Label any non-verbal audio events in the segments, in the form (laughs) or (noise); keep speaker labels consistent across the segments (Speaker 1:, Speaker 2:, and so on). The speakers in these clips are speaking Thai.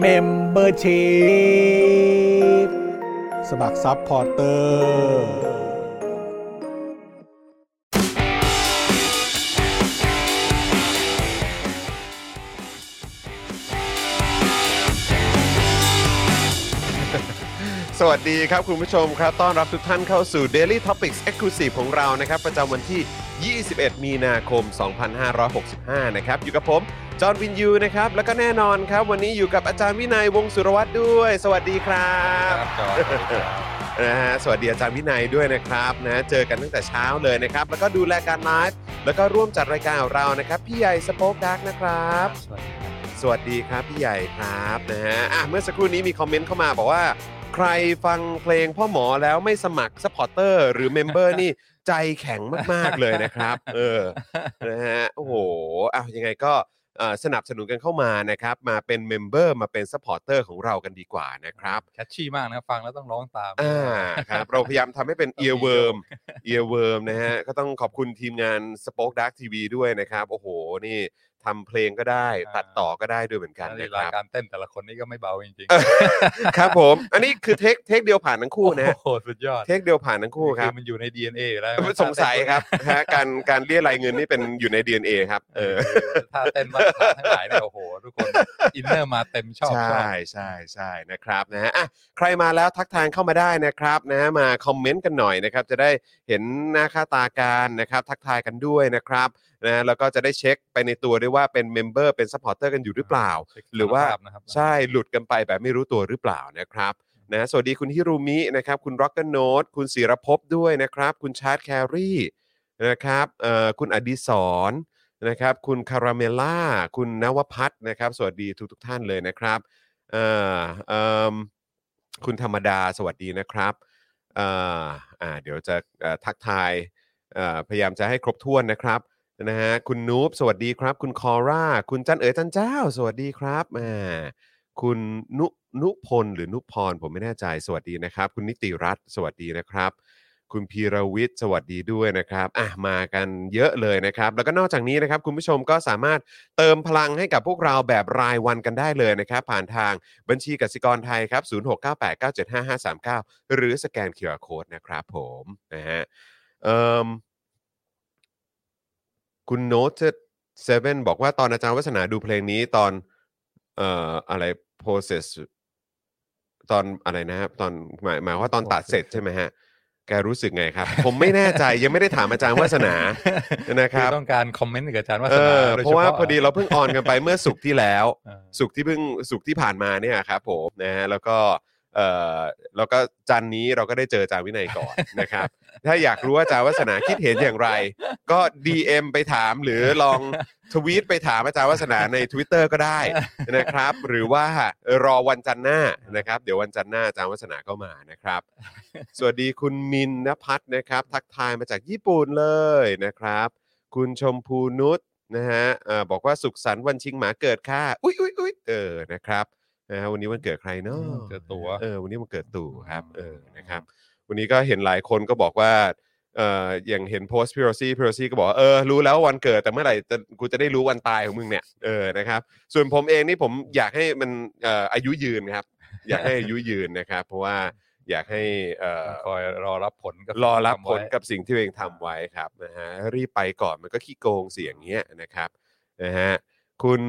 Speaker 1: เมมเบอร์ชีพสมัครซัพพอร์เตอร์
Speaker 2: สวัสดีครับ คุณผู้ชมครับ ต้อนรับทุกท่านเข้าสู่ Daily Topics Exclusive ของเรานะครับ ประจำวันที่ 21 มีนาคม 2565 นะครับ อยู่กับผม จอห์นวินยูนะครับ แล้วก็แน่นอนครับ วันนี้อยู่กับอาจารย์วินัยวงศ์สุรวัตรด้วย สวัสดีครับนะฮะสวัสดีอาจารย์วินัยด้วยนะครับนะเจอกันตั้งแต่เช้าเลยนะครับ แล้วก็ดูแลการไลฟ์แล้วก็ร่วมจัดรายการของเรานะครับพี่ใหญ่สป็อคดักนะครับ สวัสดีครับ พี่ใหญ่ครับนะฮะอ่ะเมื่อสักครู่นี้มีคอมเมนต์เข้ามาบอกว่า ใครฟังเพลงพ่อหมอแล้วไม่สมัครสปอร์เตอร์ หรือเมมเบอร์ (laughs) นี่ ใจแข็งมาก ๆ เลยนะครับ เออนะฮะโอ้โหอ้าวยังไงก็เอ่อสนับสนุนกันเข้ามานะครับ มาเป็นเมมเบอร์มาเป็นสปอร์เตอร์ของเรากันดีกว่านะครับ
Speaker 3: แคชชี่มากนะฟังแล้วต้องร้องตาม
Speaker 2: อ่าครับ
Speaker 3: (laughs)
Speaker 2: เราพยายามทำให้เป็น
Speaker 3: ต้องมี
Speaker 2: เอีย w o เวิร์มเอียเวิร์มนะฮะ ก็ต้องขอบคุณทีมงานสป็อคดักทีวีด้วยนะครับ โอ้โห นี่ทำเพลงก็ได้
Speaker 3: อ่า
Speaker 2: ตัดต่อก็ได้ด้วยเหมือนกัน
Speaker 3: ลี
Speaker 2: นะค
Speaker 3: ลา
Speaker 2: รับ
Speaker 3: การเต้นแต่ละคนนี่ก็ไม่เบาจริง
Speaker 2: เออ ครับผม อันนี้คือเทคเทคเดียวผ่านทั้ง
Speaker 3: ๆ
Speaker 2: คู่นะฮะ
Speaker 3: โอ้โหสุดยอด
Speaker 2: เทคเดียวผ่านทั้งคู่ครับ
Speaker 3: มันอยู่ใน DNA อยู่แล้ว
Speaker 2: สงสัยครับนะฮะการการเรียรายเงินนี่เป็นอยู่ใน DNA ครับ เอ
Speaker 3: เออ
Speaker 2: อ
Speaker 3: ถ้าเต้นมาตรฐานทั้งหลายเนี่ยโอ้โห ทุกคน อินเนอร์มาเต็มชอบ
Speaker 2: ใช่
Speaker 3: ชอบ
Speaker 2: ใช่ใช่นะครับนะฮะอ่ะใครมาแล้วทักทางเข้ามาได้นะครับนะฮะมาคอมเมนต์กันหน่อยนะครับ จะได้เห็นหน้าค่าตาการนะครับ ทักทายกันด้วยนะครับนะฮะแล้วก็จะได้เช็คไปในตัวด้วยว่าเป็นเมมเบอร์เป็นซัพพอร์เตอร์กันอยู่หรือเปล่า หรือว่า ใช่หลุดกันไปแบบไม่รู้ตัวหรือเปล่านะครับนะสวัสดีคุณฮิรุมินะครับคุณร็อกเกอร์โนตคุณศิรภพด้วยนะครับ คุณชาร์ตแครีนะครับเอ่อคุณอดิศรนะครับ คุณคาราเมล่า คุณนวพัฒน์นะครับ สวัสดีทุกทท่านเลยนะครับเอ่อเอิ่มคุณธรรมดาสวัสดีนะครับเอ่ออ่าเดี๋ยวจะเอ่อทักทายเอ่อพยายามจะให้ครบถ้วนนะครับ นะฮะคุณนูบสวัสดีครับ คุณคอร่า คุณจันเอ๋ยจันเจ้า สวัสดีครับแหมคุณนุนุพลหรือนุพรผมไม่แน่ใจสวัสดีนะครับ คุณนิติรัตน์สวัสดีนะครับ คุณพีรวิทย์สวัสดีด้วยนะครับอ่ะมากันเยอะเลยนะครับ แล้วก็นอกจากนี้นะครับ คุณผู้ชมก็สามารถเติมพลังให้กับพวกเราแบบรายวันกันได้เลยนะครับ ผ่านทางบัญชีกสิกรไทยครับ 0698975539 หรือสแกน QR Code นะครับผมนะฮะเอ่ม คุณโน้ตเซเว่นบอกว่าตอนอาจารย์วัฒนาดูเพลงนี้ตอนเอ่ออะไร process ตอนอะไรนะครับตอนหมายหมายว่าตอนตัดเสร็จใช่ไหมฮะ แกรู้สึกไงครับ ผมไม่แน่ใจยังไม่ได้ถามอาจารย์วัฒนา นะครับ
Speaker 3: ต้องการคอมเมนต์กับอาจารย์วา
Speaker 2: เอ
Speaker 3: สนา
Speaker 2: อ
Speaker 3: โย
Speaker 2: เพราะว่า
Speaker 3: ฉ
Speaker 2: พอดีเราเพิ่งออนกันไปเมื่อสุกร์ที่แล้ว
Speaker 3: เออ
Speaker 2: สุกร์ที่เพิ่งสุกร์ที่ผ่านมาเนี่ยครับผมนะฮะแล้วก็เอ่อแล้วก็จันนี้เราก็ได้เจออาจารย์วินัยก่อน นะครับ ถ้าอยากรู้ว่าอาจารย์วัฒนาคิดเห็นอย่างไร ก็ DM ไปถามหรือลองทวีตไปถามอาจารย์วัฒนาใน Twitter ก็ได้ (laughs) นะครับ หรือว่ารอวันจันทร์หน้านะครับ เดี๋ยววันจันทร์หน้าอาจารย์วัฒนาก็มา
Speaker 3: (laughs)
Speaker 2: นะครับ สวัสดีคุณมินนพัฒน์นะครับ ทักทายมาจากญี่ปุ่นเลยนะครับ คุณชมพูนุชนะฮะเอ่อบอกว่าสุขสันต์วันชิงหมาเกิดค่ะ อุ๊ยอุ๊ยอุ๊ยเออนะครับนะฮะวันนี้วันเกิดใครเนาะ
Speaker 3: อืมเกิดตั๋ว
Speaker 2: เออวันนี้วันเกิดตู่ครับเออ
Speaker 3: ม
Speaker 2: นะครับ วันนี้ก็เห็นหลายคนก็บอกว่าเอ่ออย่างเห็นโพสต์พิโรซี่พิโรซี่ก็บอกว่าเออรู้แล้ววันเกิดแต่เมื่อไหร่จะกูจะได้รู้วันตายของมึงเนี่ยเออนะครับ ส่วนผมเองนี่ผมอยากให้มันเอ่ออายุยืนครับ อยากให้อายุยืนนะครับ เพราะว่าอยากให้เอ่อ
Speaker 3: คอยรอรับผลกับ
Speaker 2: รอรับผล
Speaker 3: ทำไว้
Speaker 2: กับสิ่งที่ตัวเองทำไว้ครับนะฮะรีบไปก่อนมันก็ขี้โกงเสียงเงี้ยนะครับนะฮะคุณ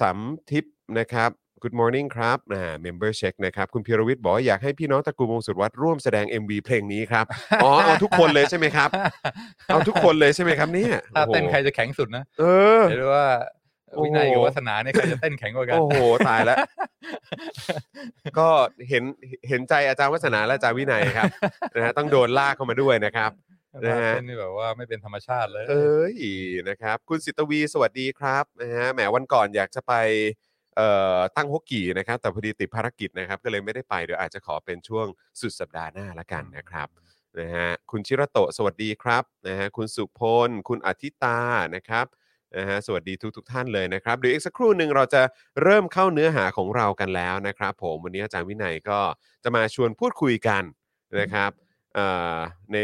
Speaker 2: สำทิพย์นะครับ Good morning ครับอ่า member check นะครับ คุณพิรวิทย์บอกว่าอยากให้พี่น้องตระกูลวงศ์สุดวัตรร่วมแสดง MV เพลงนี้ครับ อ๋อเอาทุกคนเลยใช่ไหมครับ เอาทุกคนเลยใช่ไหมครับเนี่ย
Speaker 3: ถ้า
Speaker 2: โอ้โห
Speaker 3: เต้นใครจะแข็งสุดนะ
Speaker 2: เออ
Speaker 3: เดี๋ยวดูว่า
Speaker 2: โอ้โห
Speaker 3: วินัยกับวาสนาเนี่ยใครจะเต้นแข็งกว่ากัน
Speaker 2: โอ้โห ตายแล้ว ก็เห็นเห็นใจอาจารย์วัฒนาและอาจารย์วินัยครับ นะฮะต้องโดนลากเข้ามาด้วยนะครับ
Speaker 3: (laughs)
Speaker 2: นะฮะ
Speaker 3: เต้นนี่แบบว่าไม่เป็นธรรมชาติเลย
Speaker 2: เอ้ยนะครับ คุณสิตวีสวัสดีครับนะฮะแหมวันก่อนอยากจะไปเอ่อตั้งฮกกี่นะครับ แต่พอดีติดภารกิจนะครับ ก็เลยไม่ได้ไปเดี๋ยวอาจจะขอเป็นช่วงสุดสัปดาห์หน้าละกันนะครับนะฮะคุณชิระโตะสวัสดีครับนะฮะคุณสุพล คุณอธิตานะครับนะฮะสวัสดีทุกทท่านเลยนะครับเดี๋ยวอีกสักครู่หนึ่งเราจะเริ่มเข้าเนื้อหาของเรากันแล้วนะครับ ผมวันนี้อาจารย์วินัยก็จะมาชวนพูดคุยกันนะครับ เอ่อใน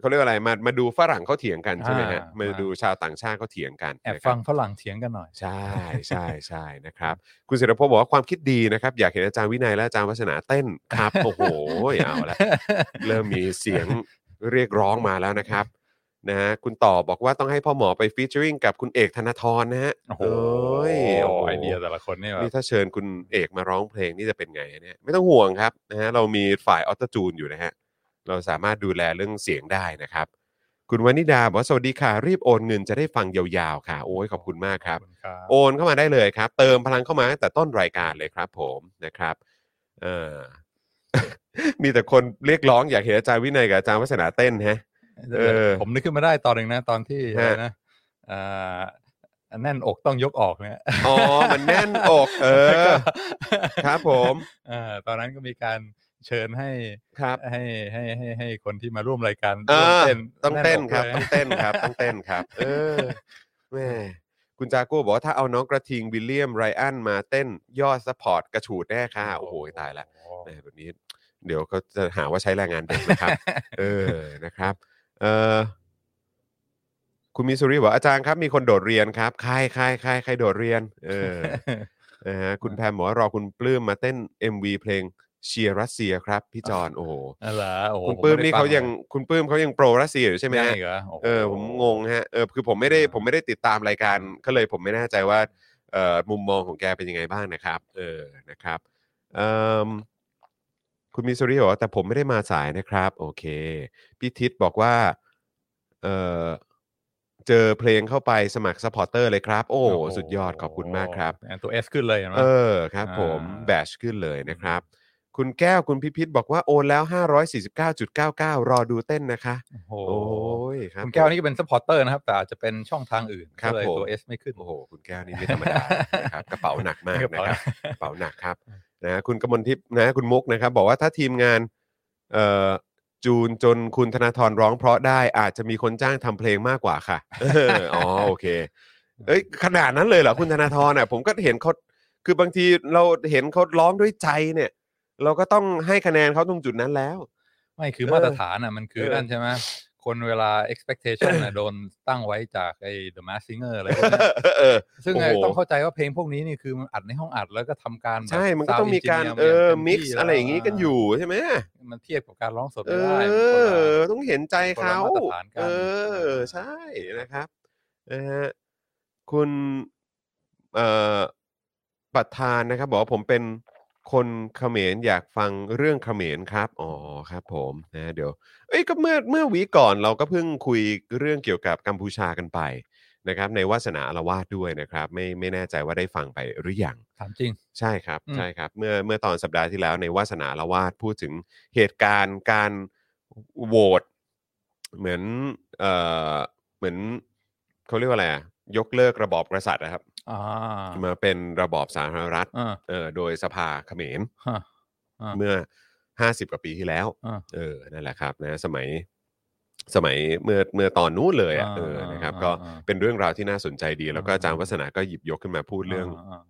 Speaker 2: เขาเรียกว่าอะไรมามาดูฝรั่งเขาเถียงกันใช่ไหมฮะมาดูชาวต่างชาติเขาเถียงกัน
Speaker 3: แอบ
Speaker 2: นะค
Speaker 3: ฟั
Speaker 2: รับ
Speaker 3: งฝรั่งเถียงกันหน่อย
Speaker 2: ใช่ใช่ใช่นะครับ คุณศิรพงศ์บอกว่าความคิดดีนะครับ อยากเห็นอาจารย์วินัยและอาจารย์วัฒนาเต้นครับ โอ้โหเอาละ
Speaker 3: (laughs)
Speaker 2: เริ่มมีเสียงเรียกร้องมาแล้วนะครับนะฮะคุณต่อบอกว่าต้องให้พ่อหมอไปฟีเจอริงกับคุณเอกธนทรนะฮะ
Speaker 3: โอ้โห
Speaker 2: เอ้ย
Speaker 3: โอ้
Speaker 2: โโห
Speaker 3: โหไอเดียแต่ละคนนี่แบบ
Speaker 2: นี่ถ้าเชิญคุณเอกมาร้องเพลงนี่จะเป็นไงเนี่ยไม่ต้องห่วงครับนะฮะเรามีฝ่ายออโตจูนอยู่นะฮะ เราสามารถดูแลเรื่องเสียงได้นะครับ คุณวนิดาบอกว่าสวัสดีค่ะ รีบโอนเงินจะได้ฟังยาวๆค่ะ โอ้ยขอบคุณมากครับ
Speaker 3: ขอณครับ
Speaker 2: โอนเข้ามาได้เลยครับ เติมพลังเข้ามาตั้งแต่ต้นรายการเลยครับผมนะครับเออ (laughs) มีแต่คนเรียกร้องอยากเห็นอาจารย์วินัยกับอาจารย์วัฒนาเต้นฮะ เออ
Speaker 3: ผมนึกขึ้นมาได้ตอนหนึ่งนะ ตอนที่
Speaker 2: ฮะ
Speaker 3: อะไรนะเอ่อแน่นอกต้องยกออกเนี่ย
Speaker 2: อ๋อมันแน่นอกเอ
Speaker 3: (laughs) แล้ว
Speaker 2: อ
Speaker 3: ก็
Speaker 2: ครับผม
Speaker 3: เออตอนนั้นก็มีการเชิญให้
Speaker 2: ครับ
Speaker 3: ให้ให้ให้ให้คนที่มาร่วมรายการ
Speaker 2: เอ
Speaker 3: ร่วม
Speaker 2: อ
Speaker 3: เต้น
Speaker 2: ต้องเต้นครับ
Speaker 3: แ
Speaker 2: ต้องเต้น (laughs) ครับ ต้องเต้นครับ เออแม่คุณจากูบอกว่าถ้าเอาน้องกระทิงวิลเลียมไรอันมาเต้นยอดสปอร์ตกระฉูดแน่ค่ะโอ้โหตายละ
Speaker 3: โอ้โห
Speaker 2: แม่แบบนี้ เดี๋ยวก็จะหาว่าใช้แรงงานเด็ก (laughs) นะครับ เออนะครับเออคุณมิสซูรีบอกอาจารย์ครับ มีคนโดดเรียนครับใครใครใครใครโดดเรียน เออ (laughs)
Speaker 3: (laughs)
Speaker 2: นะฮะคุณแพมบอกว่ารอคุณปลื้มมาเต้น MV เพลงเชียร์รัสเซียครับพี่จอนโอ้โห
Speaker 3: อ๋อเหรอโอ้โห
Speaker 2: คุณปื้มนี่
Speaker 3: ไได้
Speaker 2: เขา
Speaker 3: ฟั
Speaker 2: ยังคุณปื้มเขายังโปรรัสเซียอยู่ใช่ไหม
Speaker 3: ยัง
Speaker 2: ฮะ
Speaker 3: อีกเหรอโโห
Speaker 2: เออผมงงฮะเออคือผมไม่ได้
Speaker 3: อ่า
Speaker 2: ผมไม่ได้ติดตามรายการก็เลยผมไม่แน่ใจว่าเอ่อมุมมองของแกเป็นยังไงบ้างนะครับ เออนะครับเอิ่มคุณมิสซูรีบอกว่าแต่ผมไม่ได้มาสายนะครับ โอเคพี่ทิศบอกว่าเออเจอเพลงเข้าไปสมัครซัพพอร์เตอร์เลยครับ โอ้
Speaker 3: โอ้โห
Speaker 2: สุดยอดขอบคุณมากครับ
Speaker 3: แอนตัวเอสขึ้นเลยเห็นไหม
Speaker 2: เออครับผม
Speaker 3: อ่า
Speaker 2: แบชขึ้นเลยนะครับ คุณแก้วคุณพิพิธบอกว่าโอนแล้ว 549.99 รอดูเต้นนะคะ
Speaker 3: โอ้
Speaker 2: โอ้
Speaker 3: โห
Speaker 2: ยครับ
Speaker 3: คุณแก้วนี่ก็เป็นซัพพอร์เตอร์นะครับ แต่อาจจะเป็นช่องทางอื่น
Speaker 2: ครับ
Speaker 3: ก็เลย
Speaker 2: ผม
Speaker 3: ตัวเอสไม่ขึ้น
Speaker 2: โอ้โห คุณแก้วนี่ไม่ธรรมดานะครับ กระเป๋าหนักมาก
Speaker 3: ระ
Speaker 2: นะ
Speaker 3: เป๋า
Speaker 2: ครับ กระเป๋าหนักครับนะฮะคุณกมลทิพย์นะคุณมุกนะครับ บอกว่าถ้าทีมงานเอ่อจูนจนคุณธนาธรร้องเพราะได้อาจจะมีคนจ้างทำเพลงมากกว่าค่ะ (laughs) เอออ๋อโอเค เอ้ยขนาดนั้นเลยเหรอคุณธนาธรอ่ะผมก็เห็นเขาคือบางทีเราเห็นเขาร้องด้วยใจเนี่ย เราก็ต้องให้คะแนนเขาตรงจุดนั้นแล้ว
Speaker 3: (laughs)
Speaker 2: (laughs)
Speaker 3: ไม่คือ
Speaker 2: เออ
Speaker 3: มาตรฐานอ่ะมันคือ
Speaker 2: เออ
Speaker 3: นั่นใช่ไหมคนเวลา expectation
Speaker 2: (laughs)
Speaker 3: น่ะ โดนตั้งไว้จาก ไอ้ The Mask Singer อะไรพวกเนี้ย
Speaker 2: เออ
Speaker 3: ซึ่ง
Speaker 2: โอ้โห
Speaker 3: ไอ้ต้องเข้าใจว่าเพลงพวกนี้นี่คือมันอัดในห้องอัดแล้วก็ทำการแบบ
Speaker 2: ใช่ มันก็
Speaker 3: sound
Speaker 2: ต้องมีการ
Speaker 3: engineer
Speaker 2: เออ
Speaker 3: ย่างต็
Speaker 2: มิก
Speaker 3: ที่
Speaker 2: ซ์
Speaker 3: แล้ว
Speaker 2: อะไรอย่างนี้กันอยู่ใช่ไหม
Speaker 3: มันเทียบกับการร้องสด
Speaker 2: เอ
Speaker 3: ไม่ได้มันคนละ
Speaker 2: อ ต้องเห็นใจเขา
Speaker 3: คนละมาตรฐานกัน
Speaker 2: เออ
Speaker 3: อ่า
Speaker 2: ใช่นะครับนะฮะคุณเอ่อประธานนะครับ บอกว่าผมเป็นคนเขมรอยากฟังเรื่องเขมรครับ อ๋อครับ ผมนะเดี๋ยว เอ้ยก็เมื่อเมื่อวีก่อนเราก็เพิ่งคุยเรื่องเกี่ยวกับกัมพูชากันไปนะครับ ในวาสนาอารวาสด้วยนะครับ ไม่ไม่แน่ใจว่าได้ฟังไปหรือยัง
Speaker 3: ถามจริง
Speaker 2: ใช่ครับ
Speaker 3: อืม
Speaker 2: ใช่ครับเมื่อเมื่อตอนสัปดาห์ที่แล้วในวาสนาละวาดพูดถึงเหตุการณ์การโหวตเหมือนเอ่อเหมือนเขาเรียกว่าอะไรอะยกเลิกระบอบกษัตริย์นะครับ
Speaker 3: อ่า
Speaker 2: มาเป็นระบอบสาธารณรัฐ
Speaker 3: อ่า
Speaker 2: เออโดยสภาเขมร
Speaker 3: ฮะ อ่า
Speaker 2: เมื่อ 50 กว่าปีที่แล้ว
Speaker 3: อ่า
Speaker 2: เออนั่นแหละครับนะสมัยสมัยเมื่อเมื่อตอนนู้นเลยอะ
Speaker 3: อ่า
Speaker 2: เออนะครับ
Speaker 3: อ่า
Speaker 2: ก็
Speaker 3: อ่า
Speaker 2: เป็นเรื่องราวที่น่าสนใจดี แล้วก็อาจารย์
Speaker 3: อ่า
Speaker 2: วัฒนาก็หยิบยกขึ้นมาพูดเรื่อง
Speaker 3: อา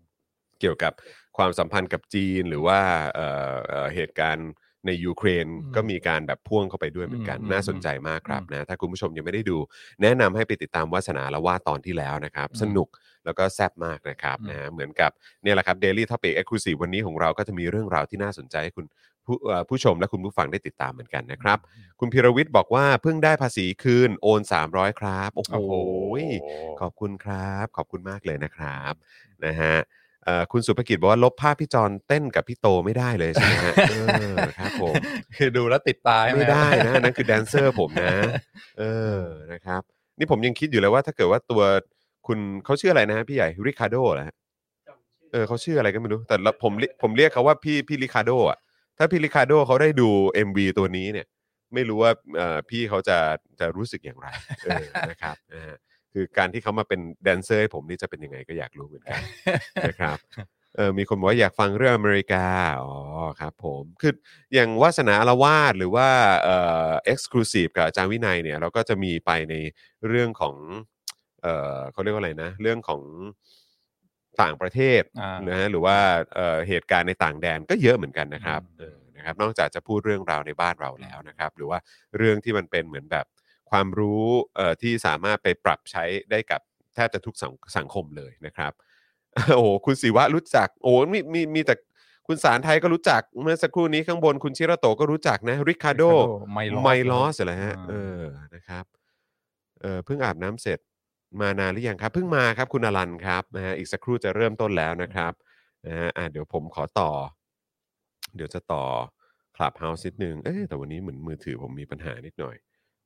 Speaker 2: เกี่ยวกับความสัมพันธ์กับจีนหรือว่าเอ่อเอ่อเหตุการณ์ในยูเครนก็มีการแบบพ่วงเข้าไปด้วยเหมือนกัน น่าสนใจมากครับนะถ้าคุณผู้ชมยังไม่ได้ดู แนะนำให้ไปติดตามวาสนาละว่าตอนที่แล้วนะครับ สนุกแล้วก็แซ่บมากนะครับนะฮะเหมือนกับเนี่ยแหละครับ Daily Topic Exclusive วันนี้ของเราก็จะมีเรื่องราวที่น่าสนใจให้คุณผู้เอ่อผู้ชมและคุณผู้ฟังได้ติดตามเหมือนกันนะครับ คุณพิรวิทย์บอกว่าเพิ่งได้ภาษีคืนโอน 300 ครับโอ้โห
Speaker 3: โอ้โห
Speaker 2: (laughs) ขอบคุณครับ ขอบคุณมากเลยนะครับนะฮะ เอ่อคุณสุภกิจบอกว่าลบภาพพี่จอนเต้นกับพี่โตไม่ได้เลยใช่ไหมฮะเออครับผม
Speaker 3: คือดูแล้วติดตาใช่ห
Speaker 2: ไม่ได้นะนั่นคือแดนเซอร์ผมนะ
Speaker 3: (laughs)
Speaker 2: เออนะครับ นี่ผมยังคิดอยู่เลยว่าถ้าเกิดว่าตัวคุณเขาชื่ออะไรนะฮะพี่ใหญ่ริคาโดเหรอฮะเออเขาชื่ออะไรก็ไม่รู้แต่ละผมเรียผมเรียกเขาว่าพี่พี่ริคาโดอ่ะถ้าพี่ริคาโดเขาได้ดู MV ตัวนี้เนี่ย ไม่รู้ว่าเอ่อพี่เขาจะจะรู้สึกอย่างไรเออนะครับนะฮะคือการที่เขามาเป็นแดนเซอร์ให้ผมนี่จะเป็นยังไงก็อยากรู้เหมือนกัน นะครับ เออมีคนบอกว่าอยากฟังเรื่องอเมริกา อ๋อครับผม คืออย่างวาสนาละวาดหรือว่าเอ่อ exclusive กับอาจารย์วินัยเนี่ยเราก็จะมีไปในเรื่องของเอ่อเขาเรียกว่าอะไรนะ เรื่องของต่างประเทศ
Speaker 3: อ่า
Speaker 2: นะฮะหรือว่าเอ่อเหตุการณ์ในต่างแดนก็เยอะเหมือนกันนะครับ
Speaker 3: อืม
Speaker 2: เออนะครับ นอกจากจะพูดเรื่องราวในบ้านเราแล้วนะครับ หรือว่าเรื่องที่มันเป็นเหมือนแบบความรู้เอ่อที่สามารถไปปรับใช้ได้กับแทบจะทุกสังสังคมเลยนะครับ (laughs) โอ้โหคุณศิวะรู้จัก โอ้โหมีมีมีแต่คุณสารไทยก็รู้จัก เมื่อสักครู่นี้ข้างบนคุณชิระโตะก็รู้จักนะ ริคาโด
Speaker 3: ไม
Speaker 2: ไมล
Speaker 3: ล
Speaker 2: อ
Speaker 3: อ
Speaker 2: ส
Speaker 3: ส
Speaker 2: เหรอฮะ
Speaker 3: อ่า
Speaker 2: เออ นะครับ เออเพิ่งอาบน้ำเสร็จมานานหรือยังครับ เพิ่งมาครับคุณอลันครับนะฮะ อีกสักครู่จะเริ่มต้นแล้วนะครับ นะฮะ อ่ะเดี๋ยวผมขอต่อ เดี๋ยวจะต่อคลับเฮาส์นิดนึง เอ๊ะแต่วันนี้เหมือนมือถือผมมีปัญหานิดหน่อย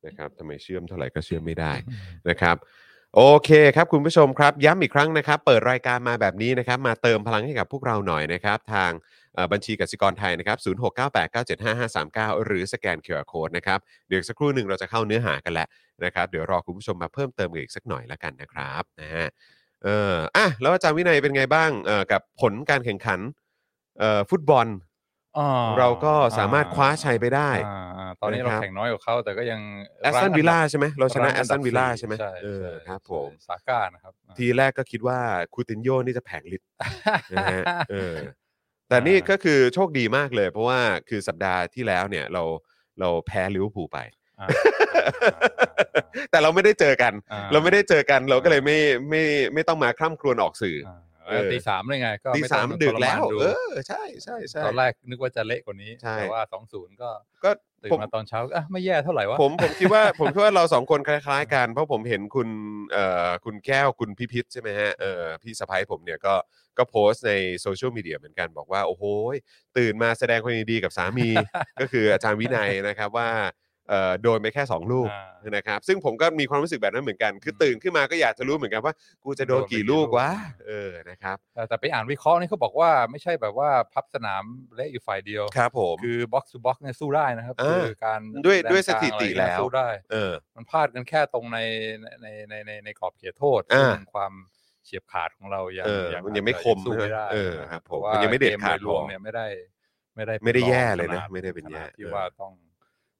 Speaker 2: นะครับทำไมเชื่อมเท่าไหร่ก็เชื่อมไม่ได้ นะครับโอเคครับคุณผู้ชมครับ ย้ำอีกครั้งนะครับ เปิดรายการมาแบบนี้นะครับ มาเติมพลังให้กับพวกเราหน่อยนะครับ ทางเอ่อบัญชีกสิกรไทยนะครับ 0698975539 หรือสแกน QR Code นะครับ เดี๋ยวอีกสักครู่หนึ่งเราจะเข้าเนื้อหากันแล้วนะครับ เดี๋ยวรอคุณผู้ชมมาเพิ่มเติมกันอีกสักหน่อยละกันนะครับนะฮะเอออ่ะแล้วอาจารย์วินัยเป็นไงบ้างเอ่อกับผลการแข่งขันเอ่อฟุตบอล
Speaker 3: อ่
Speaker 2: เราก็สามารถคว้าชัยไปได้
Speaker 3: อ่าอ่าตอนนี้เรา
Speaker 2: นะครับ
Speaker 3: แข่งน้อยกว่าเขาแต่ก็ยัง
Speaker 2: แอสตันวิลล่าใช่ไหมเราชนะ
Speaker 3: ง
Speaker 2: แอ
Speaker 3: ดับ
Speaker 2: สตันวิลล่า
Speaker 3: สี่
Speaker 2: ใช่ไหม
Speaker 3: ใช่
Speaker 2: เออ
Speaker 3: ใช่
Speaker 2: ครับผม
Speaker 3: ซาก้านะครับ (laughs)
Speaker 2: ทีแรกก็คิดว่าคูตินโยนี่จะแผงลิต นะฮะเออแต่นี่ก็คือโชคดีมากเลย เพราะว่าคือสัปดาห์ที่แล้วเนี่ยเราเราแพ้ลิเวอร์พูลไป
Speaker 3: อ่า
Speaker 2: (laughs) แต่เราไม่ได้เจอกัน
Speaker 3: อ่า
Speaker 2: เราไม่ได้เจอกันเราก็เลยไม่ไม่ไม่ต้องมาคร่ำครวญออกสื่ออ
Speaker 3: อ่า
Speaker 2: เออ
Speaker 3: ตีสามเลยไง ก็
Speaker 2: ตี
Speaker 3: ไอง
Speaker 2: สามดึกแล้ว
Speaker 3: ทรมาน
Speaker 2: เออ ใช่ใช่ใช่
Speaker 3: ตอนแรกนึกว่าจะเละกว่านี้
Speaker 2: ใช่
Speaker 3: แต่ว่าสองศูนย์ก็
Speaker 2: ก็
Speaker 3: ตื่น
Speaker 2: ผม
Speaker 3: มาตอนเช้าก็อ่ะไม่แย่เท่าไหร่วะ
Speaker 2: ผมผมคิดว่า ผมคิดว่าเราสองคนคล้ายๆ กัน เพราะผมเห็นคุณเอ่อคุณแก้วคุณพิพิธใช่ไหมฮะเออพี่สะพ้ยผมเนี่ยก็ก็โพสต์ในโซเชียลมีเดียเหมือนกันบอกว่า โอ้โหยตื่นมาแสดงความยินดีกับสามี (laughs) ก็คืออาจารย์วินัยนะครับว่าเอ่อโดนไปแค่ 2 ลูก
Speaker 3: อ่า
Speaker 2: นะครับ ซึ่งผมก็มีความรู้สึกแบบนั้นเหมือนกัน คือตื่นขึ้นมาก็อยากจะรู้เหมือนกันว่า กูจะโดนกี่ลูกวะเออนะครับ
Speaker 3: แต่แต่ไปอ่านวิเคราะห์นี่เขาบอกว่าไม่ใช่แบบว่าพับสนามเละอยู่ฝ่ายเดียว
Speaker 2: ครับผม
Speaker 3: คือบ็อกซ์ทูบ็อกซ์เนี่ยสู้ได้นะครับ
Speaker 2: อ่า
Speaker 3: คือการ
Speaker 2: ด้วย
Speaker 3: แรง
Speaker 2: ด้วยสถิติ
Speaker 3: กางอะไร
Speaker 2: แล้ว
Speaker 3: สู้ได้
Speaker 2: เออ
Speaker 3: มันพลาดกันแค่ตรงในในในในในขอบเขตโทษ
Speaker 2: อ่า
Speaker 3: ซึ่งความเฉียบขาดของเรายัง
Speaker 2: เออมันยังไม่คม
Speaker 3: สู้ไม่ได้
Speaker 2: เออครับผม
Speaker 3: พาะว่า
Speaker 2: มันยังไม่เด็ดขาด
Speaker 3: กโยรวมเนี่ยไม่ได้ ไม่ได้
Speaker 2: ไม่ได้
Speaker 3: ป็รอง
Speaker 2: แย่เลยนะ
Speaker 3: ขา
Speaker 2: ไม่ได้เป็นแย่
Speaker 3: ขดที่
Speaker 2: เออ
Speaker 3: ว่าต้อง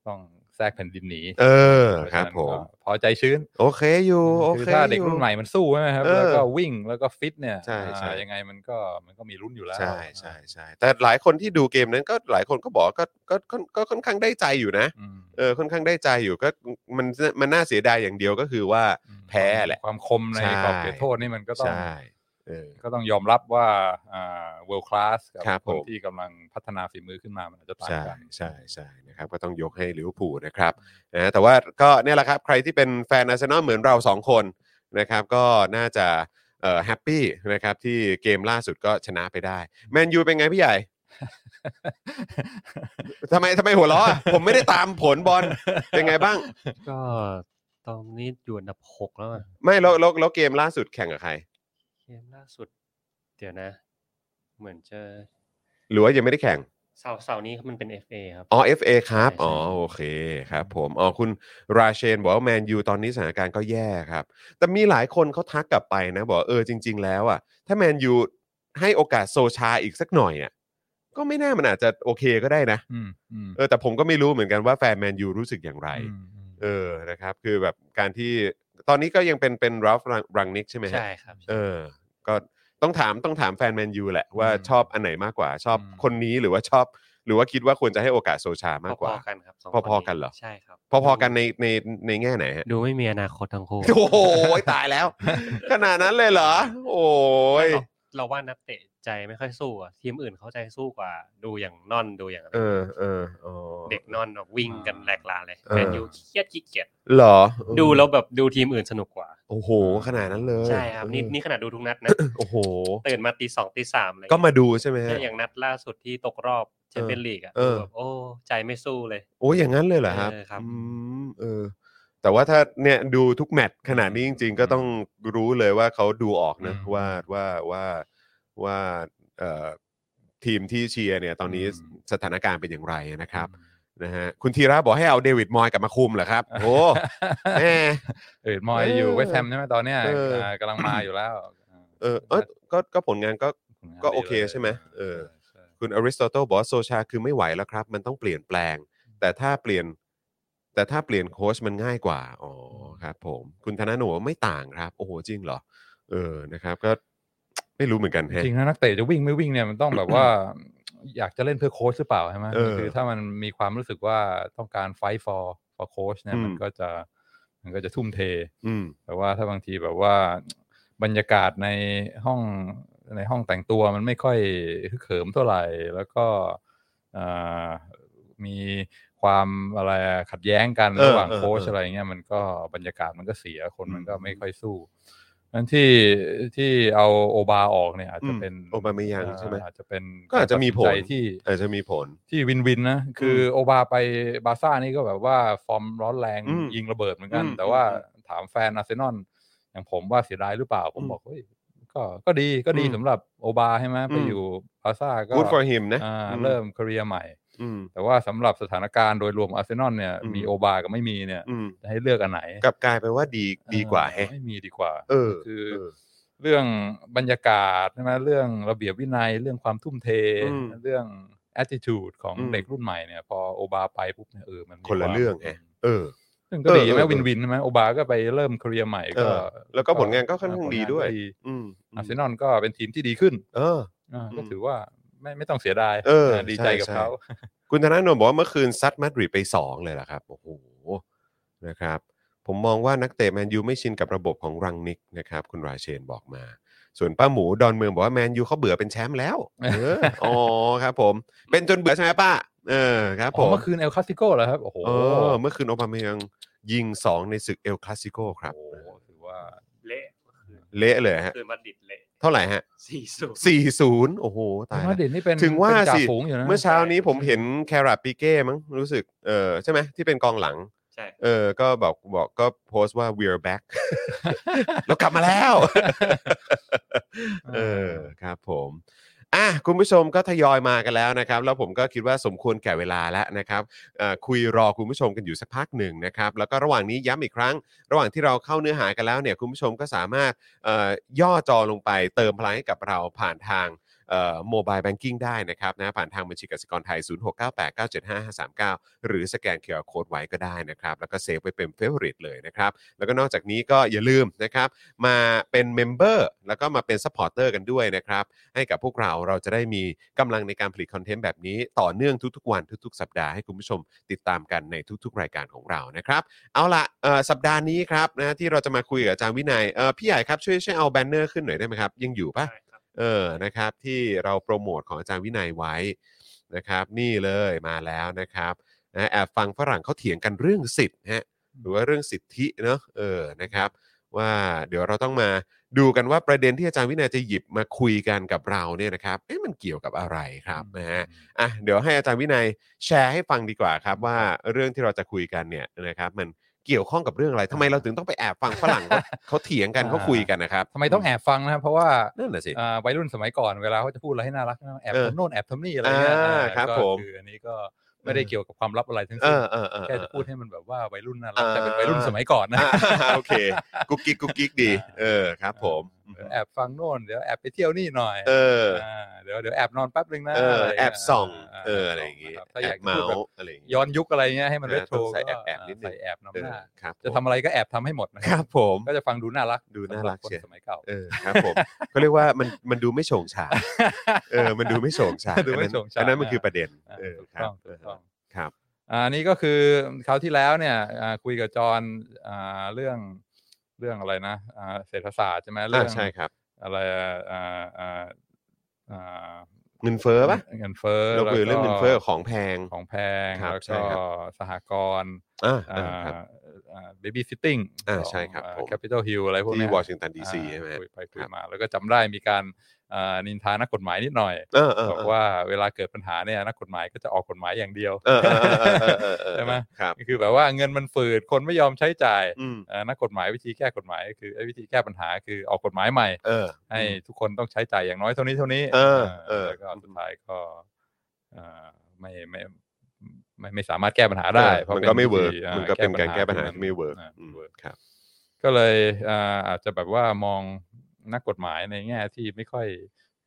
Speaker 3: ต้องแทรกแผ่นดินหนี
Speaker 2: เออค
Speaker 3: พาะฉะ
Speaker 2: รับ
Speaker 3: นั้น
Speaker 2: ผม
Speaker 3: ก็พอใจชื้น
Speaker 2: โอเคอยู่โอ
Speaker 3: คื
Speaker 2: เค
Speaker 3: ถ้าเด็ก
Speaker 2: อยู่
Speaker 3: รุ่นใหม่มันสู้ใช่ไหมครับ
Speaker 2: เออ
Speaker 3: แล้วก็วิ่งแล้วก็ฟิตเนี่ย
Speaker 2: ใช่ใช่
Speaker 3: อ่ายังไงมันก็มันก็มีลุ้นอยู่แล้ว
Speaker 2: ใช่ใช่ใช่แต่หลายคนที่ดูเกมนั้นก็หลายคนก็บอกว่าก็ก็ก็ก็ค่อนข้างได้ใจอยู่นะ
Speaker 3: อืม
Speaker 2: เออค่อนข้างได้ใจอยู่ก็มันมันน่าเสียดายอย่างเดียวก็คือว่า
Speaker 3: อืม
Speaker 2: แพ้แหละ
Speaker 3: ความคมใน
Speaker 2: ใช่
Speaker 3: ขอบเขตโทษนี่มันก็ต้อง
Speaker 2: ใช่เออ
Speaker 3: ก็ต้องยอมรับว่าอ่า world class กับ
Speaker 2: ครับ
Speaker 3: คน
Speaker 2: ผม
Speaker 3: ที่กำลังพัฒนาฝีมือขึ้นมามันอาจจะต่าง
Speaker 2: ใช่
Speaker 3: กัน
Speaker 2: ใช่
Speaker 3: (laughs)
Speaker 2: ใช่นะครับก็ต้องยกให้ลิเวอร์พูลนะครับนะแต่ว่าก็เนี่ยแหละครับใครที่เป็นแฟนอาร์เซนอลเหมือนเราสองคนนะครับก็น่าจะเอ่อแฮปปี้นะครับที่เกมล่าสุดก็ชนะไปได้แมนยูเป็นไงพี่ใหญ่ทำไมทำไมหัวเราะอะผมไม่ได้ตามผลบอลเป็นไงบ้าง
Speaker 4: ก็ตอนนี้อยู่อันดับหกแล้วอะ
Speaker 2: ไม่แล้วแล้วแล้วเกมล่าสุดแข่งกับใคร
Speaker 4: เกมล่าสุด เดี๋ยวนะ เหมือนจะ
Speaker 2: หรือว่ายังไม่ได้แข่ง
Speaker 4: เสาร์เสาร์นี้มันเป็น FA ครับ
Speaker 2: อ๋อ FA ครับ
Speaker 4: ใช่ใช่
Speaker 2: อ๋อ โอเคครับผม อ๋อ คุณราเชนบอกว่าแมนยูตอนนี้สถานการณ์ก็แย่ครับ แต่มีหลายคนเขาทักกลับไปนะ บอกว่าเออจริง ๆ แล้วอ่ะ ถ้าแมนยูให้โอกาสโซชาอีกสักหน่อยอ่ะ ก็ไม่น่ามันอาจจะโอเคก็ได้นะ
Speaker 3: อืมอืม
Speaker 2: เออ แต่ผมก็ไม่รู้เหมือนกันว่าแฟนแมนยูรู้สึกอย่างไร
Speaker 3: อืมอืม
Speaker 2: เออ นะครับ คือแบบการที่ ตอนนี้ก็ยังเป็นเป็นราฟรังนิกใช่ไหมฮะ
Speaker 4: ใช่ครับ
Speaker 2: เออ ก็ต้องถามต้องถามแฟนแมนยูแหละว่าชอบอันไหนมากกว่า ชอบคนนี้หรือว่าชอบ หรือว่าคิดว่าควรจะให้โอกาสโซชามากกว่า
Speaker 4: พอๆกันครับสง
Speaker 2: พอๆกันเหรอ
Speaker 4: ใช่ครับ
Speaker 2: พอๆกันในในในแง่ไหนฮะ
Speaker 4: ดูไม่มีอนาคตทั้งคู่
Speaker 2: โอ้โหตายแล้ว (laughs) ขนาดนั้นเลยเหรอ โอ้ย
Speaker 4: เราเราว่านักเตะใจไม่ค่อยสู้อะทีมอื่นเขาใจสู้กว่า ดูอย่างนอนดูอย่างอะไร
Speaker 2: เออเอออ๋อ
Speaker 4: เด็กนอนแบบวิ่งกันแหลกลาเลย
Speaker 2: เออ
Speaker 4: แมนยูเครียดขี้เกียจ
Speaker 2: เหรอ
Speaker 4: ดูแล้วแบบดูทีมอื่นสนุกกว่า
Speaker 2: โ โอ้โห ขนาดนั้นเลย
Speaker 4: ใช่ครับนี่นี่ขนาดดูทุกนัดนะ
Speaker 2: โอ้โห
Speaker 4: ตื่นมาตีสองตีสามอะไร
Speaker 2: ก็มาดูใช่ไหมฮะ
Speaker 4: เนี่ยอย่างนัดล่าสุดที่ตกรอบแชมเปี้ยนลีกอ่ะ
Speaker 2: เออ
Speaker 4: แบบโอ้ใจไม่สู้เลย
Speaker 2: โอ้ยอย่างนั้นเลยเหรอครับ
Speaker 4: เออครับ
Speaker 2: อืมเออ แต่ว่าถ้าเนี่ยดูทุกแมตช์ขนาดนี้จริง ๆ ก็ต้องรู้เลยว่าเขาดูออกนะ
Speaker 3: อืม
Speaker 2: ว่าว่าว่าว่าเอ่อทีมที่เชียร์เนี่ยตอนนี้
Speaker 3: อืม
Speaker 2: สถานการณ์เป็นอย่างไรนะครับนะฮะคุณธีระบอกให้เอาเดวิดมอยกลับมาคุมเหรอครับโอ้ แหม
Speaker 3: เออมอยอยู่เวสต์แฮมใช่ไหมตอนเนี้ย
Speaker 2: เอออ่
Speaker 3: ่ากำลังมาอยู่แล้ว
Speaker 2: เออเอยก็ก็ผลงานก็ ก็โอเคใช่ไหมเออ คุณอริสโตเติลบอกว่าโซชาคือไม่ไหวแล้วครับ มันต้องเปลี่ยนแปลง แต่ถ้าเปลี่ยน แต่ถ้าเปลี่ยนโค้ชมันง่ายกว่า อ๋อครับผม คุณธนาโนบอกว่าไม่ต่างครับ โอ้โหจริงเหรอ เออนะครับ ก็ไม่รู้เหมือนกันแฮะ
Speaker 3: จริงนะนักเตะจะวิ่งไม่วิ่งเนี่ยมันต้องแบบว่า (coughs) อยากจะเล่นเพื่อโค้ชหรือเปล่าใช่ไหม
Speaker 2: เออ
Speaker 3: คือถ้ามันมีความรู้สึกว่าต้องการไฟ for for โค้ชเนี่ย
Speaker 2: อืม
Speaker 3: มันก็จะมันก็จะทุ่มเท
Speaker 2: อืม
Speaker 3: แต่ว่าถ้าบางทีแบบว่าบรรยากาศในห้องในห้องแต่งตัวมันไม่ค่อยฮึกเหิมเท่าไหร่ แล้วก็อ่ามีความอะไรอะขัดแย้งกัน
Speaker 2: เออ
Speaker 3: ระหว่าง
Speaker 2: เออ
Speaker 3: โค้ช
Speaker 2: เอออ
Speaker 3: อะไรเงี้ยมันก็บรรยากาศมันก็เสียคนมันก็
Speaker 2: อืม
Speaker 3: ไม่ค่อยสู้นั้นที่ที่เอาโอบาออกเนี่ยอาจจะเป็น
Speaker 2: โอบาเมยังใช่ไหม
Speaker 3: อาจจะเป็น
Speaker 2: ก็อาจจะมีผล
Speaker 3: การตัดสินใจที่
Speaker 2: อาจจะมีผล
Speaker 3: ที่วินวินนะ คือโอบาไปบาร์ซ่านี่ก็แบบว่าฟอร์มร้อนแรง
Speaker 2: อืม
Speaker 3: ยิงระเบิดเหมือนกัน
Speaker 2: อืม
Speaker 3: แต่ว่า
Speaker 2: อื
Speaker 3: ถามแฟนอาร์เซนอลอย่างผมว่าเสียดายหรือเปล่า ผม
Speaker 2: อืม
Speaker 3: บอกเฮ้ยก็ก็ดีก็ดี
Speaker 2: อืม
Speaker 3: สำหรับโอบาใช่ไหมไป
Speaker 2: อืม
Speaker 3: อยู่บาร์ซ่าก็
Speaker 2: good for him นะ
Speaker 3: อ่า
Speaker 2: อื
Speaker 3: เริ่มคาเรียใหม่
Speaker 2: อืม
Speaker 3: แต่ว่าสำหรับสถานการณ์โดยรวมอาร์เซนอลเนี่ย
Speaker 2: อืม
Speaker 3: มีโอบากับไม่มีเนี่ย
Speaker 2: อืม
Speaker 3: จะให้เลือกอันไหน
Speaker 2: กลับกลายเป็นว่าดีดีกว่าแฮะ
Speaker 3: ไม่มีดีกว่า
Speaker 2: เออ
Speaker 3: คือ
Speaker 2: เออ
Speaker 3: เรื่องบรรยากาศใช่ไหมเรื่องระเบียบวินัย เรื่องความทุ่มเท
Speaker 2: อืม
Speaker 3: เรื่อง attitude ของ
Speaker 2: อืม
Speaker 3: เด็กรุ่นใหม่เนี่ย พอโอบาไปปุ๊บเนี่ยเออมันมี
Speaker 2: คนละ
Speaker 3: วาม
Speaker 2: เรื่องไง เออ
Speaker 3: ซึ่งก็
Speaker 2: เออ
Speaker 3: ดีใช่ไหม
Speaker 2: เออ
Speaker 3: วินวินใช่ไหมโอบาก็ไปเริ่มคาเรียใหม่ก็
Speaker 2: เออแล้วก็ผลงานก็ค่อนข้างดีด้วย
Speaker 3: ผลนก็
Speaker 2: อืม
Speaker 3: อาร์เซนอลก็เป็นทีมที่ดีขึ้น
Speaker 2: เออ
Speaker 3: อ่าก็
Speaker 2: อืม
Speaker 3: ถือว่าไม่ไม่ต้องเสียดาย
Speaker 2: เออ
Speaker 3: นะดีใจกับ
Speaker 2: ใช่ใช่
Speaker 3: เขา
Speaker 2: คุณธนาโนมบอกว่าเมื่อคืนซัดมาดริดไป 2 เลยล่ะครับ โอ้โหนะครับ ผมมองว่านักเตะแมนยูไม่ชินกับระบบของรังนิกนะครับ คุณราเชนบอกมา ส่วนป้าหมูดอนเมืองบอกว่าแมนยูเขาเบื่อเป็นแชมป์แล้วเอออ๋อครับผม เป็นจนเบื่อใช่ไหมป้า เออครับผ
Speaker 3: อ๋อ
Speaker 2: ม
Speaker 3: เมื่อคืนเอลคาสิโก้เหรอครับ โอ้โห
Speaker 2: เออ เมื่อคืนโอปาเมยังยิง 2 ในศึกเอลคลาสิโกครับ
Speaker 3: โอ้โหถือว่า
Speaker 4: เละเมื่อคืน
Speaker 2: เละเลยฮะ
Speaker 4: คืนบัณฑิตเละ
Speaker 2: เท่าไหร่ฮะ
Speaker 4: สี่สูนย์
Speaker 2: 40 โอ้โห ตาย
Speaker 3: มา
Speaker 2: แล้ว
Speaker 3: ดริดนี่เป็น
Speaker 2: ถึงว่า
Speaker 3: เป็นจ่
Speaker 2: สิ
Speaker 3: ฝูงอยู่นะ
Speaker 2: เมื่อเช้านี้ผมเห็นแคราปิเก้มั้งรู้สึกเออใช่ไหมที่เป็นกองหลัง
Speaker 4: ใช่
Speaker 2: เออ ก็บอกบอกก็โพสต์ว่า we're back (laughs) เรากลับมาแล้ว เออ ครับผม อ่ะ คุณผู้ชมก็ทยอยมากันแล้วนะครับ แล้วผมก็คิดว่าสมควรแก่เวลาแล้วนะครับเอ่อคุยรอคุณผู้ชมกันอยู่สักพักหนึ่งนะครับ แล้วก็ระหว่างนี้ย้ำอีกครั้ง ระหว่างที่เราเข้าเนื้อหากันแล้วเนี่ย คุณผู้ชมก็สามารถเอ่อย่อจอลงไปเติมพลังให้กับเราผ่านทาง โมบายแบงกิ้งได้นะครับนะผ่านทางบัญชีกสิกรไทย 0698975539 หรือสแกนเคอร์โคดไว้ก็ได้นะครับ แล้วก็เซฟไว้เป็นเฟ v o r i t e เลยนะครับ แล้วก็นอกจากนี้ก็อย่าลืมนะครับ มาเป็นเมมเบอร์แล้วก็มาเป็นซัพพอร์เตอร์กันด้วยนะครับ ให้กับพวกเราเราจะได้มีกำลังในการผลิตคอนเทนต์แบบนี้ ต่อเนื่องทุกๆวันทุกๆ สัปดาห์ให้คุณผู้ชมติดตามกันในทุกๆ รายการของเรานะครับ เอาละเอ่อสัปดาห์นี้ครับนะที่เราจะมาคุยกับอาจารย์วินัยเอ่อพี่ใหญ่ครับช่วยช่วยเอาแบนเนอร์ขึ้นหน่อยได้ไหมครับยังอยู่ปะ
Speaker 4: ใช่ครับ
Speaker 2: เออ นะครับ ที่เราโปรโมทของอาจารย์วินัยไว้นะครับ นี่เลยมาแล้วนะครับนะแอบฟังฝรั่งเขาเถียงกันเรื่องสิทธิ์ฮะ หรือว่าเรื่องสิทธิเนาะ เออ นะครับ ว่าเดี๋ยวเราต้องมาดูกันว่าประเด็นที่อาจารย์วินัยจะหยิบมาคุยกันกับเราเนี่ยนะครับ เอ๊ะมันเกี่ยวกับอะไรครับนะฮะ อ่ะ เดี๋ยวให้อาจารย์วินัยแชร์ให้ฟังดีกว่าครับว่าเรื่องที่เราจะคุยกันเนี่ยนะครับ มันเกี่ยวข้องกับเรื่องอะไรทำไมเราถึงต้องไปแอบฟังฝรั่งเขาเขาเถียง
Speaker 3: (laughs)
Speaker 2: กันเขาคุยกันนะครับ
Speaker 3: ทำไมต้องแอบฟังนะครับเพราะว่า
Speaker 2: นั่นแหละสิ
Speaker 3: อ่าวัยรุ่นสมัยก่อนเวลาเขาจะพูดอะไรให้น่ารักนะแอบ
Speaker 2: เออ
Speaker 3: ทำโน่นแอบทำนี่อะไรเงี้ย
Speaker 2: อ่า
Speaker 3: อ่า
Speaker 2: ครับ
Speaker 3: ก็
Speaker 2: ผม
Speaker 3: คืออันนี้ก็ไม่ได้
Speaker 2: เออ
Speaker 3: เกี่ยวกับความลับอะไรทั้ง
Speaker 2: เอ
Speaker 3: สิ้น
Speaker 2: อเออเออ
Speaker 3: แค่จะพูดให้มันแบบว่าวัยรุ่นน่ารัก
Speaker 2: อ่า
Speaker 3: แต่เป็นวัยรุ่นสมัยก่อนนะ
Speaker 2: อ่าโอเค กุ๊กกิ๊กกุ๊กกิ๊กดี เออครับผม
Speaker 3: เดี๋ยวแอบฟังโน่นเดี๋ยวแอบไปเที่ยวนี่หน่อย
Speaker 2: เออ
Speaker 3: าเดี๋ยวเดี๋ยวแอบนอนแป๊บนึงนะ
Speaker 2: เออ
Speaker 3: ะไรเย
Speaker 2: แอบส่อง
Speaker 3: า
Speaker 2: เอออะไรอย่างงี้
Speaker 3: ครับถ้า
Speaker 2: แอ
Speaker 3: อยา
Speaker 2: บ
Speaker 3: กจะ
Speaker 2: เมา
Speaker 3: พูดแบบ
Speaker 2: ส์อะไรอย่างงี้
Speaker 3: ย้อนยุคอะไรเงี้ยให้มัน
Speaker 2: เอ
Speaker 3: เร
Speaker 2: อ
Speaker 3: โทร
Speaker 2: ต้องใส่แอบแอบนิดนึง
Speaker 3: ใส่แอบน้ำหน้า
Speaker 2: เออครับ
Speaker 3: จะ
Speaker 2: ผม
Speaker 3: ทำอะไรก็แอบทำให้หมดนะ
Speaker 2: ค
Speaker 3: ค
Speaker 2: รั
Speaker 3: รับบ
Speaker 2: ผม
Speaker 3: ก็จะฟังดูน่ารัก
Speaker 2: ดูน่ารัก
Speaker 3: สำหบคน
Speaker 2: เชียว
Speaker 3: สมัยเก่า
Speaker 2: เออครับผมเขาเรียกว่ามันมันดูไม่โฉงฉางเออ มันดูไม่โฉงฉาง
Speaker 3: (laughs) ดูไม่โฉงฉาง
Speaker 2: อันนั้นมันคือประเด็น
Speaker 3: อ่า
Speaker 2: เออ
Speaker 3: ถูก
Speaker 2: ครั
Speaker 3: ต้
Speaker 2: บ
Speaker 3: องถูกต้อง
Speaker 2: ครับ
Speaker 3: อาอันนี้ก็คือคราวที่แล้วเนี่ยอ่าคุยกับจอห์นอ่าเรื่องเรื่องอะไรนะอ่าเศรษฐศาสตร์ใช่ไหมเรื่
Speaker 2: อ่า
Speaker 3: อง
Speaker 2: ใช่ครับ
Speaker 3: อะไรอ่ะอ่าอ่าอ่า
Speaker 2: เงินเฟ้อปะ
Speaker 3: เงินเฟ้อ
Speaker 2: เราคุยเรื่องเงินเฟ้อของแพง
Speaker 3: ของแพง
Speaker 2: ครับ
Speaker 3: แล้ว
Speaker 2: ใช่
Speaker 3: ก็
Speaker 2: ครับ
Speaker 3: สหกรณ์
Speaker 2: อ่า
Speaker 3: อ่
Speaker 2: อ่าครับ
Speaker 3: า เบบี้ซิตติ้ง
Speaker 2: อ่าใช่ครับผม
Speaker 3: แคปิตอลฮิลอะไรพวก
Speaker 2: ที่
Speaker 3: เนี้ย
Speaker 2: Washington DC
Speaker 3: อ่า
Speaker 2: ใช่ไหม
Speaker 3: คุยไปคุ
Speaker 2: ค
Speaker 3: ย
Speaker 2: รับ
Speaker 3: มา แล้วก็จำได้มีการอ่านินทานักกฎหมายนิดหน่อย
Speaker 2: เออเออ
Speaker 3: บอกว่าเวลาเกิดปัญหาเนี่ยนักกฎหมายก็จะออกกฎหมายอย่างเดียว
Speaker 2: เออเออเออเออเออเออ
Speaker 3: ใช่ไหม
Speaker 2: ครับ
Speaker 3: คือแบบว่าเงินมันฝืดคนไม่ยอมใช้จ่าย
Speaker 2: อืม
Speaker 3: เอ่อนักกฎหมายวิธีแก้กฎหมายก็คือไอ้วิธีแก้ปัญหาคือออกกฎหมายใหม่
Speaker 2: เออ
Speaker 3: ให้ทุกคนต้องใช้จ่ายอย่างน้อยเท่านี้เท่านี้
Speaker 2: เออ
Speaker 3: เออ
Speaker 2: เออ
Speaker 3: แล้วก็สุดท้ายก็เอ่อไม่ไม่ไม่ไม่สามารถแก้ปัญหาได้ เพราะ
Speaker 2: มัน
Speaker 3: ป็
Speaker 2: ก็ไม่เวิร์ก
Speaker 3: ธีอ่อ
Speaker 2: มันก็เป็นการแก้ปัญหาที่ไม่เวิร์ก
Speaker 3: อ่า
Speaker 2: อืม
Speaker 3: เวิร์ก
Speaker 2: ครับ
Speaker 3: ก็เลยอ่าอาจจะแบบว่ามองนักกฎหมายในแง่ที่ไม่ค่อย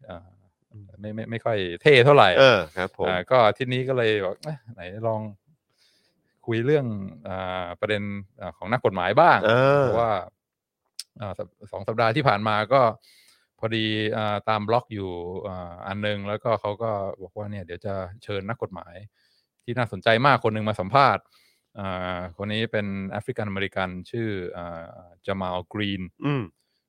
Speaker 3: เอ่อไม่ไม่ไม่ค่อยเท่เท่าไหร่
Speaker 2: เออครับผม
Speaker 3: อ่าก็อาที่นี้ก็เลยบอกเอ๊ะไหนลองคุยเรื่องอาประเด็นอ่าของนักกฎหมายบ้าง
Speaker 2: เออ
Speaker 3: เพราะว่าอ่าสัปสองสัปดาห์ที่ผ่านมาก็พอดีอ่าตามบล็อกอยู่อ่าอันหนึง แล้วก็เขาก็บอกว่าเนี่ยเดี๋ยวจะเชิญนักกฎหมาย ที่น่าสนใจมากคนหนึ่งมาสัมภาษณ์อ่าคนนี้เป็นแอฟริกันอเมริกันชื่อจามากรีน
Speaker 2: อืม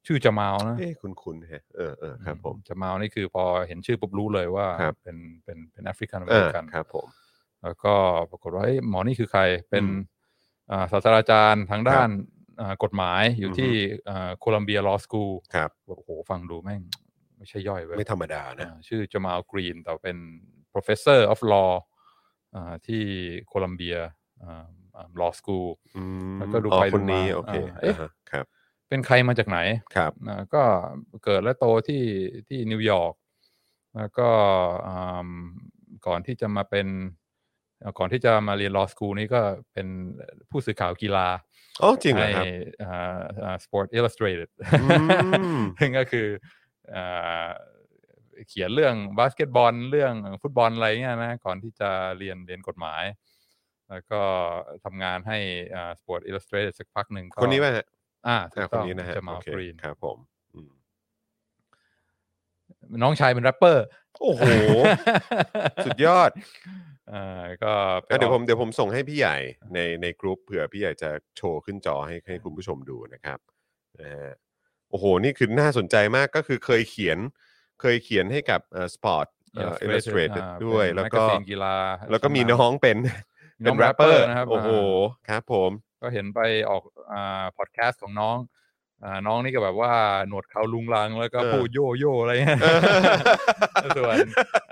Speaker 3: ชื่อจามานะ
Speaker 2: เอ้คุณคุณฮะเออเออครับผม
Speaker 3: จามานี่คือพอเห็นชื่อปุ๊บรู้เลยว่า
Speaker 2: ครับ
Speaker 3: เป็นเป็นเป็นแอฟริกันอเม
Speaker 2: เอ
Speaker 3: ริ
Speaker 2: อ
Speaker 3: กัน
Speaker 2: ครับผม
Speaker 3: แล้วก็ปรากฏว่าเอ้ยหมอนี่คือใครเป็น
Speaker 2: อืม
Speaker 3: อ่าศาสตราจารย์ทางด้านอ่ากฎหมายอยู่
Speaker 2: อือฮึ
Speaker 3: ที่โคลัมเบียลอสกูล
Speaker 2: ครับ
Speaker 3: โอ้โหฟังดูแม่งไม่ใช่ย่อยเว้ย
Speaker 2: ไม่ธรรมดานะ
Speaker 3: อ่าชื่อจม a ลกรีนแต่เป็น professor of law อ่าที่โคลัมเบียอ่าอ่า law school
Speaker 2: อืม
Speaker 3: แล้วก็ดู
Speaker 2: อ๋อ
Speaker 3: ไปดู
Speaker 2: คนนี้
Speaker 3: มา
Speaker 2: โอเค
Speaker 3: อ่าเอ๊ะ
Speaker 2: อ่าฮะครับ
Speaker 3: เป็นใครมาจากไหน
Speaker 2: ครับ
Speaker 3: อ่าก็เกิดและโตที่ที่นิวยอร์กแล้วก็อ่าก่อนที่จะมาเป็นเอ่อก่อนที่จะมาเรียน law school นี่ก็เป็นผู้สื่อข่าวกีฬา
Speaker 2: อ๋อจริงเหรอครับ
Speaker 3: ให้อ่าอ่า Sport Illustrated
Speaker 2: อืม
Speaker 3: ซึ่ง (laughs) ก็คืออ่าเขียนเรื่องบาสเกตบอลเรื่องฟุตบอลอะไรเงี้ยนะก่อนที่จะเรียนเรียนกฎหมาย แล้วก็ทำงานให้อ่า Sport Illustrated สักพักหนึ่งก็
Speaker 2: คนนี้ป่ะฮะ
Speaker 3: อ่าถู
Speaker 2: อ่าก ค
Speaker 3: ต้
Speaker 2: น
Speaker 3: อง
Speaker 2: นี้นะฮะ
Speaker 3: จะมา
Speaker 2: โอเค
Speaker 3: กรีน
Speaker 2: ครับผมอืม
Speaker 3: น้องชายเป็นแรปเปอร์
Speaker 2: โอ้โห สุดยอด
Speaker 3: อ่าก็ไป
Speaker 2: อ่ะเดี๋ยว
Speaker 3: อ
Speaker 2: ผ
Speaker 3: อก
Speaker 2: มเดี๋ยวผมส่งให้พี่ใหญ่ในในกรุ๊ปเผื่อพี่ใหญ่จะโชว์ขึ้นจอให้ให้คุณผู้ชมดูนะครับนะฮะโอ้โห นี่คือน่าสนใจมากก็คือเคยเขียนเคยเขียนให้กับเอ่อสปอร์ตเอ่อ illustrated
Speaker 3: า
Speaker 2: ด้วย
Speaker 3: เป็น
Speaker 2: แล้ว
Speaker 3: แมก
Speaker 2: ก็
Speaker 3: กาซีนกีฬา
Speaker 2: แล้วก็มี
Speaker 3: ใช่ไห
Speaker 2: น้องเป็น
Speaker 3: มี
Speaker 2: เป็
Speaker 3: น้อน ง
Speaker 2: แรป
Speaker 3: แรป
Speaker 2: เป
Speaker 3: เป
Speaker 2: อ
Speaker 3: อ
Speaker 2: ร์
Speaker 3: ร์นะครับ
Speaker 2: โอ้โห
Speaker 3: า
Speaker 2: ครับผม
Speaker 3: ก็เห็นไปออกอ่าพอดแคสต์ของน้องอ่าน้องนี่ก็แบบว่าหนวดเขาลุงลังแล้วก็
Speaker 2: เออ
Speaker 3: พูดโยโย่อะไรเงี้ย
Speaker 2: เออ
Speaker 3: (laughs) ส่วน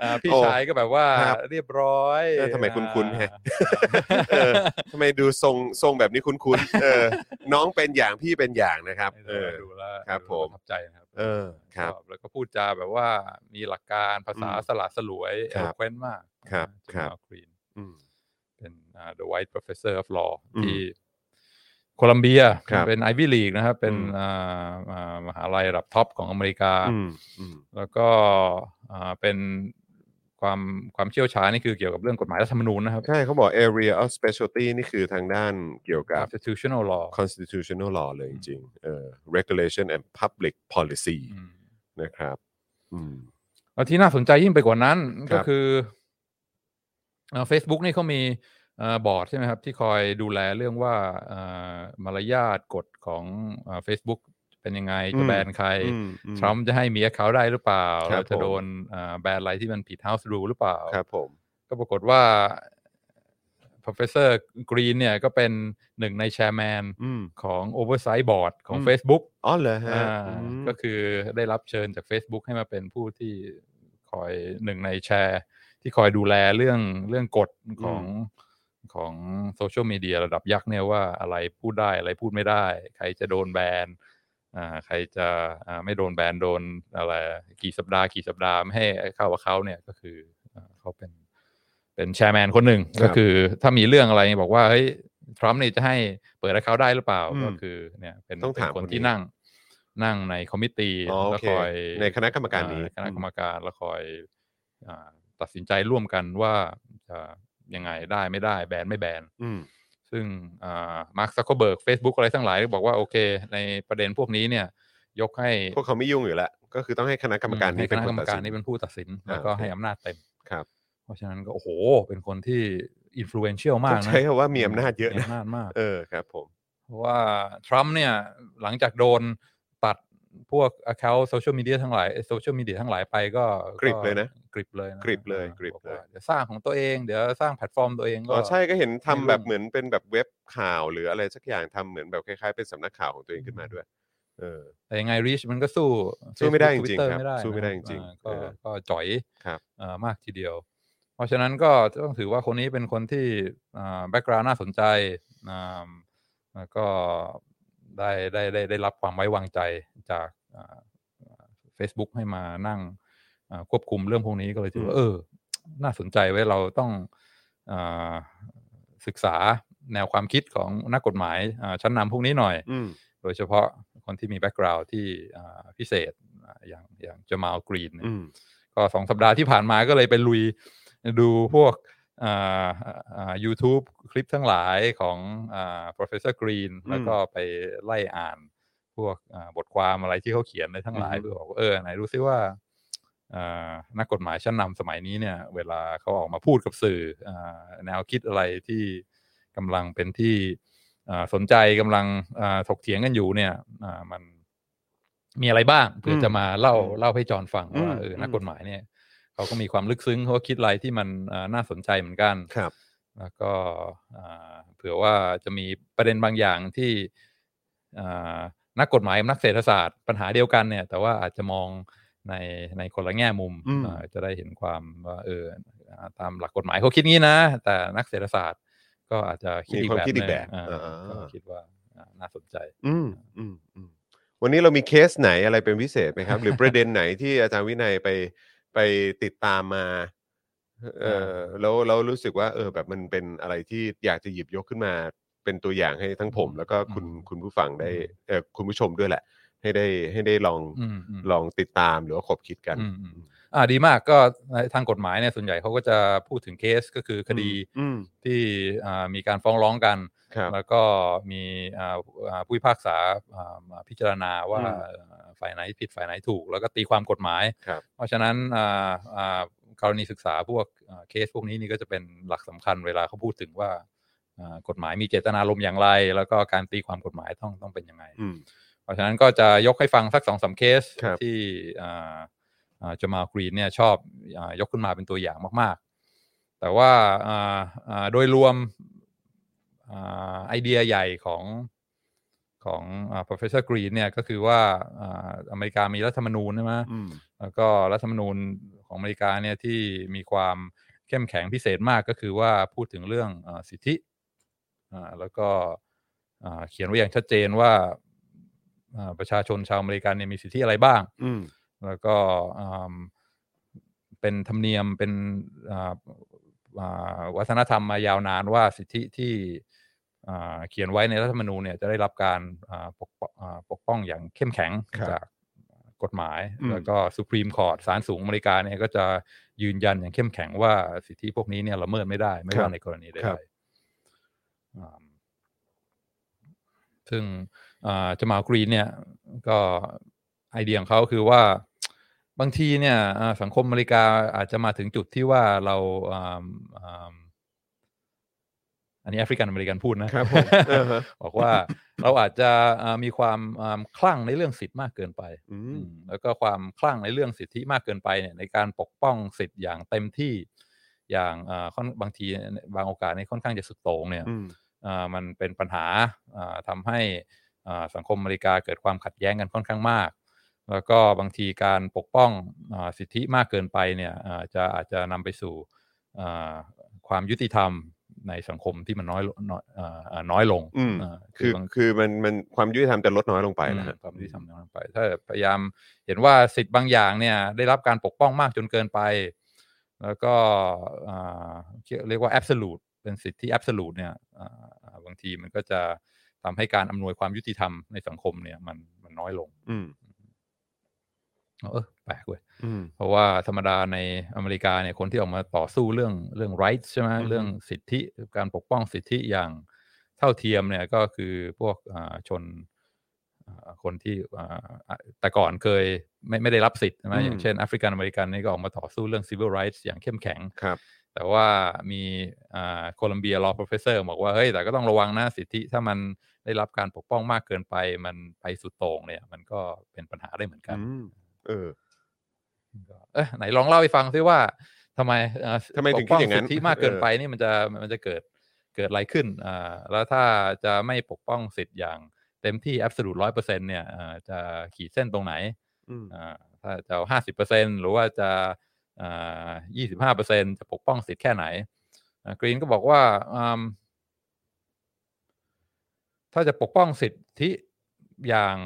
Speaker 3: อ่าพี่
Speaker 2: โอ้
Speaker 3: ชายก็แบบว่า
Speaker 2: ครับ
Speaker 3: เรียบร้อย
Speaker 2: เออทำไมคุ้นๆแฮะ เอ
Speaker 3: อ่า
Speaker 2: อทำไมดูทรงทรงแบบนี้คุ้นๆเออ น้องเป็นอย่างพี่เป็นอย่างนะครับ
Speaker 3: ให้
Speaker 2: เออ
Speaker 3: ดูแล้ว
Speaker 2: ครับ
Speaker 3: ดูแล้ว
Speaker 2: ผม
Speaker 3: ประทับใจนะครับ
Speaker 2: เออครับ
Speaker 3: ชอแล้วก็พูดจาแบบว่ามีหลักการภาษา
Speaker 2: อืม
Speaker 3: สละสลวยเอ
Speaker 2: ครับ
Speaker 3: ลเควนมาก
Speaker 2: ครับครับ
Speaker 3: กรีน
Speaker 2: อืม
Speaker 3: เป็นอ่า the white professor of law
Speaker 2: อืม
Speaker 3: ที่โคลัมเบีย
Speaker 2: ครับ
Speaker 3: เป็นไอวี่ลีกนะครับ เป็น
Speaker 2: อืม
Speaker 3: อ่าอ่ามหาลัยระดับท็อปของอเมริกา
Speaker 2: อืมอืม
Speaker 3: แล้วก็อ่าเป็นความความเชี่ยวชาญนี่คือเกี่ยวกับเรื่องกฎหมายรัฐธรรมนูญนะครับ
Speaker 2: ใช่เขาบอก area of specialty นี่คือทางด้านเกี่ยวกับ
Speaker 3: constitutional law
Speaker 2: constitutional law เลยจริงๆเออ regulation and public policy
Speaker 3: อืม
Speaker 2: นะครับอืม
Speaker 3: แล้วที่น่าสนใจยิ่งไปกว่านั้น
Speaker 2: ครับ
Speaker 3: ก็คือเฟซบุ๊กนี่เขามีบอร์ดใช่ไหมครับ ที่คอยดูแลเรื่องว่าอ่ามารยาทกฎของอ่า Facebook เป็นยังไง จะแบนใคร
Speaker 2: อืมอืม
Speaker 3: ทรัมป์จะให้มี account ได้หรือเปล่า
Speaker 2: ครั
Speaker 3: เรา
Speaker 2: บ
Speaker 3: จะ
Speaker 2: ผม
Speaker 3: โดนอ่าแบนอะไรที่มันผิด house rule หรือเปล่า
Speaker 2: ครับผม
Speaker 3: ก็ปรากฏว่า professor green เนี่ยก็เป็นหนึ่งใน chairman
Speaker 2: อืม
Speaker 3: ของ oversight board ของ
Speaker 2: อืม
Speaker 3: Facebook
Speaker 2: อ๋อเหรอฮะ
Speaker 3: อ่า
Speaker 2: อืม
Speaker 3: ก็คือได้รับเชิญจาก Facebook ให้มาเป็นผู้ที่คอยหนึ่งในแชร์ ที่คอยดูแลเรื่องเรื่องกฎของของโซเชียลมีเดียระดับยักษ์เนี่ยว่าอะไรพูดได้อะไรพูดไม่ได้ ใครจะโดนแบนอ่าใครจะอ่าไม่โดนแบนโดนอะไรกี่สัปดาห์กี่สัปดาห์ไม่ให้เข้ากับเขาเนี่ยก็คืออ่าเขาเป็นเป็นแชร์แมนคนหนึ่งก็คือถ้ามีเรื่องอะไรบอกว่าเฮ้ยทรัมป์นี่จะให้เปิดเขาได้หรือเปล่าก็คือเนี่ยเป็น
Speaker 2: ต้อง
Speaker 3: เป็น
Speaker 2: ถาม
Speaker 3: คน
Speaker 2: คน
Speaker 3: ที่
Speaker 2: นี้
Speaker 3: นั่งนั่งในคอมมิตี้
Speaker 2: อ๋อโอ
Speaker 3: แล้ว
Speaker 2: เค
Speaker 3: คอย
Speaker 2: ในคณะกรรมการนี้
Speaker 3: อ่คณะกรรมการแล้วคอยอ่าตัดสินใจร่วมกันว่าจะยังไงได้ไม่ได้แบนไม่แบน
Speaker 2: อืม
Speaker 3: ซึ่งมาร์คซักเคเบิร์ก Facebook อะไรทั้งหลายก็บอกว่าโอเค ในประเด็นพวกนี้เนี่ย ยกให้
Speaker 2: พวกเขาไม่ยุ่งอยู่แล้ว ก็คือต้องให้คณะกรรมการนี้
Speaker 3: ให้ค
Speaker 2: เป็น
Speaker 3: ณะ
Speaker 2: ค
Speaker 3: กร
Speaker 2: น
Speaker 3: รม
Speaker 2: ตัด
Speaker 3: การ
Speaker 2: สิน
Speaker 3: นี้เป็นผู้ตัดสิน
Speaker 2: อ่า
Speaker 3: แล้วก็
Speaker 2: โอเค
Speaker 3: ให้อำนาจเต็ม
Speaker 2: ครับ
Speaker 3: เพราะฉะนั้นก็โอ้โห เป็นคนที่อินฟลูเอนเชียลมา
Speaker 2: ต้
Speaker 3: ก
Speaker 2: อง
Speaker 3: นะ
Speaker 2: ใช้คำว่ามีอำนาจเยอะ
Speaker 3: มี
Speaker 2: นะ
Speaker 3: อำนาจมาก
Speaker 2: เออครับผม
Speaker 3: เพราะว่าทรัมป์เนี่ยหลังจากโดนตัด พวก account โซเชียลมีเดียทั้งหลายโซเชียลมีเดียทั้งหลายไปก็
Speaker 2: กริบเลยนะ
Speaker 3: กริบเลยนะ
Speaker 2: กริบเลย
Speaker 3: ออก
Speaker 2: ริบเลย
Speaker 3: ว่าเดี๋ยวสร้างของตัวเอง เดี๋ยวสร้างแพลตฟอร์มตัวเองก็
Speaker 2: อ๋อใช่ก็เห็นทำ
Speaker 3: ไม่รู้
Speaker 2: แบบเหมือนเป็นแบบเว็บข่าวหรืออะไรสักอย่างทำเหมือนแบบคล้ายๆเป็นสำนักข่าวของตัวเองขึ้นมาด้วย เออ
Speaker 3: แต่ยังไง reach มันก็สู้
Speaker 2: สู้ไม่ได้
Speaker 3: Facebook
Speaker 2: จริงๆ
Speaker 3: Twitter
Speaker 2: ครับ
Speaker 3: ไม่ได้
Speaker 2: สู้ไม่ได้
Speaker 3: นะ
Speaker 2: จริงๆ
Speaker 3: อ่า
Speaker 2: เอ
Speaker 3: ก็
Speaker 2: อ
Speaker 3: ก็จ่อย
Speaker 2: ครับ
Speaker 3: เอ่อมากทีเดียว เพราะฉะนั้นก็ต้องถือว่าคนนี้เป็นคนที่แบ็กกราวน์น่าสนใจอ่าแล้วก็ได้ได้ได้ได้รับความไว้วางใจจากอ่า Facebook ให้มานั่งอ่าควบคุมเรื่องพวกนี้ก็เลยถือว่าเออ น่าสนใจไว้ยเราต้องอาศึกษาแนวความคิดของนักกฎหมายอ่าชั้นนำพวกนี้หน่อย
Speaker 2: อืม
Speaker 3: โดยเฉพาะคนที่มีแบ็กกราวด์ที่อ่าพิเศษอ่าอย่างอย่างจมาลกรีน
Speaker 2: อืม
Speaker 3: ก็สองสัปดาห์ที่ผ่านมาก็เลยไปลุยดูพวกอ่าอ่า YouTube คลิปทั้งหลายของอ่า professor green
Speaker 2: อืม
Speaker 3: แล้วก็ไปไล่อ่านพวกอ่าบทความอะไรที่เขาเขียนในทั้งหลาย
Speaker 2: อือฮึ
Speaker 3: เพื่อบอกว่าเออไหนรู้ซิว่าอ่านักกฎหมายชั้นนำสมัยนี้เนี่ย เวลาเขาออกมาพูดกับสื่ออาแนวคิดอะไรที่กำลังเป็นที่ อ่าสนใจกำลังอ่าถกเถียงกันอยู่เนี่ยอ่ามันมีอะไรบ้างเพื่อ
Speaker 2: ม
Speaker 3: จะมาเล่า
Speaker 2: อืม
Speaker 3: เล่าให้จอนฟังว่า
Speaker 2: อืม
Speaker 3: เออนัก
Speaker 2: อืม
Speaker 3: กฎหมายเนี่ยเขาก็มีความลึกซึ้งเขาก็คิดอะไรที่มันอ่าน่าสนใจเหมือนกัน
Speaker 2: ครับ
Speaker 3: แล้วก็อ่าเผื่อว่าจะมีประเด็นบางอย่างที่อ่านักกฎหมายกับนักเศรษฐศาสตร์ปัญหาเดียวกันเนี่ย แต่ว่าอาจจะมองในในคนละแง่มุม
Speaker 2: อืม
Speaker 3: อ่าจะได้เห็นความว่าเอออ่าตามหลักกฎหมายเขาคิดงี้นะ แต่นักเศรษฐศาสตร์ ก็อาจจะคิด
Speaker 2: มี
Speaker 3: อีก
Speaker 2: ความ
Speaker 3: แบบ
Speaker 2: คิดอีก
Speaker 3: หนึ่ง
Speaker 2: แบบ
Speaker 3: อ่า
Speaker 2: อ่า
Speaker 3: ก็คิดว่าอ่าน่าสนใจ
Speaker 2: อืมอืมอืมวันนี้เรามีเคสไหนอะไรเป็นพิเศษไหมครับ หรือประเด็นไหนที่อาจารย์วินัยไปไปติดตามมา เออแล้วเรารู้สึกว่า เออ แบบมันเป็นอะไรที่อยากจะหยิบยกขึ้นมา เป็นตัวอย่างให้ทั้งผม แล้วก็คุณ
Speaker 3: อืม
Speaker 2: คุณผู้ฟังได้เออคุณผู้ชมด้วยแหละ ให้ได้ให้ได้ลอง
Speaker 3: อืมอืม
Speaker 2: ลองติดตามหรือว่าขบคิดกัน
Speaker 3: อืมอืม อ่าดีมากก็ในทางกฎหมายเนี่ยส่วนใหญ่เขาก็จะพูดถึงเคสก็คือคดี
Speaker 2: อืมอืม
Speaker 3: ที่อ่ามีการฟ้องร้องกัน
Speaker 2: ครับ
Speaker 3: แล้วก็มีอ่าอ่าผู้พิพากษาอ่ามาพิจารณาว่า
Speaker 2: อืม
Speaker 3: เอ่อฝ่ายไหนผิดฝ่ายไหนถูก แล้วก็ตีความกฎหมาย
Speaker 2: ครับ
Speaker 3: เพราะฉะนั้นอ่าอ่ากรณีศึกษาพวกอ่าเคสพวกนี้นี่ก็จะเป็นหลักสำคัญเวลาเขาพูดถึงว่าอ่ากฎหมายมีเจตนารมณ์อย่างไร แล้วก็การตีความกฎหมายต้องต้องเป็นยังไง
Speaker 2: อืม
Speaker 3: เพราะฉะนั้นก็จะยกให้ฟังสักสองสามเคส
Speaker 2: ครับ
Speaker 3: ที่จมากรีนเนี่ยชอบอายกขึ้นมาเป็นตัวอย่างมาก ๆ แต่ว่าอ่าอ่าโดยรวมอ่าไอเดียใหญ่ของของอ่า professor green เนี่ยก็คือว่าอ่าอเมริกามีรัฐธรรมนูญใช่ไหม
Speaker 2: อืม
Speaker 3: แล้วก็รัฐธรรมนูญของอเมริกาเนี่ยที่มีความเข้มแข็งพิเศษมากก็คือว่าพูดถึงเรื่องเออสิทธิอ่าแล้วก็อ่าเขียนไว้อย่างชัดเจนว่าอ่าประชาชนชาวอเมริกันเนี่ยมีสิทธิอะไรบ้าง
Speaker 2: อืม
Speaker 3: แล้วก็อืมเป็นธรรมเนียมเป็นอ่าอ่าวัฒนธรรมมายาวนานว่าสิทธิที่อ่าเขียนไว้ในรัฐธรรมนูญเนี่ยจะได้รับการอ่าปกป้องอ่าปกป้องอย่างเข้มแข็ง
Speaker 2: ครับ
Speaker 3: จากกฎหมาย
Speaker 2: อืม
Speaker 3: แล้วก็สุ r รีมคอร์ t ศาลสูงอเมริกาเนี่ยก็จะยืนยันอย่างเข้มแข็งว่าสิทธิพวกนี้เนี่ยละเมิดไม่ได้ ไม่ว่าในกรณีใดๆอ่าซึ่ง อ่าจมากรีนเนี่ยก็ไอเดียของเขาคือว่าบางทีเนี่ยอ่าสังคมอเมริกาอาจจะมาถึงจุดที่ว่าเราอ่าอ่าอันนี้แอฟริกันอเมริกันพูดนะครับ
Speaker 2: ผมเออฮ (laughs) ะ
Speaker 3: (laughs) บอกว่าเราอาจจะอ่ามีความอ่าคลั่งในเรื่องสิทธิ์มากเกินไป
Speaker 2: อื
Speaker 3: อื
Speaker 2: ม
Speaker 3: มแล้วก็ความคลั่งในเรื่องสิทธิมากเกินไปเนี่ยในการปกป้องสิทธิ์อย่างเต็มที่อย่างอ่าค่อนบางทีบางโอกาสนี่ค่อนข้างจะสุดโต่งเนี่ย
Speaker 2: อืม
Speaker 3: อ่ามันเป็นปัญหาอ่าทำาให้อ่าสังคมอเมริกาเกิดความขัดแย้งกันค่อนข้างมาก แล้วก็บางทีการปกป้องอ่าสิทธิมากเกินไปเนี่ยอ่าจะอาจจะนำไปสู่อ่าความยุติธรรมในสังคมที่มันน้อยลงน้อยอ่าอ่าน้อยลง
Speaker 2: อืม
Speaker 3: อ่า
Speaker 2: คือ
Speaker 3: าง
Speaker 2: คือมันมันความยุติธรรมจะลดน้อยลงไปนะ
Speaker 3: อื
Speaker 2: ฮะ
Speaker 3: มความยุติธรรมน้อยลงไป ถ้าพยายามเห็นว่าสิทธิ์บางอย่างเนี่ย ได้รับการปกป้องมากจนเกินไป แล้วก็อ่าเรียกว่า absolute เป็นสิทธิ absolute เนี่ยอ่าอ่าบางทีมันก็จะทำให้การอำนวยความยุติธรรมในสังคมเนี่ยมันมันน้อยลง
Speaker 2: อืม
Speaker 3: เออแปลกเว้ย
Speaker 2: อืม
Speaker 3: เพราะว่าธรรมดาในอเมริกาเนี่ยคนที่ออกมาต่อสู้เรื่องเรื่อง rights ใช่ไหม
Speaker 2: อือฮึ
Speaker 3: เรื่องสิทธิการปกป้องสิทธิอย่างเท่าเทียมเนี่ยก็คือพวกอ่าชนอ่าคนที่อ่าอ่ะแต่ก่อนเคยไม่ไม่ได้รับสิทธิ์ใช่ไหมอย่างเช่นแอฟริกันอเมริกันนี่ก็ออกมาต่อสู้เรื่อง civil rights อย่างเข้มแข็ง
Speaker 2: ครับ
Speaker 3: แต่ว่ามีโคลัมเบียลอ professor บอกว่าเฮ้ยแต่ก็ต้องระวังนะสิทธิถ้ามันได้รับการปกป้องมากเกินไป มันไปสุดโต่งเนี่ย มันก็เป็นปัญหาได้เหมือนกัน
Speaker 2: อืมเออ
Speaker 3: ก็เอะไหนลองเล่าให้ฟังซิว่าทำไมเอ่อ
Speaker 2: ทำไมถึง
Speaker 3: ปกป้
Speaker 2: คิดอย่างนั้น
Speaker 3: สิทธิมากเกิน
Speaker 2: เออ
Speaker 3: ไปนี่มันจะมันจะเกิดเกิดอะไรขึ้นอ่าแล้วถ้าจะไม่ปกป้องสิทธิ์อย่างเต็มที่ absolute ร้อยเปอร์เซ็นเนี่ยอ่าจะขีดเส้นตรงไหน
Speaker 2: อืม
Speaker 3: อ่าถ้าจะห้าสิบเปอร์เซ็นหรือว่าจะยี่สิบห้าเปอร์เซ็นจะปกป้องสิทธิ์แค่ไหนกรีนก็บอกว่าอืมถ้าจะปกป้องสิทธิอย่าง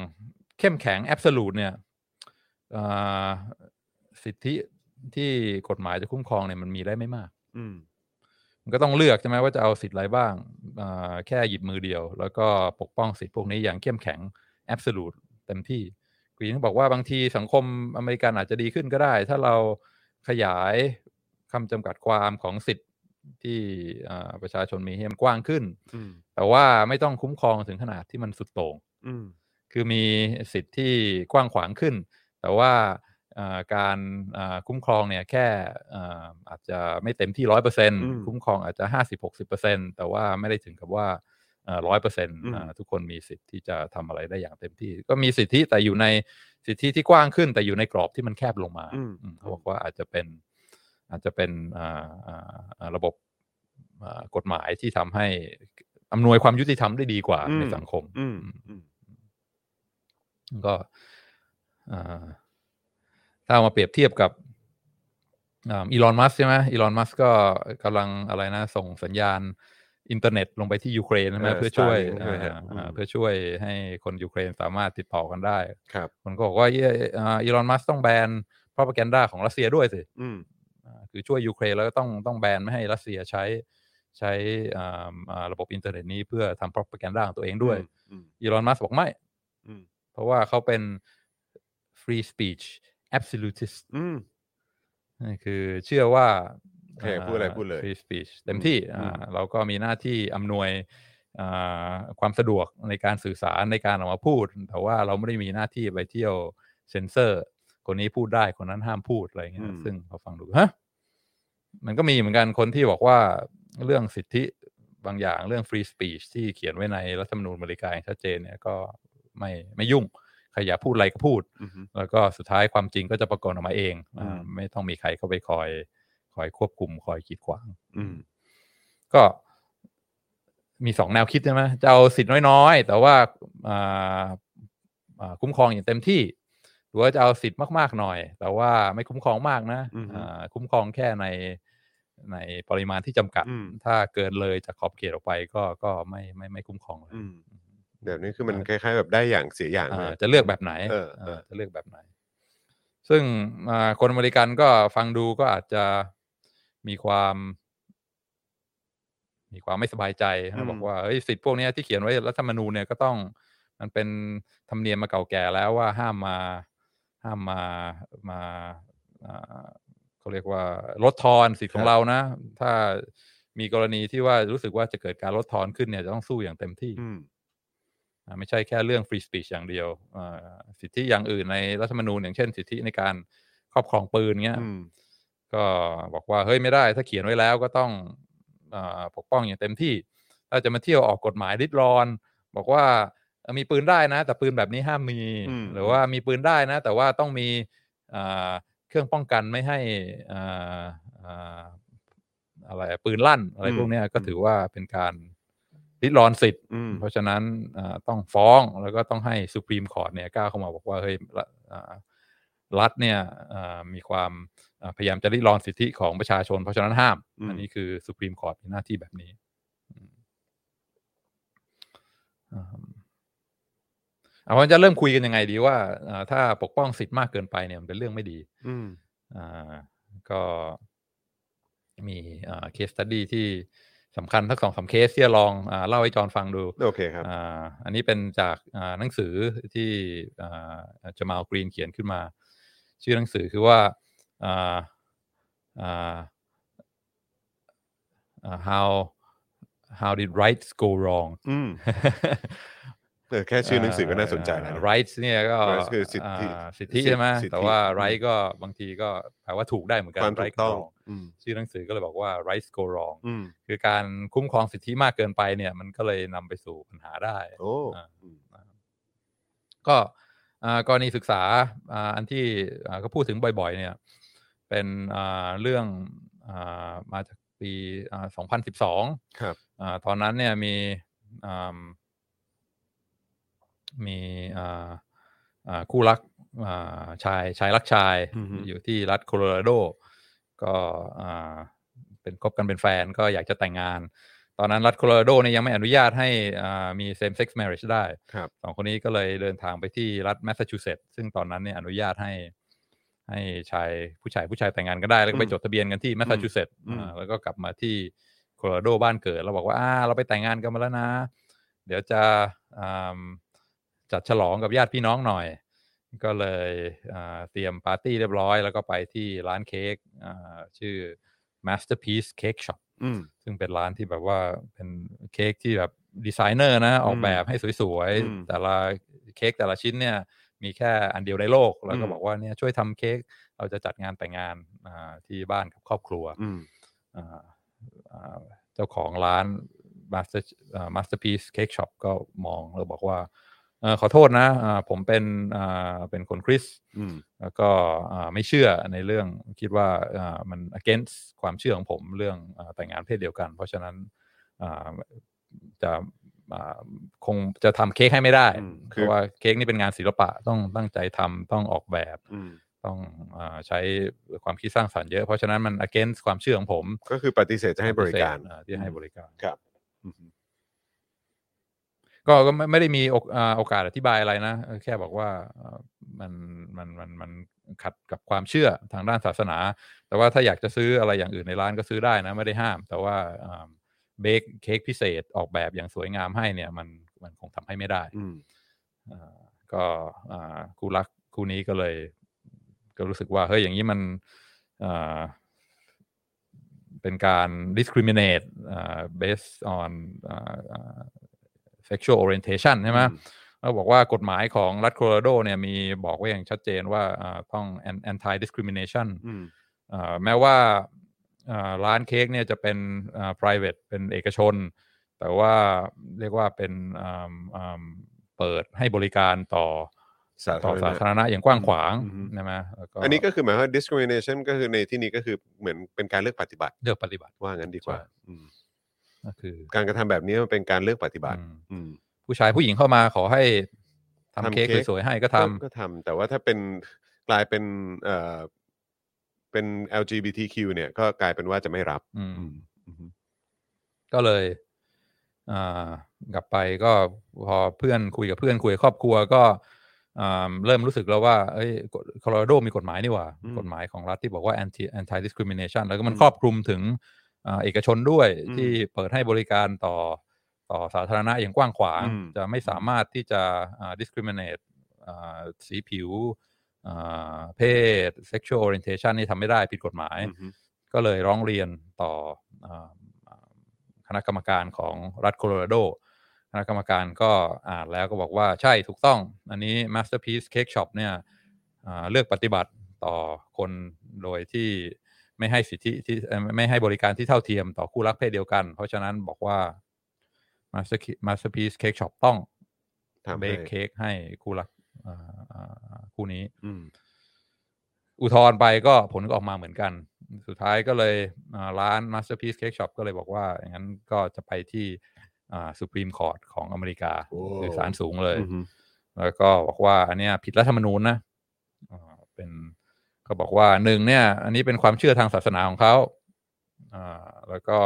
Speaker 3: เข้มแข็ง absolute เนี่ย อ่าสิทธิที่กฎหมายจะคุ้มครองเนี่ยมันมีได้ไม่มาก
Speaker 2: อืม
Speaker 3: มันก็ต้องเลือกใช่ไหมว่าจะเอาสิทธิ์อะไรบ้างอ่าแค่หยิบมือเดียว แล้วก็ปกป้องสิทธิพวกนี้อย่างเข้มแข็งแอบสูตเต็มที่กรีนก็บอกว่าบางทีสังคมอเมริกันอาจจะดีขึ้นก็ได้ ถ้าเราขยายคำจำกัดความของสิทธิ์ที่อ่าประชาชนมีให้มันกว้างขึ้น
Speaker 2: อืม
Speaker 3: แต่ว่าไม่ต้องคุ้มครองถึงขนาดที่มันสุดโต่ง
Speaker 2: อืม
Speaker 3: คือมีสิทธิ์ที่กว้างขวางขึ้น แต่ว่าเอ่อการเอ่อคุ้มครองเนี่ยแค่เอ่ออาจจะไม่เต็มที่ร้อยเปอร์เซ็นต์
Speaker 2: อืม
Speaker 3: คุ้มครองอาจจะห้าสิบหกสิบเปอร์เซ็นต์แต่ว่าไม่ได้ถึงกับว่าร้อยเปอร์เซ็นต์
Speaker 2: ม
Speaker 3: ทุกคนมีสิทธิ์ที่จะทำอะไรได้อย่างเต็มที่ ก็มีสิทธิแต่อยู่ในสิทธิที่กว้างขึ้น แต่อยู่ในกรอบที่มันแคบลงมา
Speaker 2: อืม
Speaker 3: อืมเขาบอกว่าอาจจะเป็นอาจจะเป็นเอ่อเอ่อเอ่อระบบเอ่อกฎหมายที่ทำให้อำนวยความยุติธรรมได้ดีกว่าในสังคม
Speaker 2: อืมอืม
Speaker 3: ก็อ่าถ้าเอามาเปรียบเทียบกับอีลอนมัสใช่ไหมอีลอนมัสก็กำลังอะไรนะ ส่งสัญญาณอินเทอร์เน็ตลงไปที่ยูเครนใช่ไหม
Speaker 2: เออ
Speaker 3: เพื่อช่วย
Speaker 2: Starlink ใช่ไหมฮะ
Speaker 3: อ่าอ่า
Speaker 2: อืม
Speaker 3: เพื่อช่วยให้คนยูเครนสามารถติดต่อกันได้
Speaker 2: ครับ
Speaker 3: คนก็บอกว่าเอ้ยอ่าอีลอนมัสต้องแบนพ r o p a g a n d a ของรัสเซียด้วยสิ
Speaker 2: อืม
Speaker 3: อ่าคือช่วยยูเครนแล้วก็ต้องต้องแบนไม่ให้รัสเซียใช้ใช้อ่าอ่าระบบอินเทอร์เน็ตนี้เพื่อทำ propaganda ของตัวเองด้วย
Speaker 2: อืม
Speaker 3: อีลอนมัสบอกไม่
Speaker 2: อืม
Speaker 3: เพราะว่าเขาเป็น free speech absolutist
Speaker 2: อืม
Speaker 3: นี่คือเชื่อว่า
Speaker 2: โอเคพูดอะไรพูดเลย
Speaker 3: free speech เต็มที่
Speaker 2: อืม
Speaker 3: อ่าเราก็มีหน้าที่อำนวยอ่าความสะดวกในการสื่อสารในการออกมาพูด แต่ว่าเราไม่ได้มีหน้าที่ไปเที่ยวเซ็นเซอร์ คนนี้พูดได้คนนั้นห้ามพูดอะไรอย่างเงี้ย
Speaker 2: อืม
Speaker 3: ซึ่งพอฟังดูฮะมันก็มีเหมือนกันคนที่บอกว่าเรื่องสิทธิบางอย่างเรื่อง free speech ที่เขียนไว้ในรัฐธรรมนูญอเมริกาอย่างชัดเจนเนี่ยก็ไม่ไม่ยุ่งใครอยากพูดอะไรก็พูด
Speaker 2: อืม
Speaker 3: แล้วก็สุดท้ายความจริงก็จะปรากฏออกมาเอง
Speaker 2: อืม
Speaker 3: อาไม่ต้องมีใครเข้าไปคอย คอยควบคุมคอยขีดขวาง
Speaker 2: อืม
Speaker 3: ก็มีสองแนวคิดใช่ไหมจะเอาสิทธิ์น้อยๆ แต่ว่าอ่าอ่าคุ้มครองอย่างเต็มที่ หรือว่าจะเอาสิทธิ์มากๆหน่อย แต่ว่าไม่คุ้มครองมากนะ
Speaker 2: อือฮึ
Speaker 3: อ่าคุ้มครองแค่ในในปริมาณที่จำกัด
Speaker 2: อืม
Speaker 3: ถ้าเกินเลยจากขอบเขตออกไปก็ก็ไม่ไม่ไม่คุ้มครองเลย
Speaker 2: อืมแบบนี้คือมันคล้ายๆแบบได้อย่างเสียอย่างเลย
Speaker 3: อ่าจะเลือกแบบไหน
Speaker 2: เออเออ
Speaker 3: เออจะเลือกแบบไหน ซึ่งอ่าคนอเมริกันก็ฟังดูก็อาจจะมีความ มีความไม่สบายใจ
Speaker 2: อื
Speaker 3: นะ
Speaker 2: ม
Speaker 3: บอกว่าเฮ้ยสิทธิ์พวกเนี้ยที่เขียนไว้รัฐธรรมนูญเนี่ยก็ต้อง มันเป็นธรรมเนียมมาเก่าแก่แล้วว่าห้ามมา ห้ามมามาอ่าเขาเรียกว่าลดทอนสิทธิ์
Speaker 2: ค
Speaker 3: ขอ
Speaker 2: รั
Speaker 3: ง
Speaker 2: บ
Speaker 3: เรานะ ถ้ามีกรณีที่ว่ารู้สึกว่าจะเกิดการลดทอนขึ้นเนี่ยจะต้องสู้อย่างเต็มที่
Speaker 2: อืม
Speaker 3: อ่าไม่ใช่แค่เรื่อง free speech อย่างเดียวอ่าสิทธิอย่างอื่นในรัฐธรรมนูญอย่างเช่น สิทธิในการครอบครองปืนเงี้ย
Speaker 2: อืม
Speaker 3: ก็บอกว่าเฮ้ยไม่ได้ ถ้าเขียนไว้แล้วก็ต้องอาปกป้องอย่างเต็มที่ ถ้าจะมาเที่ยวออกกฎหมายริดรอน บอกว่าเอ่อมีปืนได้นะ แต่ปืนแบบนี้ห้ามมี
Speaker 2: อืม
Speaker 3: หรือว่ามีปืนได้นะ แต่ว่าต้องมีอ่าเครื่องป้องกันไม่ให้อ่าอ่าอะไรอะปืนลั่นอะไรพวกเนี้ยก็ถือว่าเป็นการริดรอนสิทธิ
Speaker 2: อืม
Speaker 3: เพราะฉะนั้นอ่าต้องฟ้องแล้วก็ต้องให้สุพรีมคอร์ t เนี่ยกล้าเข้ามาบอกว่าเฮ้ยรัฐอ่ารัฐเนี่ยอ่ามีความอ่าพยายามจะริดรอนสิทธิของประชาชน เพราะฉะนั้นห้าม
Speaker 2: อืม
Speaker 3: อันนี้คือสุพรีมคอร์ t มีหน้าที่แบบนี้อืมอ่าเอาว่าจะเริ่มคุยกันยังไงดีว่าอ่าถ้าปกป้องสิทธิ์มากเกินไปเนี่ยมันเป็นเรื่องไม่ดี
Speaker 2: อืม
Speaker 3: อ่าก็มีเคสตัดดี้ที่สำคัญทั้งสองสามเคสที่จะลองอาเล่าให้จอห์นฟังดู
Speaker 2: โอเคครับ
Speaker 3: อ่าอันนี้เป็นจากอ่าหนังสือที่จมาลกรีนเขียนขึ้นมา ชื่อหนังสือคือว่าอ่าอ่าอ่า how how did rights go wrong
Speaker 2: อืม เอ (laughs) อแค่ชื่อหนังสือก็น่าสนใจแล้วนะ
Speaker 3: rights เนี่ยก็
Speaker 2: rights คือสิทธิ
Speaker 3: อ่าสิทธิใช่ไหม
Speaker 2: สิทธิ
Speaker 3: แต่ว่า
Speaker 2: อืม
Speaker 3: right ก็บางทีก็แปลว่าถูกได้เหมือนกัน
Speaker 2: ความถู
Speaker 3: right
Speaker 2: กต้อง
Speaker 3: wrong
Speaker 2: อืม
Speaker 3: ชื่อหนังสือก็เลยบอกว่า rights go wrong
Speaker 2: อืม
Speaker 3: คือการคุ้มครองสิทธิมากเกินไปเนี่ยมันก็เลยนำไปสู่ปัญหาได้
Speaker 2: โอ้
Speaker 3: อ่า
Speaker 2: อืม
Speaker 3: ก็อ่ากรณีศึกษาอ่าอันที่อ่าก็พูดถึงบ่อยๆ เนี่ย เป็นอ่าเรื่องอ่ามาจากปีอ่า2012
Speaker 2: ครับ
Speaker 3: อ่าตอนนั้นเนี่ยมีอ่ามีอ่าอ่าคู่รักอ่าชายชายรักชายอยู่ที่รัฐโคโลราโด ก็อ่าเป็นคบกันเป็นแฟนก็อยากจะแต่งงาน ตอนนั้นรัฐโคโลราโดเนี่ยยังไม่อนุญาตให้อ่ามี same sex marriage ได้
Speaker 2: ครับ
Speaker 3: สองคนนี้ก็เลยเดินทางไปที่รัฐแมสซาชูเซตส์ซึ่งตอนนั้นเนี่ยอนุญาตให้ ให้ชายผู้ชายผู้ชายแต่งงานก็ได้ แล้วก็ไป
Speaker 2: อืม
Speaker 3: จดทะเบียนกันที่แมสซาชูเซตส์
Speaker 2: อืม
Speaker 3: อ่าแล้วก็กลับมาที่โคโลราโดบ้านเกิดเราบอกว่าอ่าเราไปแต่งงานกันมาแล้วนะ เดี๋ยวจะอ่าจัดฉลองกับญาติพี่น้องหน่อย ก็เลยอ่าเตรียมปาร์ตี้เรียบร้อย แล้วก็ไปที่ร้านเค้กอ่าชื่อ Masterpiece Cake Shop
Speaker 2: อืม
Speaker 3: ซึ่งเป็นร้านที่แบบว่าเป็นเค้กที่แบบดีไซเนอร์นะ ออกแบบให้สวย
Speaker 2: อืม
Speaker 3: ๆ แต่ละเค้กแต่ละชิ้นเนี่ยมีแค่อันเดียวในโลก แล้วก็
Speaker 2: อืม
Speaker 3: บอกว่าเนี่ยช่วยทำเค้กเราจะจัดงานแต่งงานอ่าที่บ้านกับครอบครัว
Speaker 2: อืม
Speaker 3: อ่าอ่าเจ้าของร้าน Master อ่า Masterpiece Cake Shop ก็มองแล้วบอกว่าเออขอโทษนะอ่าผมเป็นอ่าเป็นคนคริสต์
Speaker 2: อืม
Speaker 3: แล้วก็อ่าไม่เชื่อในเรื่องคิดว่าอ่ามัน against ความเชื่อของผมเรื่องอ่าแต่งงานเพศเดียวกัน เพราะฉะนั้นอ่าจะอ่าคงจะทำเค้กให้ไม่ได้
Speaker 2: อืม
Speaker 3: เพ
Speaker 2: คือ
Speaker 3: ราะว่าเค้กนี่เป็นงานศิลปะต้องตั้งใจทำต้องออกแบบ
Speaker 2: อืม
Speaker 3: ต้องอาใช้ความคิดสร้างสรรค์เยอะเพราะฉะนั้นมัน against ความเชื่อของผม
Speaker 2: ก็คือปฏิเสธจะให้บริการ
Speaker 3: อ่ที่ให้บริการ
Speaker 2: ครับอืม
Speaker 3: ก็ก็ไม่ไม่ได้มีโอกอ่าโอกาสอธิบายอะไรนะเออแค่บอกว่าเอ่อมันมันมันมันขัดกับความเชื่อทางด้านศาสนา แต่ว่าถ้าอยากจะซื้ออะไรอย่างอื่นในร้านก็ซื้อได้นะ ไม่ได้ห้าม แต่ว่าเบคเค้กพิเศษออกแบบอย่างสวยงามให้เนี่ยมันมันคงทำให้ไม่ได้
Speaker 2: อืม
Speaker 3: อ่าก็อ่าคู่รักคู่นี้ก็เลย ก็รู้สึกว่าเฮ้ยอย่างนี้มันอ่าเป็นการ discriminate อ่า based on อ่าอ่า sexual orientation ใช่ไหม
Speaker 2: อืม
Speaker 3: เราบอกว่ากฎหมายของรัฐโคโลราโดเนี่ยมีบอกไว้อย่างชัดเจนว่าอ่าต้อง an- anti discrimination
Speaker 2: อืม
Speaker 3: อ่าแม้ว่าอ่าร้านเค้กเนี่ยจะเป็นอ่า private เป็นเอกชน แต่ว่าเรียกว่าเป็นอ่าอ่าเปิดให้บริการต่อ
Speaker 2: สาธารณะ
Speaker 3: ต่อสาธารณะอย่างกว้างขวาง
Speaker 2: อืม
Speaker 3: ใช่ไหมแล้ว
Speaker 2: อันนี้ก็คือหมายความว่า discrimination ก็คือในที่นี้ก็คือเหมือนเป็นการเลือกปฏิบัติ
Speaker 3: เลือกปฏิบัติ
Speaker 2: ว่างั้นดีกว่าอืม
Speaker 3: ก็คือ
Speaker 2: การกระทำแบบนี้มันเป็นการเลือกปฏิบัติ
Speaker 3: อืม
Speaker 2: อืม
Speaker 3: ผู้ชายผู้หญิงเข้ามาขอให้ทำ
Speaker 2: ทำ
Speaker 3: เค้ก
Speaker 2: เค้ก
Speaker 3: สวยๆให้ก็ท
Speaker 2: ก็ก็ทำแต่ว่าถ้าเป็นกลายเป็นเอ่อเป็น LGBTQ เนี่ยก็กลายเป็นว่าจะไม่รับ
Speaker 3: ำอืม
Speaker 2: อืมอืม
Speaker 3: ก็เลยอ่ากลับไปก็พอเพื่อนคุยกับเพื่อนคุยกับครอบครัวก็อ่าเริ่มรู้สึกแล้วว่าเอ้ยโคโลราโดมีกฎหมายนี่หว่า
Speaker 2: อืม
Speaker 3: กฎหมายของรัฐที่บอกว่า anti anti discrimination แล้วก็มัน
Speaker 2: อืม
Speaker 3: ครอบคลุมถึงอ่าเอกชนด้วย
Speaker 2: อืม
Speaker 3: ที่เปิดให้บริการต่อต่อสาธารณะอย่างกว้างขวาง
Speaker 2: อืม
Speaker 3: จะไม่สามารถที่จะอ่า discriminate อ่าสีผิวอ่าเพศ sexual orientation นี่ทำไม่ได้ผิดกฎหมาย
Speaker 2: อืม
Speaker 3: ก็เลยร้องเรียนต่ออ่าอ่าคณะกรรมการของรัฐโคโลราโด คณะกรรมการก็อ่านแล้วก็บอกว่าใช่ถูกต้อง อันนี้ Masterpiece Cake Shop เนี่ยอ่าเลือกปฏิบัติต่อคนโดยที่ไม่ให้สิทธิที่เอ่อไม่ให้บริการที่เท่าเทียมต่อคู่รักเพศเดียวกัน เพราะฉะนั้นบอกว่า Master Masterpiece Cake Shop ต้อง
Speaker 2: ทำให้
Speaker 3: เบคเค้กให้คู่รักอ่าอ่าคู่นี้
Speaker 2: อืม
Speaker 3: อุทธรณ์ไปก็ผลก็ออกมาเหมือนกัน สุดท้ายก็เลยอ่าร้าน Masterpiece Cake Shop ก็เลยบอกว่า อย่างนั้นก็จะไปที่สุพรีมคอร์ t ของอเมริกา
Speaker 2: โอ้
Speaker 3: หรือศาลสูงเลย
Speaker 2: อืม
Speaker 3: แล้วก็บอกว่าอันเนี้ยผิดรัฐธรรมนูญนะอ่าเป็นก็บอกว่าหนึ่งเนี่ย อันนี้เป็นความเชื่อทางศาสนาของเขาอ่าแล้วก็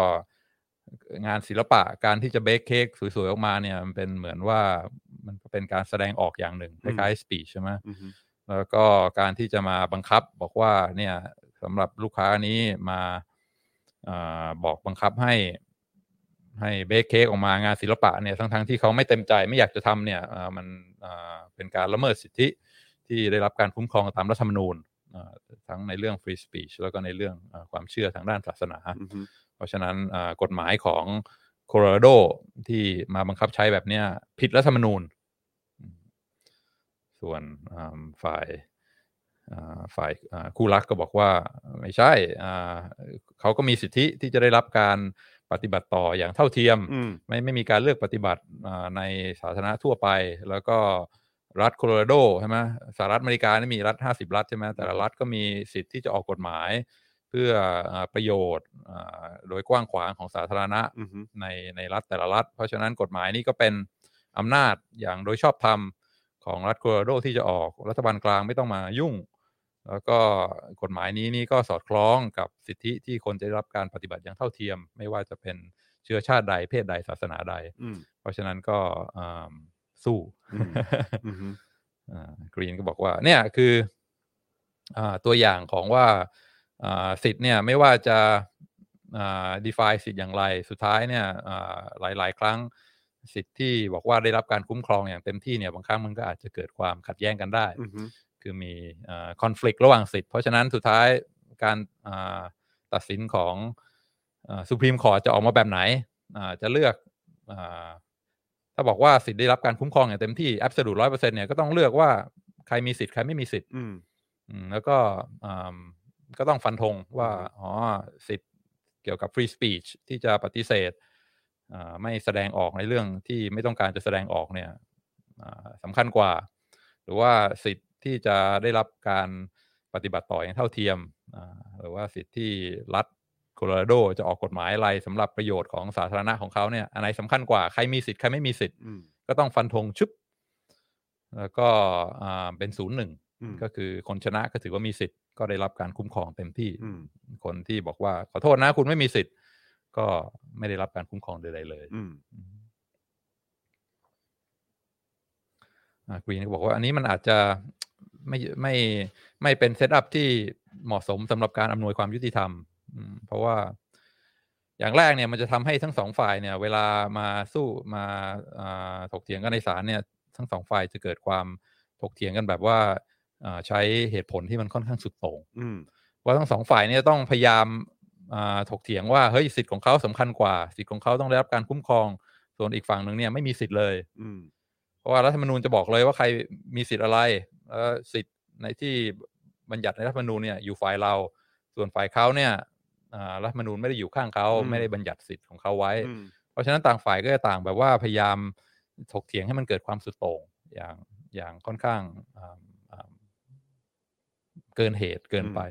Speaker 3: งานศิลปะการที่จะเบคเค้กสวยๆ ออกมาเนี่ย มันเป็นเหมือนว่ามันเป็นการแสดงออกอย่างหนึ่งค
Speaker 2: อืม
Speaker 3: ล้ายๆสปีชใช่ไหม
Speaker 2: อืม
Speaker 3: แล้วก็การที่จะมาบังคับบอกว่าเนี่ยสำหรับลูกค้านี้มาอาบอกบังคับให้ให้เบคเค้กออกมางานศิลปะเนี่ยทั้งๆที่เขาไม่เต็มใจไม่อยากจะทำเนี่ยอ่ามันอ่าเป็นการละเมิดสิทธิที่ได้รับการคุ้มครองตามรัฐธรรมนูญอ่าทั้งในเรื่อง free speech แล้วก็ในเรื่องอาความเชื่อทางด้านศาสนา
Speaker 2: อืม
Speaker 3: เพราะฉะนั้นอ่ากฎหมายของโคโลราโดที่มาบังคับใช้แบบเนี้ยผิดรัฐธรรมนูญ ส่วนอ่าฝ่ายอ่าฝ่ายอ่าคู่รักก็บอกว่าไม่ใช่อ่าเขาก็มีสิทธิที่จะได้รับการปฏิบัติต่ออย่างเท่าเทียม
Speaker 2: อืม
Speaker 3: ไม่ไม่มีการเลือกปฏิบัติอ่าในสาธารณะทั่วไป แล้วก็รัฐโคโลราโดใช่ไหมสหรัฐอเมริกานี่มีรัฐ 50 รัฐใช่ไหมแต่ละรัฐก็มีสิทธิ์ที่จะออกกฎหมาย เพื่ออ่าประโยชน์อ่าโดยกว้างขวางของสาธารณะ
Speaker 2: อืมฮึ
Speaker 3: ในในรัฐแต่ละรัฐ เพราะฉะนั้นกฎหมายนี้ก็เป็นอำนาจอย่างโดยชอบธรรมของรัฐโคโลราโดที่จะออกรัฐบาลกลางไม่ต้องมายุ่ง แล้วก็กฎหมายนี้นี่ก็สอดคล้องกับสิทธิที่คนจะได้รับการปฏิบัติอย่างเท่าเทียม ไม่ว่าจะเป็นเชื้อชาติใดเพศใดศาสนาใด
Speaker 2: อืม
Speaker 3: เพราะฉะนั้นก็อ่าสู้ (laughs)
Speaker 2: อืม อืมฮึ
Speaker 3: กรีนก็บอกว่าเนี่ยคืออาตัวอย่างของว่าอ่าสิทธิ์เนี่ยไม่ว่าจะอ่า define สิทธิ์อย่างไร สุดท้ายเนี่ยอ่าหลายหลาย ๆ ครั้งสิทธิ์ที่บอกว่าได้รับการคุ้มครองอย่างเต็มที่เนี่ยบางครั้งมันก็อาจจะเกิดความขัดแย้งกันได้
Speaker 2: อืมฮึ
Speaker 3: คือมีคอน FLICT ระหว่างสิทธิ์เพราะฉะนั้นสุดท้ายการอ่าตัดสินของสุพรีมคอร์จะออกมาแบบไหนอ่าจะเลือกอาถ้าบอกว่าสิทธิ์ได้รับการคุ้มครองอย่างเต็มที่ absolute ร้อยเปอร์เซ็นต์เนี่ยก็ต้องเลือกว่าใครมีสิทธิ์ใครไม่มีสิทธิ์
Speaker 2: อืม
Speaker 3: อืมแล้วก็อ่าก็ต้องฟันธงว่าอ๋อสิทธิ์เกี่ยวกับ free speech ที่จะปฏิเสธอ่าไม่แสดงออกในเรื่องที่ไม่ต้องการจะแสดงออกเนี่ย อ่าสำคัญกว่า หรือว่าสิทธิ์ที่จะได้รับการปฏิบัติต่ออย่างเท่าเทียมอ่าหรือว่าสิทธิ์ที่รัฐโคโลราโดจะออกกฎหมายอะไรสำหรับประโยชน์ของสาธารณะของเขาเนี่ยอันไหนสำคัญกว่าใครมีสิทธิ์ใครไม่มีสิทธิ์
Speaker 2: อืม
Speaker 3: ก็ต้องฟันธงชึบแล้วก็อ่าเป็นศูนย์หนึ่ง
Speaker 2: อืม
Speaker 3: ก็คือคนชนะก็ถือว่ามีสิทธิ์ก็ได้รับการคุ้มครองเต็มที่
Speaker 2: อืม
Speaker 3: คนที่บอกว่าขอโทษนะคุณไม่มีสิทธิ์ ก็ไม่ได้รับการคุ้มครองใดๆเลย
Speaker 2: อืม
Speaker 3: กรีนก็บอกว่าอันนี้มันอาจจะไม่ไม่ไม่เป็นเซตอัพที่เหมาะสมสำหรับการอำนวยความยุติธรรมอืมเพราะว่าอย่างแรกเนี่ยมันจะทำให้ทั้งสองฝ่ายเนี่ย เวลามาสู้มาอ่าถกเถียงกันในศาลเนี่ย ทั้งสองฝ่ายจะเกิดความถกเถียงกันแบบว่าอ่าใช้เหตุผลที่มันค่อนข้างสุดโต่ง
Speaker 2: อืม
Speaker 3: ว่าทั้งสองฝ่ายเนี่ยต้องพยายามอ่าถกเถียงว่าเฮ้ยสิทธิ์ของเขาสำคัญกว่า สิทธิ์ของเขาต้องได้รับการคุ้มครอง ส่วนอีกฝั่งหนึ่งเนี่ยไม่มีสิทธิ์เลย
Speaker 2: อืม
Speaker 3: เพราะว่ารัฐธรรมนูญจะบอกเลยว่าใครมีสิทธิ์อะไรเอ่อสิทธิ์ในที่บัญญัติในรัฐธรรมนูญเนี่ยอยู่ฝ่ายเรา ส่วนฝ่ายเขาเนี่ยอ่ารัฐธรรมนูญไม่ได้อยู่ข้างเขาไม่ได้บัญญัติสิทธิ์ของเขาไว้
Speaker 2: อืม
Speaker 3: เพราะฉะนั้นต่างฝ่ายก็จะต่างแบบว่าพยายามถกเถียงให้มันเกิดความสุดโต่งอย่างอย่างค่อนข้างอ่าอ่าเกินเหตุเกินไป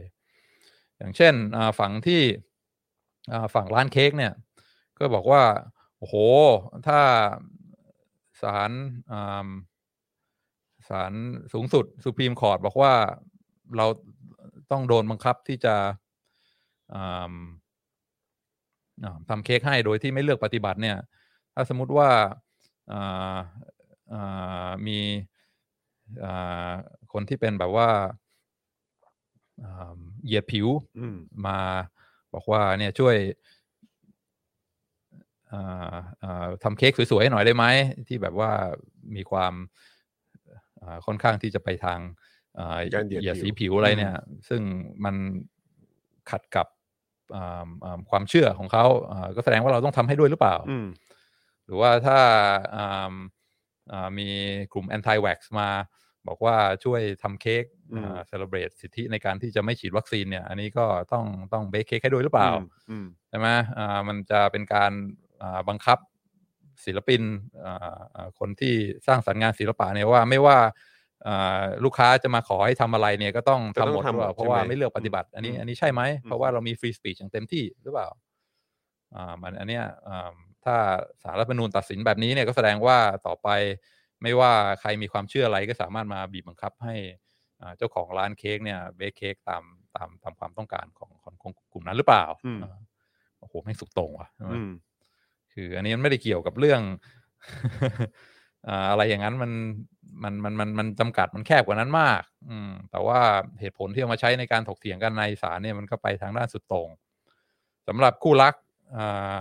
Speaker 3: อย่างเช่นอ่าฝั่งที่อ่าฝั่งร้านเค้กเนี่ย ก็บอกว่า โอ้โห ถ้าศาลอ่าศาลสูงสุดสุพรีมคอร์ตบอกว่าเราต้องโดนบังคับที่จะอ่า อ่าทำเค้กให้โดยที่ไม่เลือกปฏิบัติเนี่ย ถ้าสมมุติว่าอ่าอ่ามีอ่าคนที่เป็นแบบว่าอ่าเหยียดผิว
Speaker 2: อืม
Speaker 3: มาบอกว่าเนี่ยช่วยอ่าอ่าทำเค้กสวยๆให้หน่อยได้ไหม ที่แบบว่ามีความอ่าค่อนข้างที่จะไปทางอ่า
Speaker 2: การเหยี
Speaker 3: เหยี
Speaker 2: ย
Speaker 3: ย
Speaker 2: ด
Speaker 3: ด
Speaker 2: ผิ
Speaker 3: สี
Speaker 2: ว
Speaker 3: ผิวอะไรเนี่ย ซึ่งมันขัดกับอ่าอ่าความเชื่อของเขาอ่าก็แสดงว่าเราต้องทำให้ด้วยหรือเปล่า
Speaker 2: อืม
Speaker 3: หรือว่าถ้าอ่าอ่ามีกลุ่ม anti vax มาบอกว่าช่วยทำเค้ก
Speaker 2: อืม
Speaker 3: เซเลบรตสิทธิในการที่จะไม่ฉีดวัคซีนเนี่ย อันนี้ก็ต้องต้องเบคเค้กให้ด้วยหรือเปล่า
Speaker 2: อืม
Speaker 3: ใช่ไหมอ่ามันจะเป็นการอ่าบังคับศิลปินอ่าอ่าคนที่สร้างสรรค์งานศิลปะเนี่ยว่าไม่ว่าอ่าลูกค้าจะมาขอให้ทำอะไรเนี่ยก็ต้อง
Speaker 2: ก็ต้อ
Speaker 3: ทำ
Speaker 2: ง
Speaker 3: หมด
Speaker 2: ทำหมด
Speaker 3: หรือเปล่าเพ
Speaker 2: ใช่ไหม
Speaker 3: ราะว่าไม่เลือกปฏิบัติ อันนี้
Speaker 2: อืม
Speaker 3: อันนี้ใช่ไหม
Speaker 2: อืม
Speaker 3: เพราะว่าเรามีฟรีสปีชอย่างเต็มที่หรือเปล่าอ่ามันอันเนี้ยอ่าถ้าสารรัฐธรรมนูญตัดสินแบบนี้เนี่ยก็แสดงว่าต่อไปไม่ว่าใครมีความเชื่ออะไรก็สามารถมาบีบบังคับให้อ่าเจ้าของร้านเค้กเนี่ยเบคเค้กตามตามตามความต้องการของของของกลุ่มนั้นหรือเปล่า
Speaker 2: อืม
Speaker 3: อ่า โอ้โหแม่งสุดโต่งว่ะใช่ไหม
Speaker 2: อืม
Speaker 3: คืออันนี้มันไม่ได้เกี่ยวกับเรื่อง (laughs) อ่าอะไรอย่างนั้นมันมันมันมันมันจำกัดมันแคบกว่านั้นมาก อืม แต่ว่าเหตุผลที่เอามาใช้ในการถกเถียงกันในศาลเนี่ยมันก็ไปทางด้านสุดโต่งสำหรับคู่รักอ่า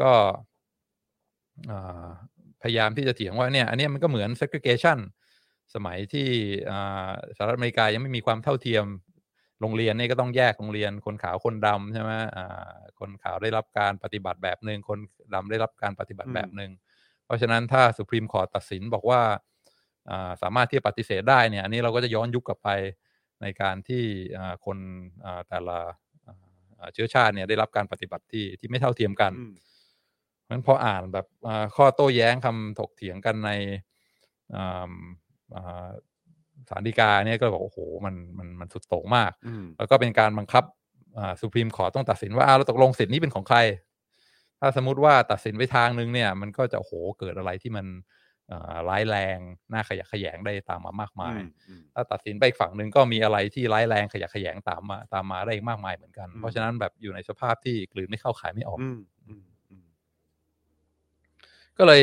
Speaker 3: ก็อ่าพยายามที่จะเถียงว่าเนี่ย อันเนี้ยมันก็เหมือน segregation สมัยที่อ่าสหรัฐอเมริกายังไม่มีความเท่าเทียม โรงเรียนเนี่ยก็ต้องแยกโรงเรียนคนขาวคนดำใช่ไหมอ่าคนขาวได้รับการปฏิบัติแบบหนึ่งคนดำได้รับการปฏิบัติแบบหนึ่งเพราะฉะนั้นถ้าสุพรีมคอร์ตัดสินบอกว่า อ่าสามารถที่จะปฏิเสธได้เนี่ยอันนี้เราก็จะย้อนยุคกลับไปในการที่อ่าคนอ่าแต่ละอ่าเชื้อชาติเนี่ยได้รับการปฏิบัติที่ที่ไม่เท่าเทียมกัน
Speaker 2: อืม
Speaker 3: เพราะฉะนั้นพออ่านแบบอ่าข้อโต้แย้งคำถกเถียงกันในอ่าอ่าสารดีกาเนี่ยก็เลยบอกโอ้โหมันมันมันสุดโต่งมาก
Speaker 2: อืม
Speaker 3: แล้วก็เป็นการบังคับสุพรีมขอต้องตัดสินว่าอ้าวเราตกลงสิทธิ์นี้เป็นของใคร ถ้าสมมติว่าตัดสินไปทางนึงเนี่ย มันก็จะโอ้โหเกิดอะไรที่มันอ่าร้ายแรงน่าขยะแขยงได้ตามมามากมาย ถ้าตัดสินไปอีกฝั่งหนึ่งก็มีอะไรที่ร้ายแรงขยะแขยงตามมาตามมาได้อีกมากมายเหมือนกัน
Speaker 2: อืม
Speaker 3: เพราะฉะนั้นแบบอยู่ในสภาพที่กลืนไม่เข้าขายไม่ออก
Speaker 2: อืมอืมอืม
Speaker 3: ก็เลย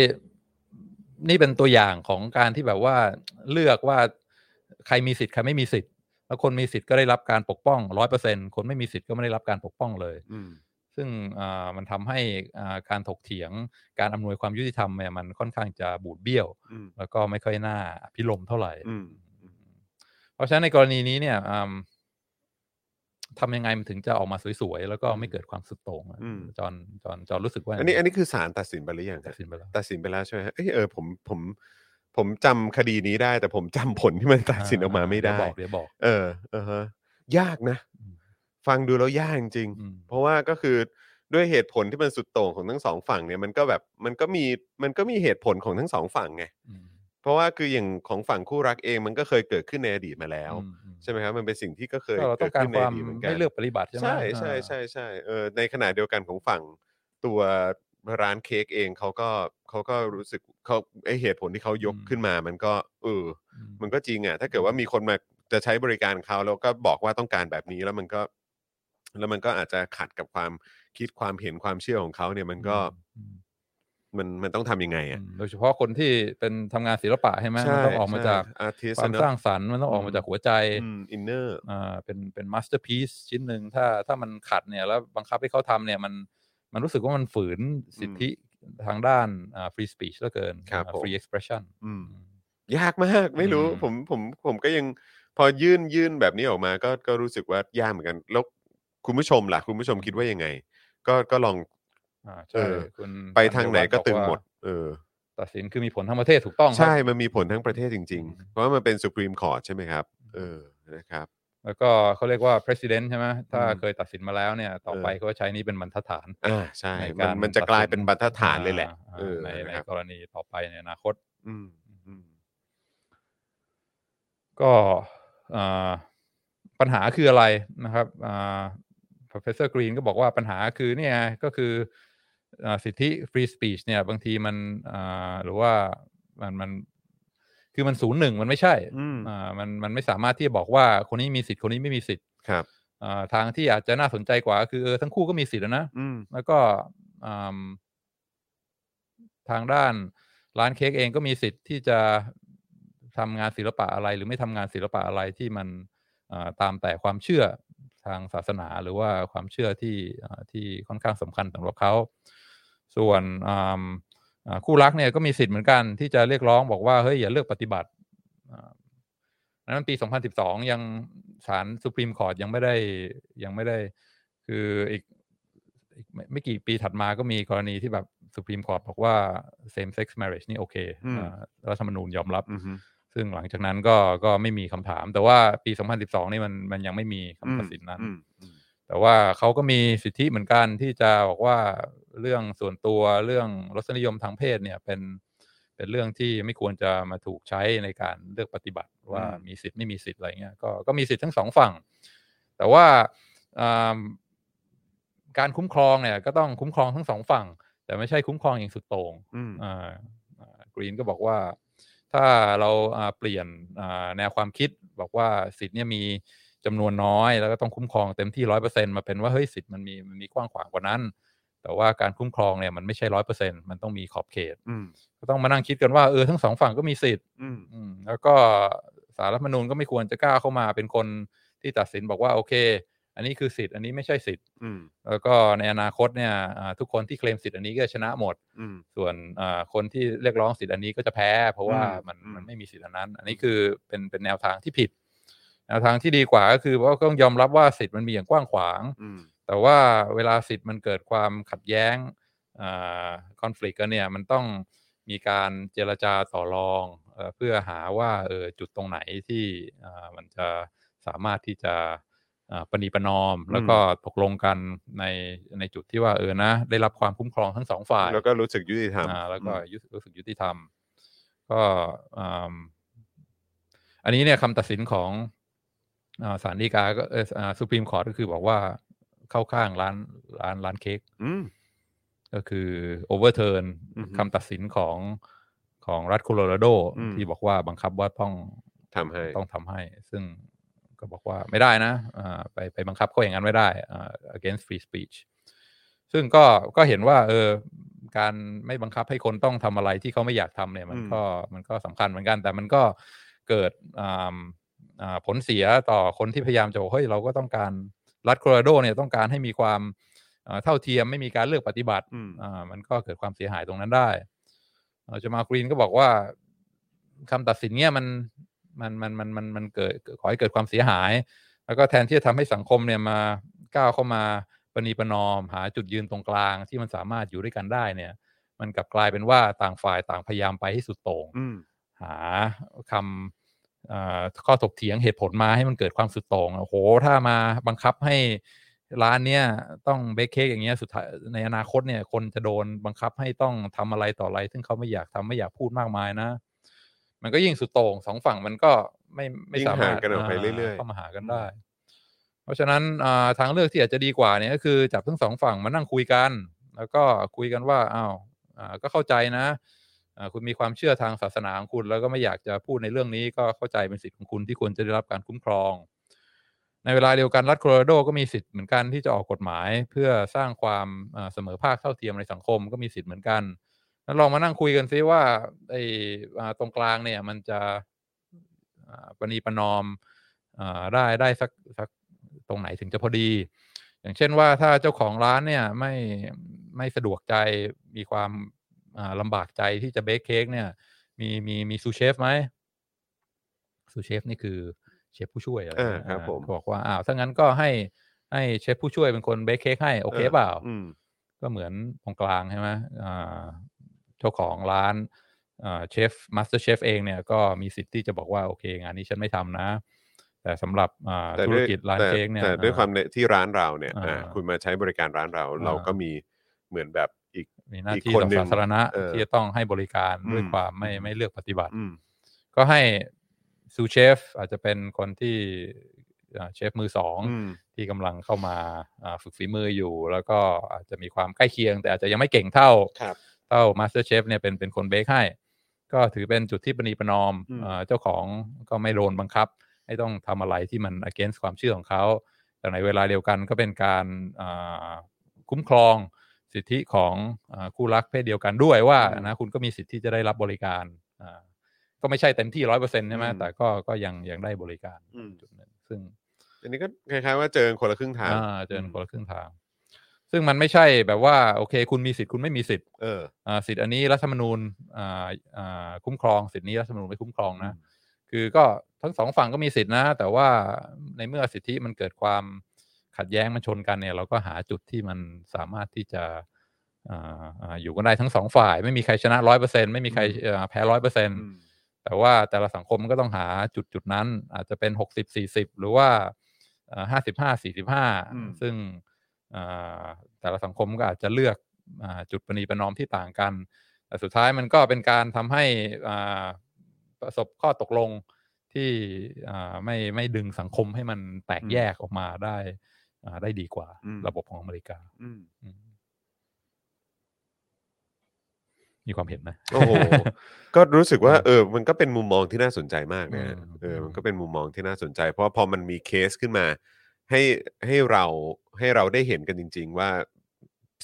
Speaker 3: นี่เป็นตัวอย่างของการที่แบบว่าเลือกว่าใครมีสิทธิ์ใครไม่มีสิทธิ์ แล้วคนมีสิทธิ์ก็ได้รับการปกป้องร้อยเปอร์เซ็นคนไม่มีสิทธิ์ก็ไม่ได้รับการปกป้องเลย
Speaker 2: อืม
Speaker 3: ซึ่งอ่ามันทำให้อ่าการถกเถียงการอำนวยความยุติธรรมเนี่ยมันค่อนข้างจะบูดเบี้ยว
Speaker 2: อืม
Speaker 3: แล้วก็ไม่ค่อยน่าอภิรมย์เท่าไหร่
Speaker 2: อืม
Speaker 3: เพราะฉะนั้นในกรณีนี้เนี่ยอืมทำยังไงมันถึงจะออกมาสวยๆ แล้วก็ไม่เกิดความสุดโต่งอะ
Speaker 2: อืม
Speaker 3: จอนจอนจอนรู้สึกว่า
Speaker 2: อันนี้อันนี้คือศาลตัดสินไปหรือยังฮะ
Speaker 3: ตัดสินไปแล้ว
Speaker 2: ตัดสินไปแล้วใช่ไหมฮะเอ้ยเออผมผมผมจำคดีนี้ได้ แต่ผมจำผลที่มันตัดสินออกมาไม่ได้
Speaker 3: เยวบอกเดี๋ยวบอก
Speaker 2: เออเออฮะยากนะ
Speaker 3: อืม
Speaker 2: ฟังดูแล้วยากจริง
Speaker 3: อืม
Speaker 2: ๆเพราะว่าก็คือด้วยเหตุผลที่มันสุดโต่งของทั้งสองฝั่งเนี่ยมันก็แบบมันก็มีมันก็มีเหตุผลของทั้งสองฝั่งไง
Speaker 3: อืม
Speaker 2: เพราะว่าคืออย่างของฝั่งคู่รักเองมันก็เคยเกิดขึ้นในอดีตมาแล้ว
Speaker 3: อืม
Speaker 2: ใช่ไหมครับมันเป็นสิ่งที่ก็เคย
Speaker 3: ก็เราต้
Speaker 2: เกิ
Speaker 3: อ
Speaker 2: ด
Speaker 3: ง
Speaker 2: ขึ้นใน
Speaker 3: การควา
Speaker 2: อ
Speaker 3: ม
Speaker 2: ดีตเหมือนกัน
Speaker 3: ไม่เลือกปฏิบัติใช่ไหม
Speaker 2: ใช่ใช่ใช่ใช่เออในขณะเดียวกันของฝั่งตัวร้านเค้กเองเขาก็เขาก็รู้สึกเขาไอเหตุผลที่เขายกขึ้นมามันก็เออ
Speaker 3: อืม
Speaker 2: มันก็จริงอ่ะถ้าเกิดว่ามีคนมาจะใช้บริการเขาแล้วก็บอกว่าต้องการแบบนี้แล้วมันก็ แล้วมันก็อาจจะขัดกับความคิดความเห็นความเชื่อของเขาเนี่ยมันก็
Speaker 3: อืม
Speaker 2: มันมันต้องทำยังไงอ่ะ
Speaker 3: โดยเฉพาะคนที่เป็นทำงานศิลปะใช่ไหมมันต้องออกมาจาก
Speaker 2: อาร์ติส
Speaker 3: ความสร้างสรรค์มันต้องออกมาจากหัวใจ
Speaker 2: อินเนอร์
Speaker 3: อ่าเป็นเป็นมาสเตอร์พีซชิ้นหนึ่งถ้าถ้ามันขัดเนี่ยแล้วบังคับให้เขาทำเนี่ยมันมันรู้สึกว่ามันฝืนสิทธิทางด้านฟรีสปีชเหลือเกิน
Speaker 2: ครับผม
Speaker 3: ฟรีเอ็กซ์เพรสชั่น
Speaker 2: อืม ยากมากไม่รู้
Speaker 3: อืม
Speaker 2: ผมผมผมก็ยังพอยื่นยื่นแบบนี้ออกมาก็ก็รู้สึกว่ายากเหมือนกัน แล้วคุณผู้ชมล่ะ คุณผู้ชมคิดว่ายังไง ก็ก็ลอง
Speaker 3: อ่า
Speaker 2: เอ
Speaker 3: ใช่
Speaker 2: อ
Speaker 3: คุณ
Speaker 2: ไปทางไหนก็ตึงหมด
Speaker 3: บอกว่
Speaker 2: เออ
Speaker 3: าตัดสินคือมีผลทั้งประเทศถูกต้องครับ
Speaker 2: ใช่มันมีผลทั้งประเทศจริง ๆ เพราะว่ามันเป็นสุ r e m e Court ใช่ไหมครับ เออนะครับ
Speaker 3: แล้วก็เขาเรียกว่า president ใช่ไหมถ้า
Speaker 2: อืม
Speaker 3: เคยตัดสินมาแล้วเนี่ย ต่อไป
Speaker 2: เออ
Speaker 3: เขาก็ใช้นี้เป็นบรรทัดฐาน
Speaker 2: อ่าใช่
Speaker 3: ใน
Speaker 2: มัน
Speaker 3: การ
Speaker 2: มันจะกลายเป็นบรรทัดฐาน
Speaker 3: อ่
Speaker 2: เลยแหละ
Speaker 3: อ่า
Speaker 2: เออ
Speaker 3: ในใน
Speaker 2: นะครับ
Speaker 3: กรณีต่อไปในอนาคต
Speaker 2: อืมอืม
Speaker 3: ก็อ่าปัญหาคืออะไรนะครับอ่า professor green ก็บอกว่าปัญหาคือเนี่ยก็คืออ่าสิทธิ free speech เนี่ย บางทีมันอ่าหรือว่ามันมันคือมันศูนย์หนึ่งมันไม่ใช่
Speaker 2: อืม
Speaker 3: อ่ามันมันไม่สามารถที่จะบอกว่าคนนี้มีสิทธิ์คนนี้ไม่มีสิทธิ์
Speaker 2: ครับ
Speaker 3: อ่าทางที่อาจจะน่าสนใจกว่าก็คือเออทั้งคู่ก็มีสิทธิ์อะนะ
Speaker 2: อืม
Speaker 3: แล้วก็อืมทางด้านร้านเค้กเองก็มีสิทธิ์ที่จะทำงานศิลปะอะไร หรือไม่ทำงานศิลปะอะไรที่มันอ่าตามแต่ความเชื่อทางศาสนาหรือว่าความเชื่อที่อ่าที่ค่อนข้างสำคัญสำหรับเขา ส่วนอืมอ่าคู่รักเนี่ยก็มีสิทธิ์เหมือนกันที่จะเรียกร้องบอกว่าเฮ้ยอย่าเลือกปฏิบัติอ่านั้นปี 2012 ยังศาลสุพรีมคอร์ตยังไม่ได้ยังไม่ได้ คืออีกอีกไม่ไม่กี่ปีถัดมาก็มีกรณีที่แบบสุพรีมคอร์ตบอกว่า same sex marriage นี่โอเค
Speaker 2: อืม
Speaker 3: อ่ารัฐธรรมนูญยอมรับ
Speaker 2: อืม
Speaker 3: ซึ่งหลังจากนั้นก็ก็ไม่มีคำถาม แต่ว่าปี 2012 นี่มันมันยังไม่มีคำตัดสินนั้น
Speaker 2: อืมอืม
Speaker 3: แต่ว่าเขาก็มีสิทธิเหมือนกันที่จะบอกว่าเรื่องส่วนตัวเรื่องรสนิยมทางเพศเนี่ยเป็นเป็นเรื่องที่ไม่ควรจะมาถูกใช้ในการเลือกปฏิบัติว่า
Speaker 2: อืม
Speaker 3: มีสิทธิ์ไม่มีสิทธิ์อะไรเงี้ยก็ก็มีสิทธิ์ทั้งสองฝั่ง แต่ว่าอ่าการคุ้มครองเนี่ยก็ต้องคุ้มครองทั้งสองฝั่ง แต่ไม่ใช่คุ้มครองอย่างสุดโต่ง
Speaker 2: อืม
Speaker 3: กรีนก็บอกว่าถ้าเราอ่าเปลี่ยนอ่าแนวความคิดบอกว่าสิทธิ์เนี่ยมีจำนวนน้อย แล้วก็ต้องคุ้มครองเต็มที่ร้อยเปอร์เซ็นมาเป็นว่าเฮ้ยสิทธิ์มันมีมันมีกว้างขวางกว่านั้น แต่ว่าการคุ้มครองเนี่ยมันไม่ใช่ร้อยเปอร์เซ็นมันต้องมีขอบเขต
Speaker 2: อืม
Speaker 3: ก็ต้องมานั่งคิดกันว่าเออทั้งสองฝั่งก็มีสิทธิ์
Speaker 2: อืม
Speaker 3: อืมแล้วก็สารรัฐธรรมนูญก็ไม่ควรจะกล้าเข้ามาเป็นคนที่ตัดสินบอกว่าโอเค อันนี้คือสิทธิ์อันนี้ไม่ใช่สิทธิ์
Speaker 2: อืม
Speaker 3: แล้วก็ในอนาคตเนี่ยอ่าทุกคนที่เคลมสิทธิ์อันนี้ก็ชนะหมด
Speaker 2: อืม
Speaker 3: ส่วนเอ่อคนที่เรียกร้องสิทธิ์อันนี้ก็จะแพ้ เพราะว่า
Speaker 2: อืม
Speaker 3: มัน
Speaker 2: อืม
Speaker 3: มันไม่มีสิทธิ์อันนั้น อันนี้คือเป็นเป็นแนวทางที่ผิด แนวทางที่ดีกว่าก็คือว่าก็ต้องยอมรับว่าสิทธิ์มันมีอย่างกว้างขวาง
Speaker 2: อืม
Speaker 3: แต่ว่าเวลาสิทธิ์มันเกิดความขัดแย้งคอน FLICT กันเนี่ยมันต้องมีการเจรจาต่อรอง เอ่อเพื่อหาว่าเออจุดตรงไหนที่อ่ามันจะสามารถที่จะอ่าประนีประนอม แล้วก็ตกลงกันในในจุดที่ว่าเออนะได้รับความคุ้มครองทั้งสองฝ่าย
Speaker 2: แล้วก็รู้สึกยุติธรรม
Speaker 3: อ่าแล้วก็ยุรู้สึกยุติธรรม ก็อืมอันนี้เนี่ยคำตัดสินของอาศาลฎีกาก็สุพรีมคอร์ก็คือบอกว่าเข้าข้างร้านร้านร้านเค้ก
Speaker 2: อืม
Speaker 3: ก็คือโอเวอร์เทิร์น
Speaker 2: อือฮึ
Speaker 3: คำตัดสินของของรัฐโคโลราโด
Speaker 2: อืม
Speaker 3: ที่บอกว่าบังคับว่าต้อง
Speaker 2: ทำให้
Speaker 3: ต้องทำให้ ซึ่งก็บอกว่าไม่ได้นะอ่าไปไปบังคับเขาอย่างนั้นไม่ได้อ่า against free speech ซึ่งก็ก็เห็นว่า เออ การไม่บังคับให้คนต้องทำอะไรที่เขาไม่อยากทำเนี่ย มัน
Speaker 2: อืม
Speaker 3: ก็มันก็สำคัญเหมือนกัน แต่มันก็เกิดอ่าอ่าผลเสียต่อคนที่พยายามจะบอกเฮ้ยเราก็ต้องการรัฐโคโลราโดเนี่ยต้องการให้มีความเอ่อเท่าเทียมไม่มีการเลือกปฏิบัติ
Speaker 2: อืม
Speaker 3: อ่ามันก็เกิดความเสียหายตรงนั้นได้เอ่อจามากรีนก็บอกว่าคำตัดสินเนี่ยมันมันมันมันมันมันเกิดขอให้เกิดความเสียหาย แล้วก็แทนที่จะทำให้สังคมเนี่ยมาก้าวเข้ามาประนีประนอม หาจุดยืนตรงกลางที่มันสามารถอยู่ด้วยกันได้เนี่ย มันกลับกลายเป็นว่าต่างฝ่ายต่างพยายามไปให้สุดโต่ง
Speaker 2: อืม
Speaker 3: หาคำเอ่อข้อถกเถียงเหตุผลมาให้มันเกิดความสุดโต่งอะโอ้โห ถ้ามาบังคับให้ร้านเนี้ยต้องเบคเค้กอย่างเงี้ยสุดท้ายในอนาคตเนี่ยคนจะโดนบังคับให้ต้องทำอะไรต่ออะไร ซึ่งเขาไม่อยากทำไม่อยากพูดมากมายนะ มันก็ยิ่งสุดโต่งสองฝั่งมันก็ไม่ไม่
Speaker 2: ยิ่ง
Speaker 3: สามารถ
Speaker 2: ห่างกันออกไปเรื่อยๆ
Speaker 3: เข้ามาหากันได้ เพราะฉะนั้นอ่าทางเลือกที่อาจจะดีกว่าเนี่ยก็คือจับทั้งสองฝั่งมานั่งคุยกัน แล้วก็คุยกันว่าอ้าว อ่าก็เข้าใจนะอ่าคุณมีความเชื่อทางศาสนาของคุณ แล้วก็ไม่อยากจะพูดในเรื่องนี้ก็เข้าใจเป็นสิทธิ์ของคุณที่ควรจะได้รับการคุ้มครอง ในเวลาเดียวกันรัฐโคโลราโดก็มีสิทธิ์เหมือนกันที่จะออกกฎหมาย เพื่อสร้างความอ่าเสมอภาคเท่าเทียมในสังคมก็มีสิทธิ์เหมือนกันแล้วลองมานั่งคุยกันซิว่าไอ้อ่าตรงกลางเนี่ยมันจะอ่าประนีประนอมอ่าได้ได้สักสักตรงไหนถึงจะพอดี อย่างเช่นว่าถ้าเจ้าของร้านเนี่ยไม่ไม่สะดวกใจมีความอ่าลำบากใจที่จะเบคเค้กเนี่ย มีมีมีซูเชฟไหมซูเชฟนี่คือเชฟผู้ช่วยอะไร
Speaker 2: อ่า
Speaker 3: นะครับ
Speaker 2: ผม
Speaker 3: ก็บอกว่าอ้าวถ้างั้นก็ให้ให้เชฟผู้ช่วยเป็นคนเบคเค้กให้โอเคเปล่า
Speaker 2: อืม
Speaker 3: ก็เหมือนตรงกลางใช่ไหมอ่าเจ้าของร้านอ่าเชฟมาสเตอร์เชฟเองเนี่ยก็มีสิทธิ์ที่จะบอกว่า โอเค งานนี้ฉันไม่ทำนะ แต่สำหรับอ่า
Speaker 2: แต่
Speaker 3: ธุร
Speaker 2: ด้วย
Speaker 3: กิจร้าน
Speaker 2: แต่
Speaker 3: เค้กเนี่ย
Speaker 2: แต่ด้วย
Speaker 3: อ่
Speaker 2: ความในที่ร้านเราเนี่ย
Speaker 3: อ่า
Speaker 2: อ่าคุณมาใช้บริการร้านเรา
Speaker 3: อ่า
Speaker 2: เราก็มีเหมือนแบบอีก
Speaker 3: มีหน้า
Speaker 2: อีก
Speaker 3: ที่
Speaker 2: คน
Speaker 3: ต่อ
Speaker 2: หนึ่ง
Speaker 3: สาธารณะ
Speaker 2: เออ
Speaker 3: ที่จะต้องให้บริการด้วย
Speaker 2: อืม
Speaker 3: ความไม่
Speaker 2: อืม
Speaker 3: ไม่เลือกปฏิบัติ
Speaker 2: อืม
Speaker 3: ก็ให้ซูเชฟอาจจะเป็นคนที่อ่าเชฟมือสอง
Speaker 2: อืม
Speaker 3: ที่กำลังเข้ามาอ่าฝึกฝีมืออยู่ แล้วก็อาจจะมีความใกล้เคียง แต่อาจจะยังไม่เก่งเท่า
Speaker 2: ครับ
Speaker 3: เท่ามาสเตอร์เชฟเนี่ยเป็นเป็นคนเบคให้ ก็ถือเป็นจุดที่ประนีประนอม
Speaker 2: อืม
Speaker 3: เอ่อเจ้าของก็ไม่โดนบังคับ ให้ต้องทำอะไรที่มัน against ความเชื่อของเขา แต่ในเวลาเดียวกันก็เป็นการอ่าคุ้มครองสิทธิของอาคู่รักเพศเดียวกันด้วยว่า
Speaker 2: อืม
Speaker 3: นะคุณก็มีสิทธิที่จะได้รับบริการอ่าก็ไม่ใช่เต็มที่ร้อยเปอร์เซ็นต์ใช่ไหม
Speaker 2: อืม
Speaker 3: แต่ก็ก็ยังยังได้บริการ
Speaker 2: อืม
Speaker 3: จุดหนึงซึ่ง
Speaker 2: อันนี้ก็คล้ายๆว่าเจอคนละครึ่งทาง
Speaker 3: อ่าเจอกัน
Speaker 2: อืม
Speaker 3: คนละครึ่งทาง ซึ่งมันไม่ใช่แบบว่าโอเค คุณมีสิทธิ์คุณไม่มีสิทธิ
Speaker 2: เออ
Speaker 3: อ่าสิทธิ์อันนี้รัฐธรรมนูญอ่าอ่าคุ้มครองสิทธินี้รัฐธรรมนูญไม่คุ้มครองนะ คือก็ทั้งสองฝั่งก็มีสิทธินะ แต่ว่าในเมื่อสิทธิมันเกิดความขัดแย้งมันชนกันเนี่ย เราก็หาจุดที่มันสามารถที่จะอ่าอ่าอยู่กันได้ทั้งสองฝ่าย ไม่มีใครชนะร้อยเปอร์เซ็นไม่มีใคร
Speaker 2: อืม
Speaker 3: เอ่อแพ้ร้อยเปอร์เซ็น
Speaker 2: อืม
Speaker 3: แต่ว่าแต่ละสังคมมันก็ต้องหาจุดจุดนั้น อาจจะเป็นหกสิบสี่สิบหรือว่าห้าสิบห้าสี่สิบห้า
Speaker 2: อืม
Speaker 3: ซึ่ง อ่าแต่ละสังคมก็อาจจะเลือกอาจุดประนีประนอมที่ต่างกัน แต่สุดท้ายมันก็เป็นการทำให้อ่าประสบข้อตกลงที่อ่าไม่ไม่ดึงสังคมให้มันแตก
Speaker 2: อืม
Speaker 3: แยกออกมาได้อ่าได้ดีกว่า
Speaker 2: อืม
Speaker 3: ระบบของอเมริกา
Speaker 2: อืม
Speaker 3: อืมมีความเห็นไหม
Speaker 2: โอ้โห ก็รู้สึกว่า
Speaker 3: อืม
Speaker 2: เออ มันก็เป็นมุมมองที่น่าสนใจมากนะฮะ
Speaker 3: อืม
Speaker 2: เออ มันก็เป็นมุมมองที่น่าสนใจ เพราะว่าพอมันมีเคสขึ้นมา ให้ให้เราให้เราได้เห็นกันจริง ๆ ว่า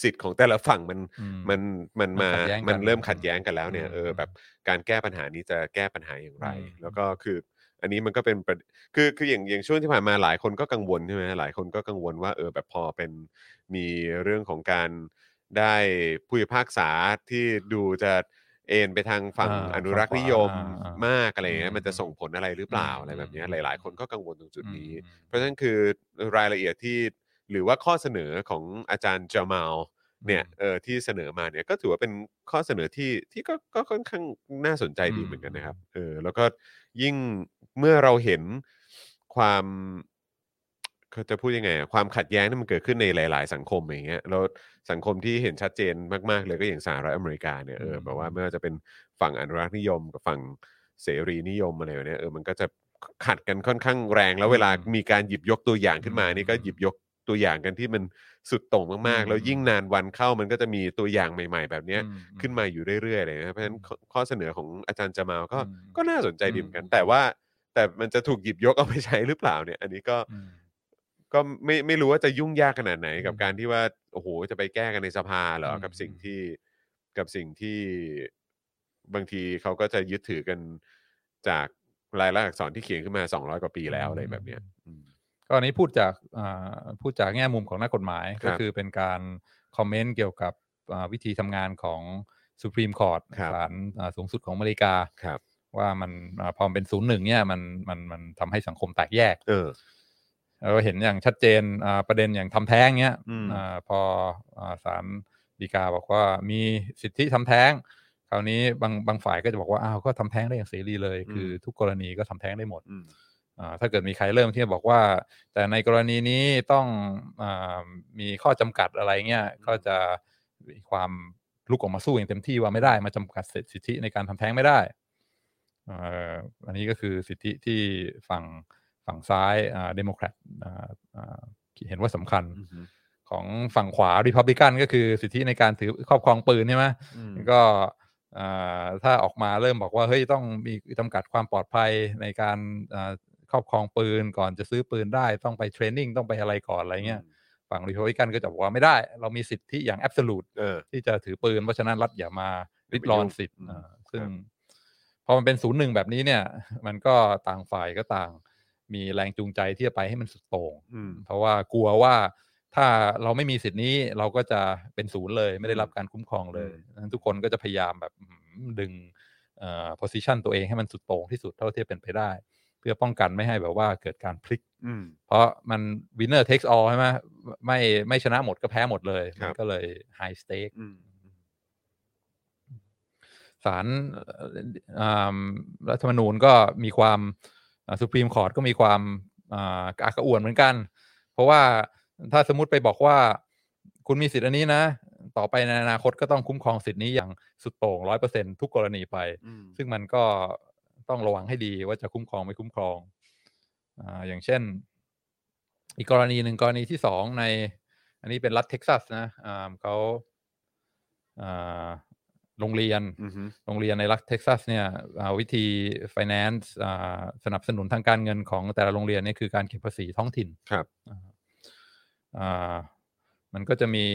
Speaker 2: สิทธิ์ของแต่ละฝั่งมัน
Speaker 3: อืม
Speaker 2: มันมัน
Speaker 3: มัน
Speaker 2: มา
Speaker 3: ขัดแย้งกัน
Speaker 2: มันเริ่มขัดแย้งกันแล้วเนี่ย
Speaker 3: อืม
Speaker 2: เออแบบการแก้ปัญหานี้จะแก้ปัญหาอย่างไร
Speaker 3: อืม
Speaker 2: แล้วก็คือ อันนี้มันก็เป็นประเด็นคือคืออย่างอย่างช่วงที่ผ่านมาหลายคนก็กังวลใช่ไหมหลายคนก็กังวลว่าเออแบบพอเป็นมีเรื่องของการได้ผู้พิพากษาที่ดูจะเอนไปทางฝั่ง
Speaker 3: อ่า
Speaker 2: อนุรักษ์นิยม
Speaker 3: ฝั่งขวาอ่าอ่าม
Speaker 2: มากอะไรอย่างเงี้ย
Speaker 3: อืม
Speaker 2: มันจะส่งผลอะไรหรือเปล่า
Speaker 3: อืม
Speaker 2: อะไรแบบเนี้ย
Speaker 3: อืม
Speaker 2: หลาย ๆ คนก็กังวลตรงจุดนี้
Speaker 3: อืม
Speaker 2: เพราะฉะนั้นคือรายละเอียดที่หรือว่าข้อเสนอของอาจารย์จามาล เนี่ยเออที่เสนอมาเนี่ยก็ถือว่าเป็นข้อเสนอที่ที่ก็ก็ค่อนข้างน่าสนใจดี
Speaker 3: อืม
Speaker 2: เหมือนกันนะครับเออแล้วก็ยิ่งเมื่อเราเห็นความเขาจะพูดยังไงอะความขัดแย้งที่มันเกิดขึ้นในหลาย ๆ สังคมอย่างเงี้ยแล้วสังคมที่เห็นชัดเจนมาก ๆ เลยก็อย่างสหรัฐอเมริกาเนี่ยเออแบบว่าไม่ว่าจะเป็นฝั่งอนุรักษ์นิยมกับฝั่งเสรีนิยมอะไรแบบเนี้ยเออมันก็จะขัดกันค่อนข้างแรงแล้วเวลา
Speaker 3: อืม
Speaker 2: มีการหยิบยกตัวอย่างขึ้นมานี่ก็หยิบยกตัวอย่างกันที่มันสุดโต่งมาก
Speaker 3: อื
Speaker 2: ๆ
Speaker 3: ม
Speaker 2: แล้วยิ่งนานวันเข้ามันก็จะมีตัวอย่างใหม่ ๆ แบบเนี้ย
Speaker 3: อืม
Speaker 2: ขึ้นมาอยู่เรื่อยๆเลยนะเพราะฉะนั้นข้อข้อเสนอของอาจารย์จามาลก็
Speaker 3: อืม
Speaker 2: ก็น่าสนใจดีเหมือนกัน
Speaker 3: อืม
Speaker 2: แต่ว่าแต่มันจะถูกหยิบยกเอาไปใช้หรือเปล่าเนี่ย อันนี้ก็
Speaker 3: อืม
Speaker 2: ก็ไม่ไม่รู้ว่าจะยุ่งยากขนาดไหน กับ
Speaker 3: อืม
Speaker 2: การที่ว่าโอ้โหจะไปแก้กันในสภาเหรอ
Speaker 3: อืม
Speaker 2: กับสิ่งที่กับสิ่งที่บางทีเขาก็จะยึดถือกันจากลายลักษณ์อักษรที่เขียนขึ้นมา 200 กว่าปีแล้ว
Speaker 3: อืม
Speaker 2: อะไรแบบเนี้ย
Speaker 3: ก็อันนี้พูดจากอ่าพูดจากแง่มุมของนักกฎหมาย
Speaker 2: ครับ
Speaker 3: ก็คือเป็นการคอมเมนต์เกี่ยวกับอ่าวิธีทำงานของ Supreme Court
Speaker 2: ครับ
Speaker 3: ศาลอ่าสูงสุดของอเมริกา
Speaker 2: ครับ
Speaker 3: ว่ามันอ่าพอมันเป็นศูนย์หนึ่งเนี่ยมันมันมันทำให้สังคมแตกแยก
Speaker 2: เออ
Speaker 3: เราเห็นอย่างชัดเจนอ่าประเด็นอย่างทำแท้งเนี้ย
Speaker 2: อืม
Speaker 3: อาพออาศาลฎีกาบอกว่ามีสิทธิทำแท้ง คราวนี้บางบางฝ่ายก็จะบอกว่าอ้าวก็ทำแท้งได้อย่างเสรีเลย
Speaker 2: อืม
Speaker 3: คือทุกกรณีก็ทำแท้งได้หมด
Speaker 2: อืม
Speaker 3: อ่าถ้าเกิดมีใครเริ่มที่จะบอกว่า แต่ในกรณีนี้ต้องอามีข้อจำกัดอะไรเงี้ยก็จะมีความลุกออกมาสู้อย่างเต็มที่ว่าไม่ได้มาจำกัดสิทธิในการทำแท้งไม่ได้เอ่ออันนี้ก็คือสิทธิที่ฝั่ง ฝั่งซ้ายเดโมแครตเห็นว่าสำคัญ
Speaker 2: อือฮึ
Speaker 3: ของฝั่งขวาริพับลิกันก็คือสิทธิในการถือครอบครองปืนใช่ไหม
Speaker 2: อืม
Speaker 3: ก็อ่าถ้าออกมาเริ่มบอกว่าเฮ้ยต้องมีจำกัดความปลอดภัยในการอ่าครอบครองปืนก่อนจะซื้อปืนได้ต้องไปเทรนนิ่งต้องไปอะไรก่อนอะไรเงี้ยฝั่งริพับลิกันก็จะบอกว่าไม่ได้ เรามีสิทธิอย่างแอบส u t ู
Speaker 2: เออ
Speaker 3: ที่จะถือปืนเพราะฉะนั้นรัฐอย่ามาริดรอนสิทธิ์
Speaker 2: อืม
Speaker 3: อ่าซึ่ง
Speaker 2: ครับ
Speaker 3: พอมันเป็นศูนย์หนึ่งแบบนี้เนี่ย มันก็ต่างฝ่ายก็ต่าง มีแรงจูงใจที่จะไปให้มันสุดโต่ง
Speaker 2: อืม
Speaker 3: เพราะว่ากลัวว่าถ้าเราไม่มีสิทธิ์นี้เราก็จะเป็นศูนย์เลย ไม่ได้รับการคุ้มครองเลย
Speaker 2: อืม
Speaker 3: ดังนั้นทุกคนก็จะพยายามแบบอื้อหือดึงเอ่อ position ตัวเองให้มันสุดโต่งที่สุดเท่าที่จะเป็นไปได้ เพื่อป้องกันไม่ให้แบบว่าเกิดการพลิก
Speaker 2: อืม
Speaker 3: เพราะมัน winner takes all ใช่ไหมไม่ไม่ชนะหมดก็แพ้หมดเลย
Speaker 2: ครั
Speaker 3: มั
Speaker 2: บ
Speaker 3: นก็เลย high stake
Speaker 2: อืม
Speaker 3: ศาลเอ่ออ่ารัฐธรรมนูญก็มีความสุพรีมคอร์ t ก็มีความอ่ากระอักกระอ่วนเหมือนกัน เพราะว่าถ้าสมมติไปบอกว่า คุณมีสิทธิ์อันนี้นะ ต่อไปในอนาคตก็ต้องคุ้มครองสิทธิ์นี้อย่างสุดโต่งร้อยเปอร์เซ็นทุกกรณีไป
Speaker 2: อืม
Speaker 3: ซึ่งมันก็ต้องระวังให้ดีว่าจะคุ้มครองไม่คุ้มครองอาอย่างเช่น อีกกรณีหนึ่งกรณีที่สองใน อันนี้เป็นรัฐเท็กซัสนะอ่าเขาอ่าโรงเรียน
Speaker 2: อืม
Speaker 3: โรงเรียนในรัฐเท็กซัสเนี่ยอ่าวิธี finance อ่าสนับสนุนทางการเงินของแต่ละโรงเรียนเนี่ยคือการเก็บภาษีท้องถิ่น
Speaker 2: ครับ
Speaker 3: อ่าอ่ามันก็จะมี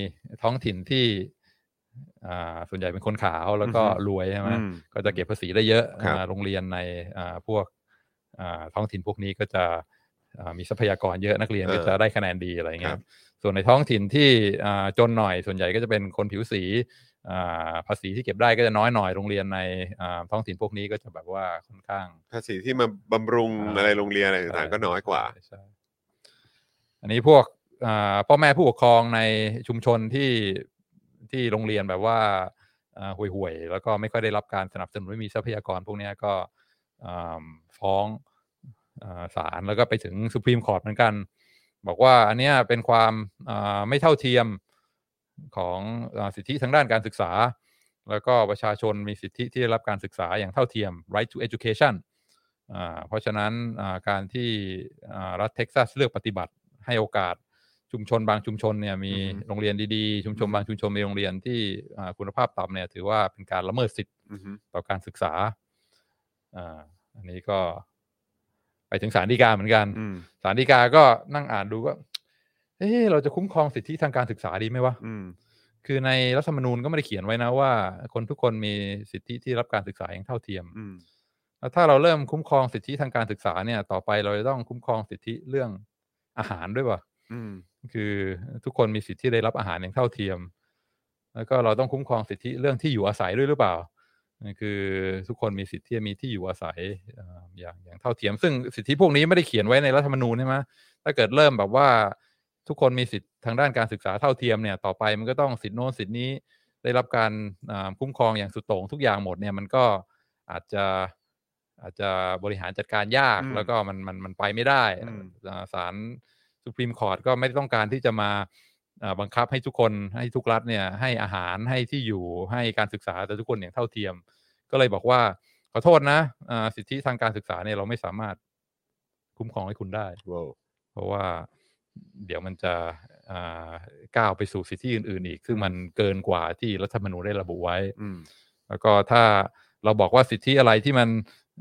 Speaker 3: ท้องถิ่นที่อ่าส่วนใหญ่เป็นคนขาวแล้วก็
Speaker 2: อือฮึ
Speaker 3: รวยใช่ไหม
Speaker 2: อืม
Speaker 3: ก็จะเก็บภาษีได้เยอะ
Speaker 2: ครับ
Speaker 3: อ่าโรงเรียนในอ่าพวกอ่าท้องถิ่นพวกนี้ก็จะอ่ามีทรัพยากรเยอะนักเรียนก็จะได้คะแนนดีอะไร
Speaker 2: ค
Speaker 3: เงี้
Speaker 2: รั
Speaker 3: ย
Speaker 2: บ
Speaker 3: ส่วนในท้องถิ่นที่อ่าจนหน่อย ส่วนใหญ่ก็จะเป็นคนผิวสีอ่าภาษีที่เก็บได้ก็จะน้อยหน่อยโรงเรียนในอ่าท้องถิ่นพวกนี้ก็จะแบบว่าค่อนข้าง
Speaker 2: ภาษีที่มาบำรุง
Speaker 3: อ่า
Speaker 2: อะไรโรงเรียนอะไรต่างๆก็น้อยกว่า
Speaker 3: ใช่ใช่อันนี้พวกอ่าพ่อแม่ผู้ปกครองในชุมชนที่ที่โรงเรียนแบบว่าอ่าห่วยๆ แล้วก็ไม่ค่อยได้รับการสนับสนุนไม่มีทรัพยากรพวกเนี้ยก็อ่าฟ้องอ่าศาลแล้วก็ไปถึงสุ p รีมคอร์ t เหมือนกัน บอกว่าอันเนี้ยเป็นความอ่าไม่เท่าเทียมของอาสิทธิทางด้านการศึกษา แล้วก็ประชาชนมีสิทธิที่ได้รับการศึกษาอย่างเท่าเทียม right to education อ่าเพราะฉะนั้นอ่าการที่อ่ารัฐเท็กซัสเลือกปฏิบัติให้โอกาสชุมชนบางชุมชนเนี่ยมี
Speaker 2: อือฮึ
Speaker 3: โรงเรียนดีๆ ชุมชน
Speaker 2: อืม
Speaker 3: บางชุมชนมีโรงเรียนที่อ่าคุณภาพต่ำเนี่ยถือว่าเป็นการละเมิดสิทธิ
Speaker 2: อือฮึ
Speaker 3: ต่อการศึกษาอ่าอันนี้ก็ไปถึงศาลฎีกาเหมือนกัน
Speaker 2: อืม
Speaker 3: สารดีกาก็นั่งอ่านดูก็เอ๊ะเราจะคุ้มครองสิทธิทางการศึกษาดีไหมวะ
Speaker 2: อืม
Speaker 3: คือในรัฐธรรมนูญก็ไม่ได้เขียนไว้นะว่า คนทุกคนมีสิทธิที่รับการศึกษาอย่างเท่าเทียม
Speaker 2: อืม
Speaker 3: แล้วถ้าเราเริ่มคุ้มครองสิทธิทางการศึกษาเนี่ย ต่อไปเราจะต้องคุ้มครองสิทธิเรื่องอาหารด้วยวะ
Speaker 2: อืม
Speaker 3: คือทุกคนมีสิทธิได้รับอาหารอย่างเท่าเทียม แล้วก็เราต้องคุ้มครองสิทธิเรื่องที่อยู่อาศัยด้วยหรือเปล่า คือทุกคนมีสิทธิที่จะมีที่อยู่อาศัยเอ่ออย่างอย่างเท่าเทียม ซึ่งสิทธิพวกนี้ไม่ได้เขียนไว้ในรัฐธรรมนูญใช่ไหมถ้าเกิดเริ่มแบบว่า ทุกคนมีสิทธิ์ทางด้านการศึกษาเท่าเทียมเนี่ยต่อไปมันก็ต้องสิทธิโน้นสิทธินี้ได้รับการอ่าคุ้มครองอย่างสุดโต่งทุกอย่างหมดเนี่ยมันก็อาจจะอาจจะบริหารจัดการยาก
Speaker 2: อืม
Speaker 3: แล้วก็มันมันมันไปไม่ได้
Speaker 2: อืม
Speaker 3: อ่าศาลสุพรีมคอร์ตก็ไม่ได้ต้องการที่จะมาอ่าบังคับให้ทุกคนให้ทุกรัฐเนี่ยให้อาหารให้ที่อยู่ให้การศึกษาแต่ทุกคนอย่างเท่าเทียม ก็เลยบอกว่าขอโทษนะอ่าสิทธิทางการศึกษาเนี่ยเราไม่สามารถคุ้มครองให้คุณได้
Speaker 2: ว้าว
Speaker 3: เพราะว่าเดี๋ยวมันจะอ่าก้าวไปสู่สิทธิอื่น ๆ อีก ซึ่งมันเกินกว่าที่รัฐธรรมนูญได้ระบุไว้
Speaker 2: อืม
Speaker 3: แล้วก็ถ้าเราบอกว่าสิทธิอะไรที่มัน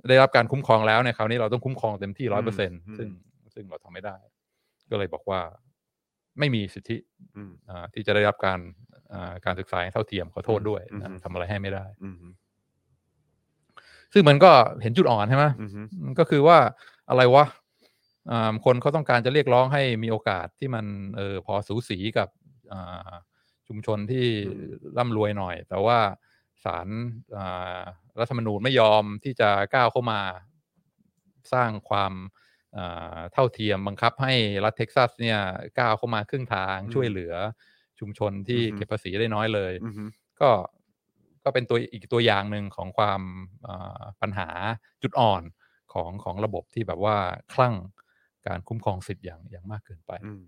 Speaker 3: ได้รับการคุ้มครองแล้วเนี่ยคราวนี้เราต้องคุ้มครองเต็มที่ร้อยเปอร์เซ็นต์
Speaker 2: อืม
Speaker 3: ซึ่งซึ่งเราทำไม่ได้ ก็เลยบอกว่าไม่มีสิทธิ
Speaker 2: อืม
Speaker 3: อ่าที่จะได้รับการอ่าการศึกษาอย่างเท่าเทียมขอโทษด้วย
Speaker 2: อืม
Speaker 3: นะ
Speaker 2: อืม
Speaker 3: ทำอะไรให้ไม่ได้
Speaker 2: อืม
Speaker 3: ซึ่งมันก็เห็นจุดอ่อนใช่ไหม
Speaker 2: อืม
Speaker 3: อืมก็คือว่าอะไรวะอ่าคนเขาต้องการจะเรียกร้องให้มีโอกาสที่มันเออพอสูสีกับอ่าชุมชนที่
Speaker 2: อืม
Speaker 3: ร่ำรวยหน่อย แต่ว่าศาลอ่ารัฐธรรมนูญไม่ยอมที่จะก้าวเข้ามาสร้างความอ่าเท่าเทียมบังคับให้รัฐเท็กซัสเนี่ยก้าวเข้ามาครึ่งทางช่วยเหลือชุมชนที่เก็บภาษีได้น้อยเลย
Speaker 2: อืม
Speaker 3: ก็ก็เป็นตัวอีกตัวอย่างหนึ่งของความอ่าปัญหาจุดอ่อนของของระบบที่แบบว่าคลั่งการคุ้มครองสิทธิ์อย่างอย่างมากเกินไป
Speaker 2: อืม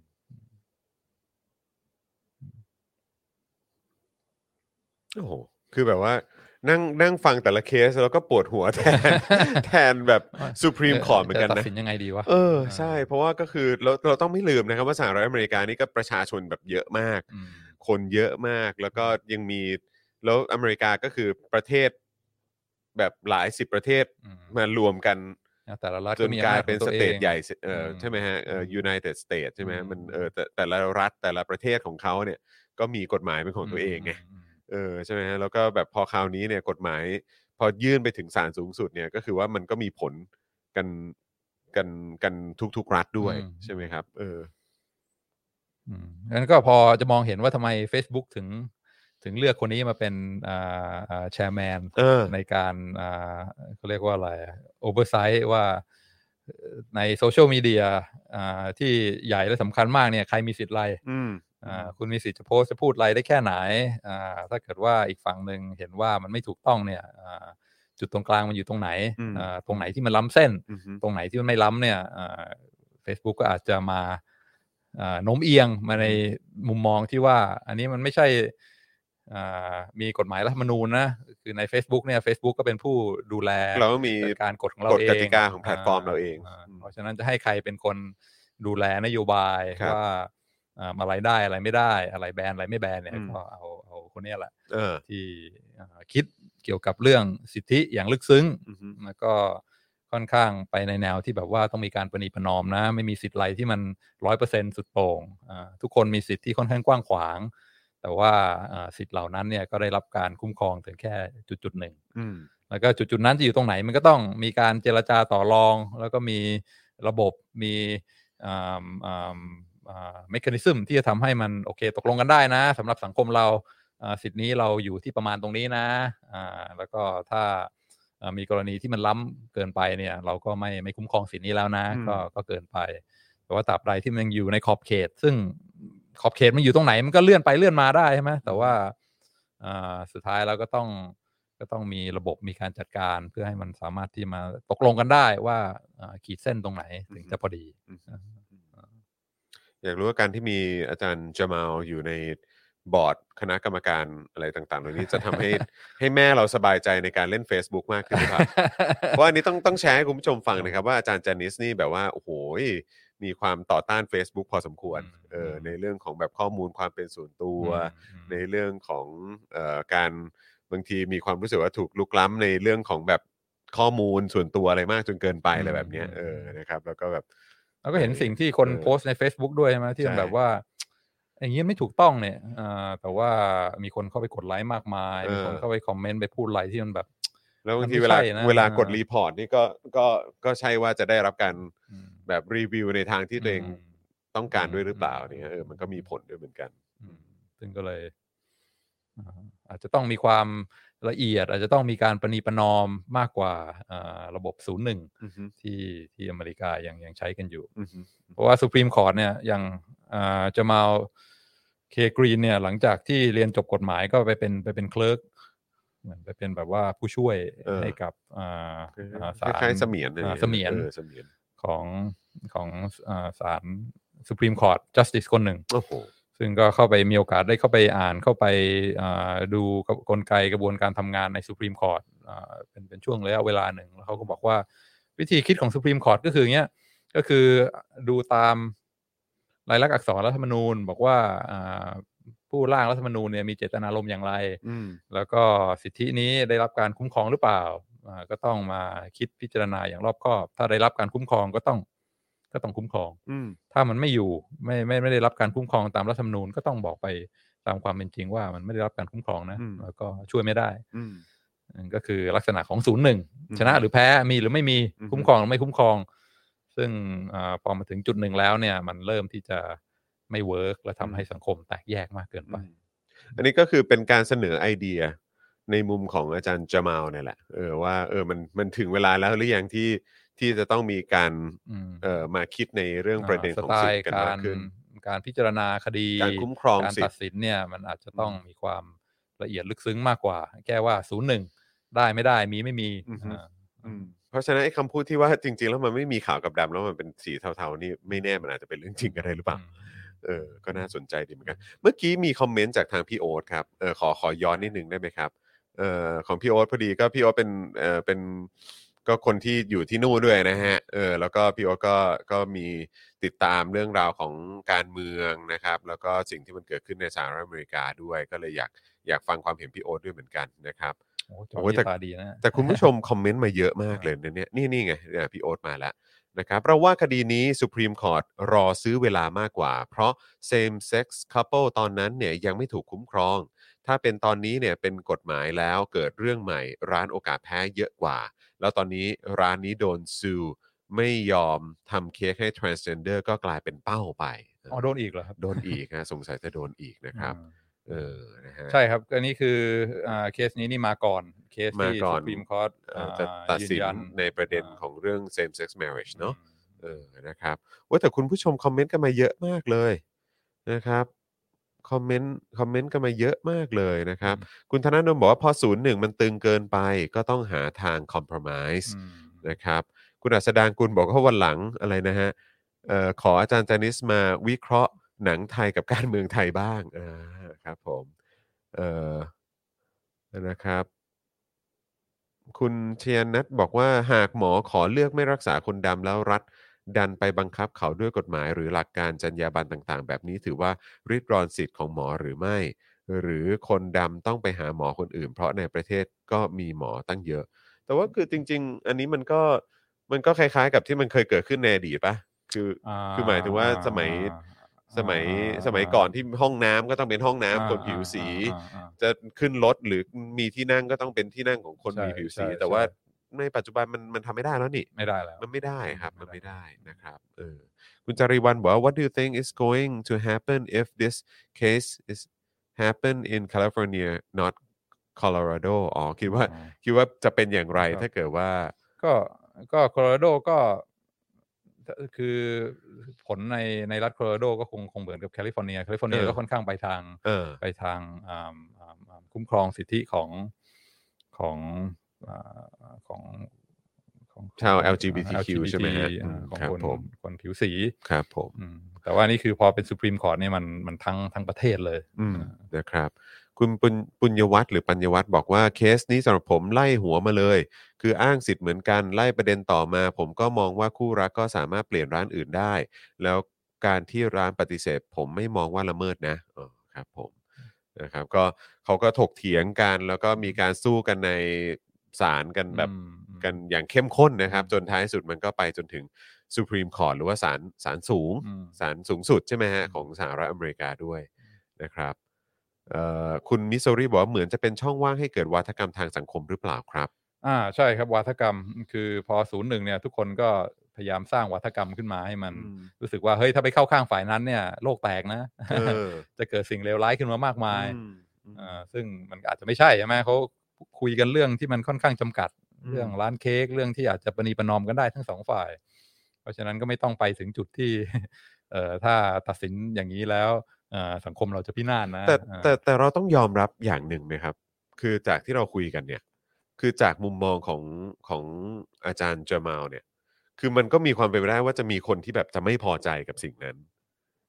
Speaker 2: โอ้โห คือแบบว่า นั่งนั่งฟังแต่ละเคสแล้วก็ปวดหัวแท
Speaker 3: (laughs)
Speaker 2: น แทนแบบสุพรีมคอร์เหมือนกัน
Speaker 3: จะตั
Speaker 2: นะ
Speaker 3: ดสินยังไงดีวะ
Speaker 2: เออ ใช่ เพราะว่าก็คือเราเราต้องไม่ลืมนะครับว่าสหรัฐอเมริกานี่ก็ประชาชนแบบเยอะมาก
Speaker 3: อืม
Speaker 2: คนเยอะมากแล้วก็ยังมี แล้วอเมริกาก็คือประเทศแบบหลายสิบประเทศ
Speaker 3: อืม
Speaker 2: มารวมกัน
Speaker 3: แต่ละรัฐ
Speaker 2: จน
Speaker 3: มี
Speaker 2: กลาย
Speaker 3: อำจ
Speaker 2: เป็น
Speaker 3: ของ
Speaker 2: ส
Speaker 3: ว
Speaker 2: เต
Speaker 3: อง
Speaker 2: ทใหญ่เสเอออ
Speaker 3: ม
Speaker 2: ใช่ไหมฮะเออ United States ใช่ไหมฮะ
Speaker 3: อืม
Speaker 2: มันเออแต่แต่ละรัฐแต่ละประเทศของเขาเนี่ย ก็มีกฎหมายเป็นของตัวเองไง
Speaker 3: ม
Speaker 2: เออใช่ไหมฮะแล้วก็แบบพอคราวนี้เนี่ยกฎหมาย พอยื่นไปถึงศาลสูงสุดเนี่ยก็คือว่ามันก็มีผลกันกันกันทุกๆรัฐด้วยใช่ไหมครับ เออ
Speaker 3: อืมงั้นก็พอจะมองเห็นว่าทำไม Facebook ถึง ถึงเลือกคนนี้มาเป็นอ่าอ่าแชร์แมน
Speaker 2: เออ
Speaker 3: ในการอ่าเขาเรียกว่าอะไรโอเวอร์ไซต์ว่าเอ่อในโซเชียลมีเดียที่ใหญ่และสำคัญมากเนี่ยใครมีสิทธิ์อะไร
Speaker 2: อืม
Speaker 3: อ่าคุณมีสิทธิ์จะโพสต์จะพูดอะไรได้แค่ไหนอ่าถ้าเกิดว่าอีกฝั่งหนึ่งเห็นว่ามันไม่ถูกต้องเนี่ยอ่าจุดตรงกลางมันอยู่ตรงไหน
Speaker 2: อืม
Speaker 3: อ่าตรงไหนที่มันล้ำเส้น
Speaker 2: อืมฮึ
Speaker 3: ตรงไหนที่มันไม่ล้ำเนี่ยเฟซบุ๊กก็อาจจะมาอ่าโน้มเอียงมาในมุมมองที่ว่า อันนี้มันไม่ใช่อ่ามีกฎหมายรัฐธรรมนูญนะ คือใน Facebook เนี่ย Facebook ก็เป็นผู้ดูแล
Speaker 2: เราก็มี
Speaker 3: จัดการกฎของเราเอง
Speaker 2: กฎกติกาของแพลตฟอร์มเราเองอืม
Speaker 3: เพราะฉะนั้นจะให้ใครเป็นคนดูแลนโยบาย
Speaker 2: ครับ
Speaker 3: ว่าอ่าอะไรได้อะไรไม่ได้อะไรแบนอะไรไม่แบนเนี่ย
Speaker 2: อืม
Speaker 3: ก็เอาเอาคนเนี้ยแหละ
Speaker 2: เออ
Speaker 3: ที่อ่าคิดเกี่ยวกับเรื่องสิทธิอย่างลึกซึ้ง
Speaker 2: อืมฮึ
Speaker 3: แล้วก็ค่อนข้างไปในแนวที่แบบว่าต้องมีการประนีประนอมนะ ไม่มีสิทธิ์อะไรที่มันร้อยเปอร์เซ็นสุดโต่งอ่าทุกคนมีสิทธิ์ที่ค่อนข้างกว้างขวาง แต่ว่าอ่าสิทธิ์เหล่านั้นเนี่ยก็ได้รับการคุ้มครองถึงแค่จุดจุดๆหนึ่ง
Speaker 2: อืม
Speaker 3: แล้วก็จุดจุดๆนั้นจะอยู่ตรงไหนมันก็ต้องมีการเจรจาต่อรอง แล้วก็มีระบบมีเมคานิซึมที่จะทำให้มันโอเคตกลงกันได้นะสำหรับสังคมเราอ่าสิทธินี้เราอยู่ที่ประมาณตรงนี้นะอ่าแล้วก็ถ้าเอ่อมีกรณีที่มันล้ำเกินไปเนี่ยเราก็ไม่ไม่คุ้มครองสิทธินี้แล้วนะ
Speaker 2: อืม
Speaker 3: ก็ก็เกินไป แต่ว่าตราบใดที่มันยังอยู่ในขอบเขต ซึ่งขอบเขตมันอยู่ตรงไหนมันก็เลื่อนไปเลื่อนมาได้ใช่ไหมแต่ว่าอ่าสุดท้ายเราก็ต้องก็ต้องมีระบบมีการจัดการเพื่อให้มันสามารถที่มาตกลงกันได้ว่าอ่าขีดเส้นตรงไหนถึงจะพอดี
Speaker 2: อืมฮึอยากรู้ว่าการที่มีอาจารย์จามาลอยู่ในบอร์ดคณะกรรมการอะไรต่างๆเหล่านี้จะทำให้ (laughs) ให้แม่เราสบายใจในการเล่น Facebook มากขึ้นหรือเปล่า เพราะอันนี้ต้องต้องแชร์ให้คุณผู้ชมฟังนะครับว่าอาจารย์จานิสนี่แบบว่า โอ้โหยมีความต่อต้าน Facebook พอสมควร
Speaker 3: อืม
Speaker 2: เอออ
Speaker 3: ม
Speaker 2: ในเรื่องของแบบข้อมูลความเป็นส่วนตัว
Speaker 3: อืม
Speaker 2: ในเรื่องของเออการบางทีมีความรู้สึกว่าถูกลุกล้ำในเรื่องของแบบข้อมูลส่วนตัวอะไรมากจนเกินไปอะไรแบบเนี้ยเออนะครับ แล้วก็แบบ
Speaker 3: แล้วก็เห็นสิ่งที่คน
Speaker 2: เออ
Speaker 3: โพสต์ใน Facebook ด้วยใช่ไหมที่มัน
Speaker 2: ใช่
Speaker 3: แบบว่า อย่างนี้ยไม่ถูกต้องเนี่ยอ่าแต่ว่ามีคนเข้าไปกดไลค์มากมาย มีคน
Speaker 2: เออ
Speaker 3: เข้าไปคอมเมนต์ไปพูดอะไรที่มันแบบ
Speaker 2: แล้วบางที
Speaker 3: มัน
Speaker 2: เว
Speaker 3: ไม่ใช่
Speaker 2: ลา
Speaker 3: นะ
Speaker 2: เวลากด
Speaker 3: อ่า
Speaker 2: รีพอร์ตนี่ก็ก็ก็ใช่ว่าจะได้รับการ
Speaker 3: อืม
Speaker 2: แบบรีวิวในทางที่ตัวเอง
Speaker 3: อืม
Speaker 2: ต้องการด้วยหรือเปล่า
Speaker 3: อืม
Speaker 2: เนี่ยเออมันก็มีผลด้วยเหมือนกัน
Speaker 3: อืมซึ่งก็เลยอ่าอาจจะต้องมีความ ละเอียดอาจจะต้องมีการประนีประนอมมากกว่าเอ่อระบบ 01
Speaker 2: อืมฮึ
Speaker 3: ที่ที่อเมริกายังยังใช้กันอยู่
Speaker 2: อืมฮึ
Speaker 3: เพราะว่าสุ r รีมคอร์ t เนี่ยอย่างจะมาเคกรีนเนี่ยหลังจากที่เรียนจบกฎหมายก็ไปเป็นไปเป็นเคลิร์กเหมือนไปเป็นแบบว่าผู้ช่วยให้กับอ่าอ่าศาล
Speaker 2: คล้ายๆเสมียนอะไรอาง
Speaker 3: อ่า
Speaker 2: งี้
Speaker 3: เสมียน
Speaker 2: ออเสมียน
Speaker 3: ของของอ่าศาลสุ p รีมคอร์ t จัสติสคนหนึ่ง
Speaker 2: โอ้โห
Speaker 3: ซึ่งก็เข้าไปมีโอกาสได้เข้าไปอ่านเข้าไปอ่าดูกับกลไกกระบวนการทำงานใน Supreme Court อ่าเป็นเป็นช่วงระยะเวลาหนึ่ง แล้วเขาก็บอกว่าวิธีคิดของ Supreme Court ก็คืออย่างเงี้ยก็คือดูตามลายลักษณ์อักษรรัฐธรรมนูญ บอกว่าอ่าผู้ร่างรัฐธรรมนูญเนี่ยมีเจตนารมณ์อย่างไร
Speaker 2: อืม
Speaker 3: แล้วก็สิทธินี้ได้รับการคุ้มครองหรือเปล่าอ่าก็ต้องมาคิดพิจารณาอย่างรอบคอบ ถ้าได้รับการคุ้มครองก็ต้องก็ต้องคุ้มครอง
Speaker 2: อืม
Speaker 3: ถ้ามันไม่อยู่ไม่ไม่ไม่ได้รับการคุ้มครองตามรัฐธรรมนูญก็ต้องบอกไปตามความเป็นจริงว่ามันไม่ได้รับการคุ้มครองนะ
Speaker 2: อืม
Speaker 3: แล้วก็ช่วยไม่ได้
Speaker 2: อืม
Speaker 3: อืมก็คือลักษณะของศูนย์หนึ่ง
Speaker 2: อืม
Speaker 3: ชนะหรือแพ้มีหรือไม่มี
Speaker 2: อืม
Speaker 3: คุ้มครองหรือไม่คุ้มครอง ซึ่งอาพอมาถึงจุดหนึ่งแล้วเนี่ย มันเริ่มที่จะไม่เวิร์กและทำให้สังคมแตกแยกมากเกินไป
Speaker 2: อันนี้ก็คือเป็นการเสนอไอเดียในมุมของอาจารย์จามาลเนี่ยแหละเออว่าเออมันมันถึงเวลาแล้วหรือยังที่ที่จะต้องมีการ
Speaker 3: อืม
Speaker 2: เออมาคิดในเรื่องประเด็น
Speaker 3: ส
Speaker 2: ของ
Speaker 3: ไต
Speaker 2: สิท
Speaker 3: ล์
Speaker 2: ธิ์กั
Speaker 3: กาม
Speaker 2: นาร กขึ้น
Speaker 3: การพิจารณาคดี
Speaker 2: การคุ้มครอง
Speaker 3: การ
Speaker 2: สิท
Speaker 3: ตัด
Speaker 2: ธิ์
Speaker 3: สินเนี่ยมันอาจจะต้องมีความละเอียดลึกซึ้งมากกว่า แก้ว่าศูนย์หนึ่งได้ไม่ได้มีไม่มี
Speaker 2: อือฮึ
Speaker 3: อ่า
Speaker 2: อืมเพราะฉะนั้นไอ้คำพูดที่ว่าจริง ๆ แล้วมันไม่มีขาวกับดำแล้วมันเป็นสีเทาๆนี่ไม่แน่มันอาจจะเป็นเรื่องจริงก็ได้หรือเปล่า
Speaker 3: อืม
Speaker 2: เออ ก็น่าสนใจดีเหมือนกัน เมื่อกี้มีคอมเมนต์จากทางพี่โอ๊ตครับ เออขอขอย้อนนิดนึงได้ไหมครับ เออของพี่โอ๊ตพอดีก็พี่โอ๊ตเป็น เออเป็น ก็คนที่อยู่ที่นู่นด้วยนะฮะ เออ แล้วก็พี่โอ๊ตก็ ก็มีติดตามเรื่องราวของการเมืองนะครับ แล้วก็สิ่งที่มันเกิดขึ้นในสหรัฐอเมริกาด้วย ก็เลยอยาก อยากฟังความเห็นพี่โอ๊ตด้วยเหมือนกันนะครับ
Speaker 3: โอ้
Speaker 2: โอ้
Speaker 3: โห
Speaker 2: แต่
Speaker 3: ตาดีนะ
Speaker 2: แต่คุณผู้ชม คอมเมนต์มาเยอะมากเลยนะเนี่ยนี่นี่ไงเนี่ยพี่โอ๊ตมาแล้วนะครับเราว่าคดีนี้สุ p r e m e Court รอซื้อเวลามากกว่า เพราะ same sex couple ตอนนั้นเนี่ยยังไม่ถูกคุ้มครอง ถ้าเป็นตอนนี้เนี่ยเป็นกฎหมายแล้วเกิดเรื่องใหม่ ร้านโอกาสแพ้เยอะกว่า แล้วตอนนี้ร้านนี้โดนซูไม่ยอมทำเค้กให้ transgender ก็กลายเป็นเป้าไป
Speaker 3: อ๋อโดนอีกเหรอครับ
Speaker 2: โดนอีกนะสงสัยจะโดนอีกนะครับ
Speaker 3: อืม
Speaker 2: เออนะฮะ
Speaker 3: ใช่ครับอันนี้คืออ่าเคสนี้นี่มาก่อน เคสที่
Speaker 2: มาก่อน
Speaker 3: สุพรีมคอร์ต
Speaker 2: เอ่อจะตัดสินในประเด็นของเรื่อง same sex marriage เนาะ เออ นะครับว่าแต่คุณผู้ชมคอมเมนต์กันมาเยอะมากเลยนะครับ คอมเมนต์ คอมเมนต์กันมาเยอะมากเลยนะครับ คุณธนาโนมบอกว่าพอศูนย์หนึ่งมันตึงเกินไป ก็ต้องหาทางคอมเพลมไพร์นะครับ คุณอัศดางกุลบอกว่าวันหลังอะไรนะฮะเอ่อขออาจารย์จานิสมาวิเคราะห์หนังไทยกับการเมืองไทยบ้าง อ่า ครับผม เอ่อ นะครับ คุณเชียนัทบอกว่าหากหมอขอเลือกไม่รักษาคนดำแล้วรัฐ ดันไปบังคับเขาด้วยกฎหมาย หรือหลักการจรรยาบรรณต่างๆ แบบนี้ถือว่าริดรอนสิทธิ์ของหมอหรือไม่ หรือคนดำต้องไปหาหมอคนอื่น เพราะในประเทศก็มีหมอตั้งเยอะ แต่ว่าคือจริง ๆ อันนี้มันก็มันก็คล้ายๆ กับที่มันเคยเกิดขึ้นในอดีตปะคือ คือหมายถึงว่าสมัย สมัยสมัยก่อนที่ห้องน้ำก็ต้องเป็นห้องน้ำคนผิวสี จะขึ้นรถหรือมีที่นั่งก็ต้องเป็นที่นั่งของคน
Speaker 3: ใช่
Speaker 2: มีผิวสี
Speaker 3: ใช่
Speaker 2: แต่ว่า
Speaker 3: ใช่
Speaker 2: ในปัจจุบันมันมันทำไม่ได้แล้วนี่
Speaker 3: ไม่ได้แล้ว
Speaker 2: มันไม่ได้ครับ
Speaker 3: ไม่ได้
Speaker 2: มันไม่ได้นะครับเออคุณจารีวันบอกว่า what do you think is going to happen if this case is happen in California not Colorado อ๋อคิดว่า
Speaker 3: อืม
Speaker 2: คิดว่าจะเป็นอย่างไร
Speaker 3: ครับ
Speaker 2: ถ้าเกิดว่า
Speaker 3: ก็ก็โคโลราโดก็คือผลในในรัฐโคโลราโดก็คงคงเหมือนกับแคลิฟอร์เนียแคลิฟอร์เนีย
Speaker 2: เออ
Speaker 3: ก็ค่อนข้างไปทาง
Speaker 2: เออ
Speaker 3: ไปทางอ่าอ่าอ่าคุ้มครองสิทธิของของอ่าของของ
Speaker 2: ชาว
Speaker 3: ของ
Speaker 2: LGBTQ ใช่ไหมฮะ
Speaker 3: อ่า
Speaker 2: อืม
Speaker 3: ของ
Speaker 2: ครับ
Speaker 3: คน
Speaker 2: ผม
Speaker 3: คนผิวสี
Speaker 2: ครับผม
Speaker 3: อืมแต่ว่านี่คือพอเป็นสุพรีมคอร์ t เนี่ยมันมันทั้งทั้งประเทศเลย
Speaker 2: อืม
Speaker 3: อ่า
Speaker 2: นะครับ คุณปุญปุญญวัฒน์หรือปัญญวัฒน์บอกว่าเคสนี้สำหรับผมไล่หัวมาเลย คืออ้างสิทธิ์เหมือนกันไล่ประเด็นต่อมา ผมก็มองว่าคู่รักก็สามารถเปลี่ยนร้านอื่นได้ แล้วการที่ร้านปฏิเสธ ผมไม่มองว่าละเมิดนะอ๋อครับผมนะครับก็เขาก็ถกเถียงกัน แล้วก็มีการสู้กันในศาลกันแบบ
Speaker 3: อืมอืม
Speaker 2: กันอย่างเข้มข้นนะครับ
Speaker 3: อืม
Speaker 2: จนท้ายสุดมันก็ไปจนถึง Supreme Court หรือว่าศาลศาลสูง
Speaker 3: อืม
Speaker 2: ศาลสูงสุดใช่ไหมฮะ
Speaker 3: อืม
Speaker 2: ของสหรัฐอเมริกาด้วยนะครับเอ่อคุณมิสโซรีบอกว่าเหมือนจะเป็นช่องว่างให้เกิดวาทกรรมทางสังคมหรือเปล่าครับ
Speaker 3: อ่าใช่ครับวาทกรรมคือพอศูนย์หนึ่งเนี่ย ทุกคนก็พยายามสร้างวาทกรรมขึ้นมาให้มัน รู้สึกว่าเฮ้ยถ้าไปเข้าข้างฝ่ายนั้นเนี่ยโลกแตกนะ
Speaker 2: เออ
Speaker 3: (laughs) จะเกิดสิ่งเลวร้ายขึ้นมามากมาย
Speaker 2: อืมอืม
Speaker 3: อ่าซึ่งมันก็อาจจะไม่ใช่ใช่ไหมเขา คุยกันเรื่องที่มันค่อนข้างจำกัด
Speaker 1: อืม
Speaker 3: เรื่องร้านเค้กเรื่องที่อาจจะประนีประนอมกันได้ทั้งสองฝ่าย เพราะฉะนั้นก็ไม่ต้องไปถึงจุดที่ (laughs) เอ่อถ้าตัดสินอย่างนี้แล้วเอ่อสังคมเราจะพินาศนะ
Speaker 2: แต่
Speaker 3: เออ
Speaker 2: แต่แต่เราต้องยอมรับอย่างหนึ่งนะครับ คือจากที่เราคุยกันเนี่ย คือจากมุมมองของของอาจารย์เจอมาลเนี่ย คือมันก็มีความเป็นไปได้ว่าจะมีคนที่แบบจะไม่พอใจกับสิ่งนั้น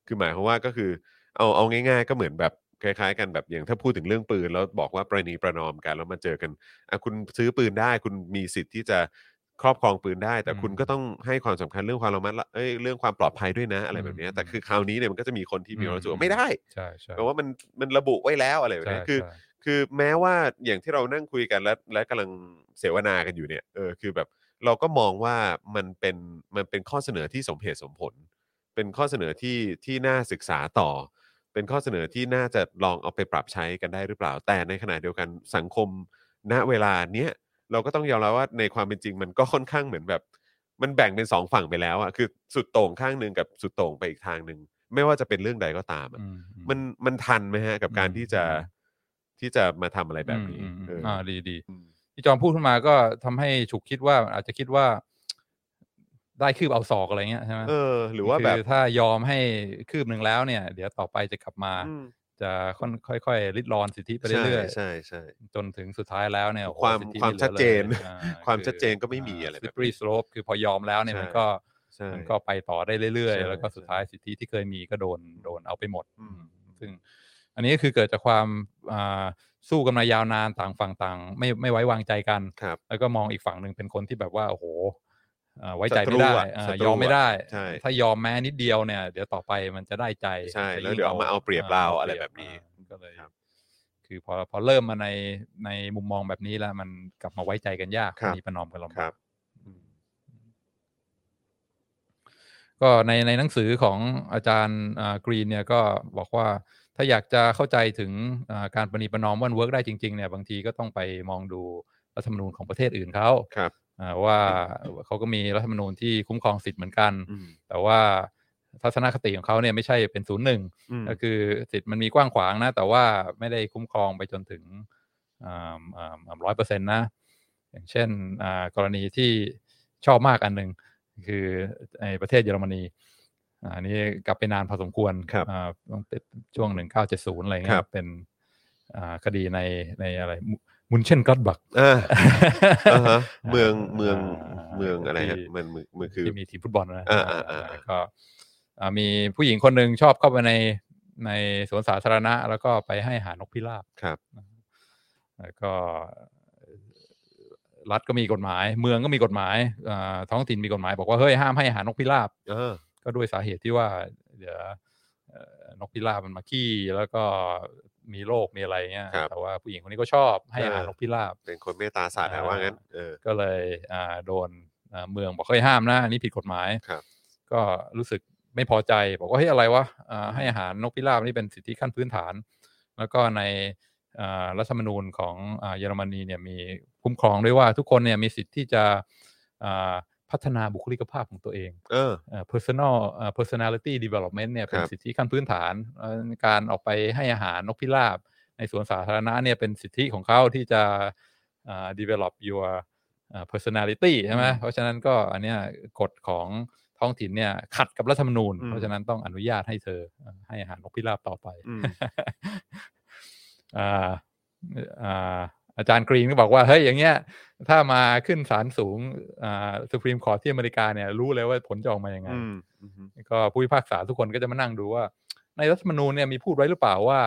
Speaker 2: คือหมายความว่าก็คือ เอาเอาง่าย ๆ ก็เหมือนแบบคล้าย ๆ กันแบบอย่างถ้าพูดถึงเรื่องปืน แล้วบอกว่าประนีประนอมกันแล้วมาเจอกันอ่ะคุณซื้อปืนได้ คุณมีสิทธิ์ที่จะครอบครองปืนได้ แต่
Speaker 3: อืม
Speaker 2: คุณก็ต้องให้ความสำคัญเรื่องความระมัดระเอ้ยเรื่องความปลอดภัยด้วยนะ อะไรแบบเนี้ย
Speaker 3: อืม
Speaker 2: แต่คือคราวนี้เนี่ยมันก็จะมีคนที่มีความรู้สึกว่าไม่ได้
Speaker 3: ใช่ใช่
Speaker 2: แปลว่ามันมันระบุไว้แล้วอะไรแบบ
Speaker 3: ใช่
Speaker 2: นี้คือ
Speaker 3: ใช่
Speaker 2: คือแม้ว่าอย่างที่เรานั่งคุยกันและและกำลังเสวนากันอยู่เนี่ยเออคือแบบเราก็มองว่ามันเป็นมันเป็นข้อเสนอที่สมเหตุสมผล เป็นข้อเสนอที่ที่น่าศึกษาต่อ เป็นข้อเสนอที่น่าจะลองเอาไปปรับใช้กันได้หรือเปล่า แต่ในขณะเดียวกันสังคมณเวลาเนี้ยเราก็ต้องยอมรับว่าในความเป็นจริงมันก็ค่อนข้างเหมือนแบบ มันแบ่งเป็นสองฝั่งไปแล้วอะคือสุดโต่งข้างหนึ่งกับสุดโต่งไปอีกทางหนึ่งไม่ว่าจะเป็นเรื่องใดก็ตามอะ
Speaker 3: อือื
Speaker 2: มันมันทันไหมฮะ กับการ
Speaker 3: อืม
Speaker 2: ที่จะ
Speaker 3: อืม
Speaker 2: ที่จะมาทำอะไรแบบนี้
Speaker 3: อืมอืม
Speaker 2: เออ
Speaker 3: อืม
Speaker 2: อ
Speaker 3: อ่าดีดี
Speaker 2: อืม
Speaker 3: ที่จอมพูดขึ้นมาก็ทำให้ฉุกคิดว่าอาจจะคิดว่า ได้คืบเอาศอกอะไรเงี้ยใช่ไหม
Speaker 2: เออ หรือว่าแบบ
Speaker 3: คืถ้ายอมให้คืบหนึ่งแล้วเนี่ย เดี๋ยวต่อไปจะกลับมา
Speaker 2: อืม
Speaker 3: จะค่อนค่อยๆริดรอนสิทธิไป
Speaker 2: ใช่
Speaker 3: เรื่อย
Speaker 2: ใช่ใช่
Speaker 3: ๆจนถึงสุดท้ายแล้วเนี่ยโอ้โห
Speaker 2: ความ
Speaker 3: สิทธิ
Speaker 2: ความ
Speaker 3: ไ
Speaker 2: ชัดเจน
Speaker 3: หลือลยอ่
Speaker 2: ความ
Speaker 3: อ
Speaker 2: ชัดเจนก็ไม่มีอะไรแบบนี้
Speaker 3: า slippery slope คือพอยอมแล้วเนี่ย
Speaker 2: ใช่
Speaker 3: มันก็
Speaker 2: ใช่
Speaker 3: มันก็ไปต่อได้เรื่อย
Speaker 2: ใช่
Speaker 3: ๆ แล้วก็สุด
Speaker 2: ใช่
Speaker 3: ท้ายสิทธิที่เคยมีก็โดนโดนเอาไปหมด
Speaker 2: อืม
Speaker 3: อืมซึ่ง อันนี้ก็คือเกิดจากความอ่าสู้กันมายาวนานต่างฝั่งต่าง ไม่ไม่ไว้วางใจกัน
Speaker 2: ครับ
Speaker 3: แล้วก็มองอีกฝั่งหนึ่งเป็นคนที่แบบว่าโอ้โหเอ่อไว้ใจ
Speaker 2: ศัตรู
Speaker 3: ไม่ได้
Speaker 2: อะ
Speaker 3: เอ่อ
Speaker 2: ศัตรู
Speaker 3: ยอมไม่ได้
Speaker 2: ใช่
Speaker 3: ถ้ายอมแม้นิดเดียวเนี่ย เดี๋ยวต่อไปมันจะได้ใจ
Speaker 2: ใช่
Speaker 3: จะ
Speaker 2: แล้วเดี๋ยวเอามาเอาเปรียบเราอะไรแบบนี้
Speaker 3: อ่าก็เลย
Speaker 2: ครับ
Speaker 3: คือพอพอเริ่มมาในในมุมมองแบบนี้แล้ว มันกลับมาไว้ใจกันยาก
Speaker 2: ครับ
Speaker 3: มีประนอมกัน
Speaker 2: ค
Speaker 3: ลำบา
Speaker 2: รั
Speaker 3: ก
Speaker 2: บ
Speaker 3: ก็ในในหนังสือของอาจารย์กรีนเนี่ยก็บอกว่าถ้าอยากจะเข้าใจถึงอ่าการประนีประนอมวันเวิร์กได้จริงๆเนี่ยบางทีก็ต้องไปมองดูรัฐธรรมนูญของประเทศอื่นเขา
Speaker 2: ครับ
Speaker 3: อ่าว่าเขาก็มีรัฐธรรมนูญที่คุ้มครองสิทธิ์เหมือนกัน
Speaker 2: อืม
Speaker 3: แต่ว่าทัศนคติของเขาเนี่ยไม่ใช่เป็นศูนย์หนึ่ง
Speaker 2: อืม
Speaker 3: ก็คือสิทธิ์มันมีกว้างขวางนะ แต่ว่าไม่ได้คุ้มครองไปจนถึงร้อยเปอร์เซ็นต์นะ อย่างเช่นอ่ากรณีที่ชอบมากอันหนึ่งคือไอ้ประเทศเยอรมนีอ่าอันนี้กลับไปนานพอสมควร
Speaker 2: ครับ
Speaker 3: อ่าตั้งแต่ช่วงหนึ่งเก้าเจ็ดศูนย์อะไรเงี้
Speaker 2: ครั
Speaker 3: ย
Speaker 2: บ
Speaker 3: เป็นอ่าคดีในในอะไรมุนเชนกอตบัก
Speaker 2: อ่า (laughs) อ่าฮะเมืองเมืองเมืองอะไรฮะ
Speaker 3: ที่
Speaker 2: มันเมืองเมืองคือ
Speaker 3: ที่มีทีมฟุตบอลนะ
Speaker 2: อ่าอ่าอ่า
Speaker 3: แล้วก็อ่ามีผู้หญิงคนหนึ่งชอบเข้าไปในในสวนสาธารณะ แล้วก็ไปให้อาหารนกพิราบ
Speaker 2: ครับ
Speaker 3: แล้วก็รัฐก็มีกฎหมาย เมืองก็มีกฎหมายอ่าท้องถิ่นมีกฎหมาย บอกว่าเฮ้ยห้ามให้อาหารนกพิราบ
Speaker 2: เออ
Speaker 3: ก็ด้วยสาเหตุที่ว่า เดี๋ยวเอ่อนกพิราบมันมาขี้แล้วก็มีโรคมีอะไรเงี้ย
Speaker 2: ครับ
Speaker 3: แต่ว่าผู้หญิงคนนี้ก็ชอบให้อาหาร
Speaker 2: เออ
Speaker 3: นกพิราบ
Speaker 2: เป็นคนเมตตาศาสตร์
Speaker 3: อ่า
Speaker 2: ว่างั้น เออ
Speaker 3: ก็เลยอ่าโดนอ่าเมืองบอกเฮ้ยห้ามนะอันนี้ผิดกฎหมาย
Speaker 2: ครับ
Speaker 3: ก็รู้สึกไม่พอใจ บอกว่าเฮ้ยอะไรวะอ่าให้อาหารนกพิราบนี่เป็นสิทธิขั้นพื้นฐาน แล้วก็ในอ่ารัฐธรรมนูญของอ่าเยอรมนีเนี่ยมีคุ้มครองด้วยว่าทุกคนเนี่ยมีสิทธิ์ที่จะอ่าพัฒนาบุคลิกภาพของตัวเอง
Speaker 2: เออ
Speaker 3: เอ่อ personal เอ่อ personality development เนี่ยเป็น
Speaker 2: ครับ
Speaker 3: สิทธิขั้นพื้นฐานเอ่อการออกไปให้อาหารนกพิราบ ในสวนสาธารณะเนี่ยเป็นสิทธิของเขาที่จะอ่า develop your อ่า personality ใช่ไหมเพราะฉะนั้นก็อันเนี้ยกฎของท้องถิ่นเนี่ยขัดกับรัฐธรรมนูญ
Speaker 2: อืม
Speaker 3: เพราะฉะนั้นต้องอนุญาตให้เธอเอ่อให้อาหารนกพิราบต่อไป
Speaker 2: อืม
Speaker 3: (laughs) อ่าอ่าอาจารย์กรีนก็บอกว่าเฮ้ยอย่างเงี้ย ถ้ามาขึ้นศาลสูงสุพรีมคอร์ทที่อเมริกาเนี่ยรู้เลยว่าผลจะออกมายังไง
Speaker 2: อืมอืมอืม
Speaker 3: ก็ผู้พิพากษาทุกคนก็จะมานั่งดูว่า ในรัฐธรรมนูญเนี่ยมีพูดไว้หรือเปล่าว่า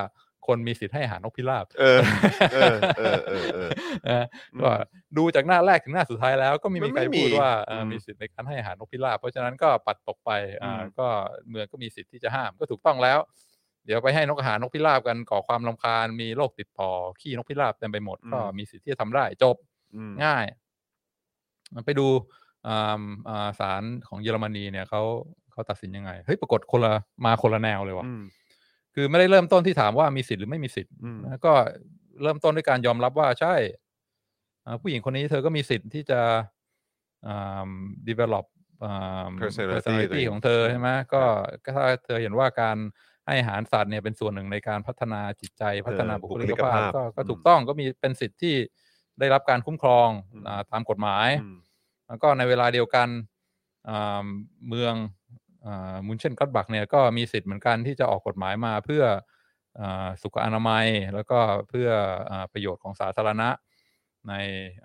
Speaker 3: คนมีสิทธิ์ให้อาหารนกพิราบ
Speaker 2: เออเออเออเออเออ
Speaker 3: นะก็ดูจากหน้าแรกถึงหน้าสุดท้ายแล้ว ก็ไม่
Speaker 2: มัน
Speaker 3: มี
Speaker 2: ไม่
Speaker 3: ใครพูดว่าเอ่ออ
Speaker 2: ม
Speaker 3: มีสิทธิ์ในการให้อาหารนกพิราบเพราะฉะนั้นก็ปัดตกไปอ่า
Speaker 2: อืม
Speaker 3: ก็เมืองก็มีสิทธิ์ที่จะห้ามก็ถูกต้องแล้ว เดี๋ยวไปให้นกอาหารนกพิราบกันก่อความรำคาญมีโรคติดต่อขี้นกพิราบเต็มไปหมด ก็มีสิทธิ์ที่จะทำได้จบ
Speaker 2: อืม
Speaker 3: ง่ายมันไปดูอ่าอ่าศาลของเยอรมนีเนี่ยเขาเขาตัดสินยังไง เฮ้ย ปรากฏคนละมาคนละแนวเลยว่ะ
Speaker 2: อืม
Speaker 3: คือไม่ได้เริ่มต้นที่ถามว่ามีสิทธิ์หรือไม่มีสิทธิ์
Speaker 2: อืม
Speaker 3: นะก็เริ่มต้นด้วยการยอมรับว่าใช่อ่าผู้หญิงคนนี้เธอก็มีสิทธิ์ที่จะอ่า develop อ่า
Speaker 2: Personality ตัว
Speaker 3: personality
Speaker 2: เอง
Speaker 3: ของเธอใช่ไหมก็ก็ถ้าเธอเห็นว่าการให้อาหารสัตว์เนี่ยเป็นส่วนหนึ่งในการพัฒนาจิตใจ พัฒนาบุคลิก
Speaker 2: บุคลิก
Speaker 3: ภาพ
Speaker 2: ภาพ
Speaker 3: ก็ก็
Speaker 2: อืม
Speaker 3: ถูกต้องก็มีเป็นสิทธิ์ที่ ได้รับการคุ้มครอง
Speaker 4: อืม
Speaker 3: อ่าตามกฎหมาย
Speaker 4: อืม
Speaker 3: แล้วก็ในเวลาเดียวกันอ่าเมืองมุนเช่นกัตบักเนี่ยก็มีสิทธิ์เหมือนกันที่จะออกกฎหมายมาเพื่ออาสุขอนามัย แล้วก็เพื่ออาประโยชน์ของสาธารณะ ใน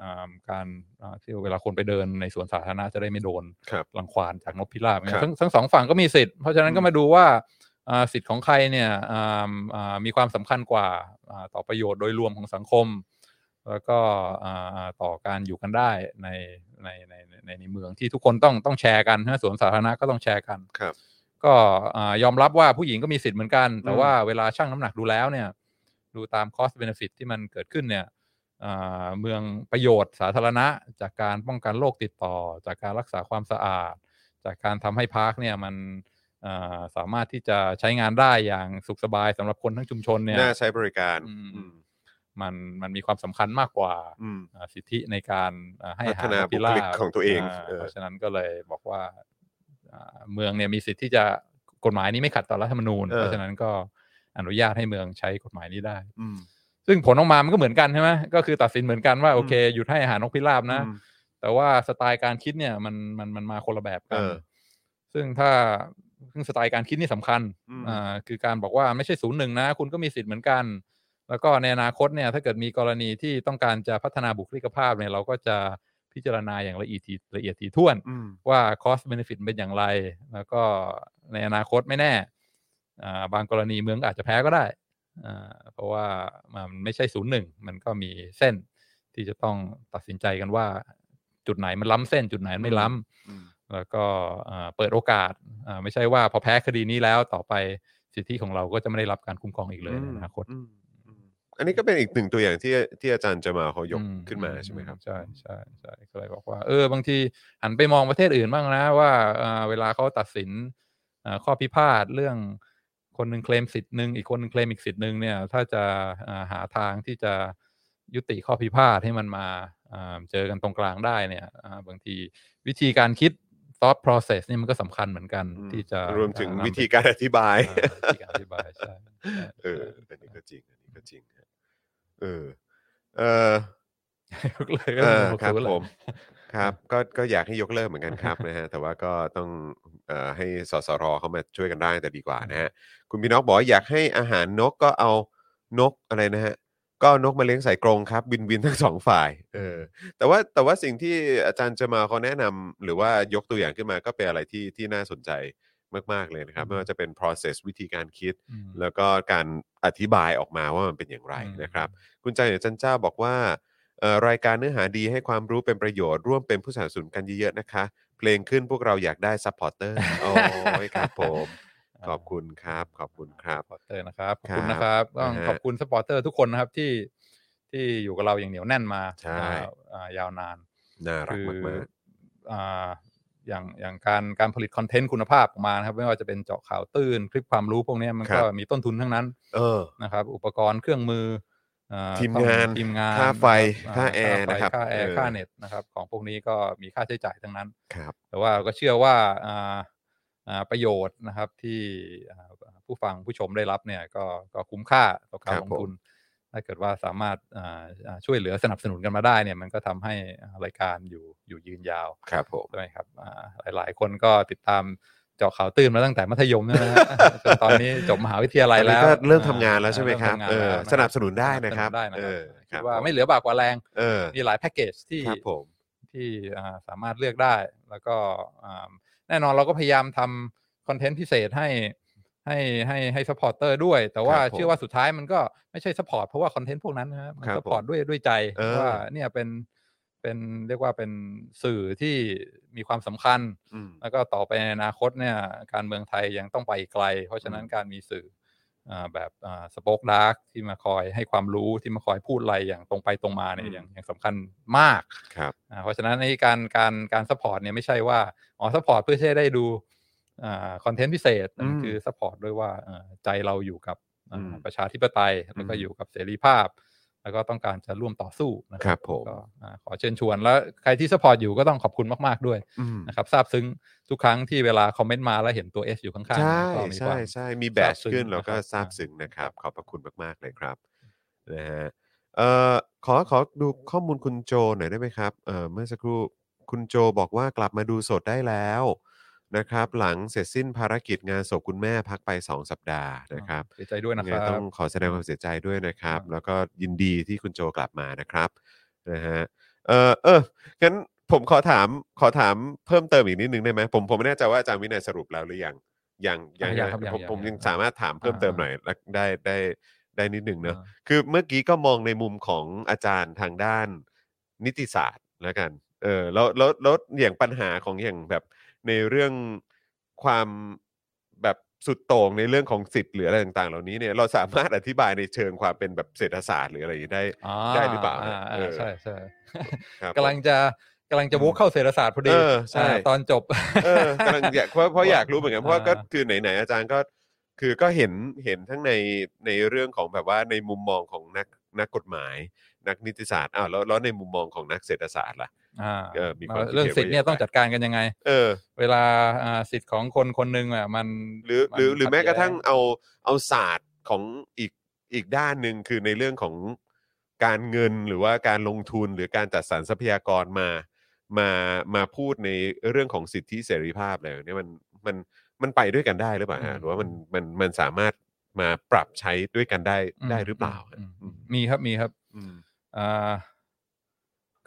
Speaker 3: อ่าการอ่าที่เวลาคนไปเดินในสวนสาธารณะจะได้ไม่โดน
Speaker 2: ครับ
Speaker 3: รังควานจากนกพิราบเนี่ย
Speaker 2: ครับ
Speaker 3: ทั้งทั้งสองฝั่งก็มีสิทธิ์เพราะฉะนั้นก็
Speaker 4: อืม
Speaker 3: มาดูว่าอ่าสิทธิ์ของใครเนี่ยอ่าอ่ามีความสำคัญกว่าอ่าต่อประโยชน์โดยรวมของสังคม แล้วก็อ่าต่อการอยู่กันได้ในในในในในในเมืองที่ทุกคนต้องต้องแชร์กันนะสวนสาธารณะก็ต้องแชร์กัน
Speaker 2: ครับ
Speaker 3: ก็อ่ายอมรับว่าผู้หญิงก็มีสิทธิ์เหมือนกัน แต่
Speaker 4: อืม
Speaker 3: ว่าเวลาชั่งน้ำหนักดูแล้วเนี่ย ดูตามคอสเบนฟิตที่มันเกิดขึ้นเนี่ยอ่าเมืองประโยชน์สาธารณะ จากการป้องกันโรคติดต่อ จากการรักษาความสะอาด จากการทำให้พาร์คเนี่ยมันอ่าสามารถที่จะใช้งานได้อย่างสุขสบายสำหรับคนทั้งชุมชนเนี่ย
Speaker 2: น่าใช้บริการ
Speaker 3: อืม
Speaker 2: อืม
Speaker 3: มันมันมีความสำคัญมากกว่า
Speaker 2: อืม
Speaker 3: อ่าสิทธิในการอ่าให้
Speaker 2: พัฒนา
Speaker 3: อหรพิร
Speaker 2: บุคลิกของตัวเอง
Speaker 3: า
Speaker 2: เออ
Speaker 3: เพราะฉะนั้นก็เลยบอกว่าอ่าเมืองเนี่ยมีสิทธิที่จะกฎหมายนี้ไม่ขัดต่อรัฐธรรมนูญ เพราะฉะนั้นก็อนุญาตให้เมืองใช้กฎหมายนี้ได้
Speaker 2: อืม
Speaker 3: ซึ่งผลออกมามันก็เหมือนกันใช่ไหมก็คือตัดสินเหมือนกันว่าโอเคหยุดให้อาหารนกพิราบนะ
Speaker 2: อืม
Speaker 3: แต่ว่าสไตล์การคิดเนี่ยมันมันมันมาคนละแบบกัน
Speaker 2: เออ
Speaker 3: ซึ่งถ้าซึ่งสไตล์การคิดนี่สำคัญ
Speaker 2: อืม
Speaker 3: อ่าคือการบอกว่าไม่ใช่ศูนย์หนึ่งนะ คุณก็มีสิทธิ์เหมือนกัน แล้วก็ในอนาคตเนี่ยถ้าเกิดมีกรณีที่ต้องการจะพัฒนาบุคลิกภาพเนี่ยเราก็จะพิจารณาอย่างละเอียดถี่ละเอียดถี่ถ้วน
Speaker 2: อืม
Speaker 3: ว่า cost benefit เป็นอย่างไร แล้วก็ในอนาคตไม่แน่อ่าบางกรณีเมืองอาจจะแพ้ก็ได้อ่าเพราะว่ามันไม่ใช่ศูนย์หนึ่งมันก็มีเส้นที่จะต้องตัดสินใจกันว่า จุดไหนมันล้ำเส้น จุดไหนไม่ล้ำ
Speaker 2: อืม
Speaker 3: แล้วก็อ่าเปิดโอกาสอ่าไม่ใช่ว่าพอแพ้คดีนี้แล้วต่อไปสิทธิของเราก็จะไม่ได้รับการคุ้มครองอีกเลยในอนาคต
Speaker 2: อืมอืมอันนี้ก็เป็นอีกหนึ่งตัวอย่างที่ที่อาจารย์จะมาเขายก
Speaker 3: อื
Speaker 2: ขึ้นมาใช่ไหมครับ
Speaker 3: ใช่ใช่ใช่ก็เลยบอกว่า เออบางทีหันไปมองประเทศอื่นบ้างนะว่าอ่าเวลาเขาตัดสินอ่าข้อพิพาทเรื่องคนหนึ่งเคลมสิทธิ์หนึ่งอีกคนหนึ่งเคลมอีกสิทธิ์หนึ่งเนี่ยถ้าจะอ่าหาทางที่จะยุติข้อพิพาทให้มันมาอ่าเจอกันตรงกลางได้เนี่ยอ่าบางทีวิธีการคิด thought process นี่มันก็สำคัญเหมือนกัน
Speaker 2: อืม
Speaker 3: ที่จะ
Speaker 2: รวมถึง
Speaker 3: อ่นำไป
Speaker 2: วิธีการอธิบาย
Speaker 3: อ่วิธีการอธิบายใช่ใช่
Speaker 2: เออ
Speaker 3: ใช่
Speaker 2: อันนี้ก็จริงอันนี้ก็จริงฮะเออ เออ
Speaker 3: ยกเลย
Speaker 2: เออ
Speaker 3: หก
Speaker 2: ครับ
Speaker 3: ศูนย์แหละ
Speaker 2: ผม ครับก็ก็อยากให้ยกเลิกเหมือนกันครับ นะฮะแต่ว่าก็ต้องเอ่อให้สสรเข้ามาช่วยกันได้แต่ดีกว่านะฮะคุณพี่นกบอกว่าอยากให้อาหารนกก็เอานกอะไรนะฮะก็เอานกมาเลี้ยงใส่กรงครับวิน (laughs) วินทั้งสองฝ่ายเออแต่ว่าแต่ว่าสิ่งที่อาจารย์จะมาเขาแนะนำหรือว่ายกตัวอย่างขึ้นมาก็เป็นอะไรที่ที่น่าสนใจมาก ๆ เลยนะครับ ไม่ว่าจะเป็น process วิธีการคิด
Speaker 3: อืม
Speaker 2: แล้วก็การอธิบายออกมาว่ามันเป็นอย่างไรนะครับ คุณใจเหนือจันเจ้าบอกว่าเอ่อรายการเนื้อหาดีให้ความรู้เป็นประโยชน์ร่วมเป็นผู้สนับสนุนกันเยอะๆนะคะ เพลงขึ้นพวกเราอยากได้ซัพพอร์เตอ
Speaker 3: (laughs)
Speaker 2: ร์ โอ้ยครับผม ขอบคุณครับ ขอบคุณครับ
Speaker 3: สปอร์เตอร์นะครับ ขอบคุณ
Speaker 2: ครับ
Speaker 3: นะครับต้อง
Speaker 2: นะฮะ
Speaker 3: ขอบคุณสปอร์เตอร์ทุกคนนะครับที่ที่อยู่กับเราอย่างเหนียวแน่นมา
Speaker 2: ใช่
Speaker 3: อ่าอ่ายาวนาน
Speaker 2: น่ารัก
Speaker 3: คือ
Speaker 2: มาก
Speaker 3: อ่าอย่างอย่างการการผลิตคอนเทนต์คุณภาพออกมานะครับ ไม่ว่าจะเป็นเจาะข่าวตื้น คลิปความรู้พวกเนี้ยมัน
Speaker 2: ครับ
Speaker 3: ก็มีต้นทุนทั้งนั้น
Speaker 2: ๆ เออ
Speaker 3: นะครับ อุปกรณ์เครื่องมืออ่
Speaker 2: ทีม
Speaker 3: ต้อง
Speaker 2: งาน
Speaker 3: ทีมงาน
Speaker 2: ค่าไฟ
Speaker 3: นะ
Speaker 2: ค่า
Speaker 3: บ
Speaker 2: แอร์
Speaker 3: ไฟ
Speaker 2: นะครับ
Speaker 3: ค่าแอร์
Speaker 2: เออ
Speaker 3: ค่าเน็ตนะครับของพวกนี้ก็มีค่าใช้จ่ายทั้งนั้น
Speaker 2: ครับ
Speaker 3: แต่ว่าเราก็เชื่อว่าอ่าอ่าประโยชน์นะครับที่อ่าผู้ฟังผู้ชมได้รับเนี่ยก็ก็คุ้มค่าต่อการ
Speaker 2: ครับ
Speaker 3: ลง
Speaker 2: ผม
Speaker 3: ทุน ถ้าเกิดว่าสามารถอ่าอ่าช่วยเหลือสนับสนุนกันมาได้เนี่ยมันก็ทำให้อ่ารายการอยู่อยู่ยืนยาว
Speaker 2: ครับผม
Speaker 3: ใช่ไหมครับอ่าหลาย ๆ คนก็ติดตามเจาะข่าวตื่นมาตั้งแต่มัธยมใช่ไหมฮะ (laughs) จนตอนนี้จบมหาวิทยาลัย
Speaker 2: ตอนนี้
Speaker 3: แล้ว
Speaker 2: ก็เริ่มทำงานแล้วใช่ไหม
Speaker 3: อ่
Speaker 2: ครับ
Speaker 3: เมทำงาน
Speaker 2: เออ
Speaker 3: แล้วะครั
Speaker 2: สนับสนุนได้นะครับ
Speaker 3: สสได้นะ
Speaker 2: เออค
Speaker 3: คิ
Speaker 2: รั
Speaker 3: ด
Speaker 2: บ
Speaker 3: ว่า
Speaker 2: ผม
Speaker 3: ไม่เหลือบากกว่าแรง
Speaker 2: เออ
Speaker 3: มีหลายแพ็กเกจที่
Speaker 2: ครับผม
Speaker 3: ที่อ่าสามารถเลือกได้ แล้วก็อ่าแน่นอนเราก็พยายามทำคอนเทนต์พิเศษให้ให้ให้ให้ซัพพอร์เตอร์ด้วย แต่ว่า
Speaker 2: ครับผม
Speaker 3: เชื่อว่าสุดท้ายมันก็ไม่ใช่ซัพพอร์ตเพราะว่าคอนเทนต์พวกนั้นนะครับมัน
Speaker 2: ครับ
Speaker 3: ซัพพอร์ต
Speaker 2: ผม
Speaker 3: ด้วยด้วยใจ
Speaker 2: เออ
Speaker 3: ว่าเนี่ยเป็นเป็นเรียกว่าเป็นสื่อที่มีความสำคัญ
Speaker 2: อืม
Speaker 3: แล้วก็ต่อไปในอนาคตเนี่ยการเมืองไทยยังต้องไปอีกไกล เพราะฉะนั้นการมีสื่ออ่าแบบสป็อกดาร์กที่มาคอยให้ความรู้ที่มาคอยพูดอะไรอย่างตรงไปตรงมาเนี่ย
Speaker 2: อืม
Speaker 3: ยังยังสำคัญมาก
Speaker 2: ครับ
Speaker 3: อ่าเพราะฉะนั้นในการการการซัพพอร์ตเนี่ยไม่ใช่ว่าอ๋อซัพพอร์ตเพื่อที่จะได้ดูคอนเทนต์พิเศษแต่มัน
Speaker 2: อืม
Speaker 3: คือซัพพอร์ตด้วยว่าเอ่อใจเราอยู่กับอ่า
Speaker 2: อืม
Speaker 3: ประชาธิปไตยแล้วก็
Speaker 2: อืม
Speaker 3: อยู่กับเสรีภาพ แล้วก็ต้องการจะร่วมต่อสู้นะค
Speaker 2: ครั
Speaker 3: รับบ
Speaker 2: ผม
Speaker 3: ก็อ่าขอเชิญชวนแล้วใครที่ซัพพอร์ตอยู่ก็ต้องขอบคุณมากๆด้วย
Speaker 2: อืม
Speaker 3: นะครับซาบซึ้งทุกครั้งที่เวลาคอมเมนต์มาแล้วเห็นตัว S อยู่ข้างๆ
Speaker 2: ใช่
Speaker 3: ก็มีค
Speaker 2: ใช่
Speaker 3: วาม
Speaker 2: ใช่มีแบช
Speaker 3: ซาบซึ้ง
Speaker 2: ขึ้นแล้วก็
Speaker 3: นะครับ
Speaker 2: ซาบซึ้งนะครับ ขอบพระคุณมากๆเลยครับนะฮะ เอ่อขอขอดูข้อมูลคุณโจหน่อยได้ไหมครับเอ่อเมื่อสักครู่คุณโจบอกว่ากลับมาดูสดได้แล้วนะครับ หลังเสร็จสิ้นภารกิจงานศพคุณแม่พักไป 2 สัปดาห์นะครับ
Speaker 3: เสียใจด้วยนะครั
Speaker 2: ยังไงต้
Speaker 3: บ
Speaker 2: องขอแสดงความเสียใจด้วยนะครับ
Speaker 3: ครับ
Speaker 2: แล้วก็ยินดีที่คุณโจกลับมานะครับนะฮะเออเอองั้นผมขอถามขอถามเพิ่มเติมอีกนิดนึงได้ไหมผมผมไม่แน่ใจว่าอาจารย์วินัยสรุปแล้วหรือยังยังยัง
Speaker 3: ยัง
Speaker 2: นะครับ
Speaker 3: ยัง
Speaker 2: ผม
Speaker 3: ยัง
Speaker 2: ผมยัง
Speaker 3: ยัง
Speaker 2: สามารถถามเพิ่มเติม
Speaker 3: อ่า
Speaker 2: หน่อยละได้ได้ได้นิดนึงเนอะ
Speaker 3: อ่า
Speaker 2: คือเมื่อกี้ก็มองในมุมของอาจารย์ทางด้านนิติศาสตร์แล้วกัน เออแล้วแล้วแล้วอย่างปัญหาของอย่างแบบในเรื่องความแบบสุดโต่งในเรื่องของสิทธิ์หรืออะไรต่างๆ เหล่านี้เนี่ยเราสามารถอธิบายในเชิงความเป็นแบบเศรษฐศาสตร์หรืออะไรอย่างนี้ได้
Speaker 3: อ่า
Speaker 2: ได้หรือเปล่า
Speaker 3: อ่า
Speaker 2: เออ
Speaker 3: ใช่ใช่ (laughs)
Speaker 2: ครับ
Speaker 3: กำลังจะกำลังจะวกเข้าเศรษฐศาสตร์พอดี
Speaker 2: เออใช่
Speaker 3: าตอนจบ
Speaker 2: เออกำลังอยากเพราะเพราะอยากรู้เหมือนกันเพราะว่าก็
Speaker 3: อ่า
Speaker 2: คือไหนๆอาจารย์ก็คือก็เห็นเห็นทั้งในในเรื่องของแบบว่าในมุมมองของนักนักกฎหมาย นักนิติศาสตร์อ้าวแล้วแล้วในมุมมองของนักเศรษฐศาสตร์ล่ะ
Speaker 3: อ่า
Speaker 2: เออมีความคิดเห็น
Speaker 3: เรื่องสิทธิ์เนี่ย
Speaker 2: ว่าอย่างไร
Speaker 3: ต้องจัดการกันยังไง
Speaker 2: เออ
Speaker 3: เวลาอ่าสิทธิ์ของคนคนหนึ่งอ่ะมัน
Speaker 2: หรือหรือหรือ
Speaker 3: ขั
Speaker 2: แม้
Speaker 3: ด
Speaker 2: กระทั่ง
Speaker 3: แย้
Speaker 2: เอาเอาศาสตร์ของอีกอีกด้านหนึ่งคือในเรื่องของการเงินหรือว่าการลงทุนหรือการจัดสรรทรัพยากรมามามาพูดในเรื่องของสิทธิเสรีภาพอะไรแบบเนี่ยมันมันมันไปด้วยกันได้หรือเปล่าฮะ
Speaker 3: อืม
Speaker 2: หรือว่ามันมันมันสามารถมาปรับใช้ด้วยกันได้
Speaker 3: ม
Speaker 2: ได้หรือเปล่าฮะ
Speaker 3: ม
Speaker 2: อืม
Speaker 3: มีครับมีครับ
Speaker 2: อืม
Speaker 3: อ่า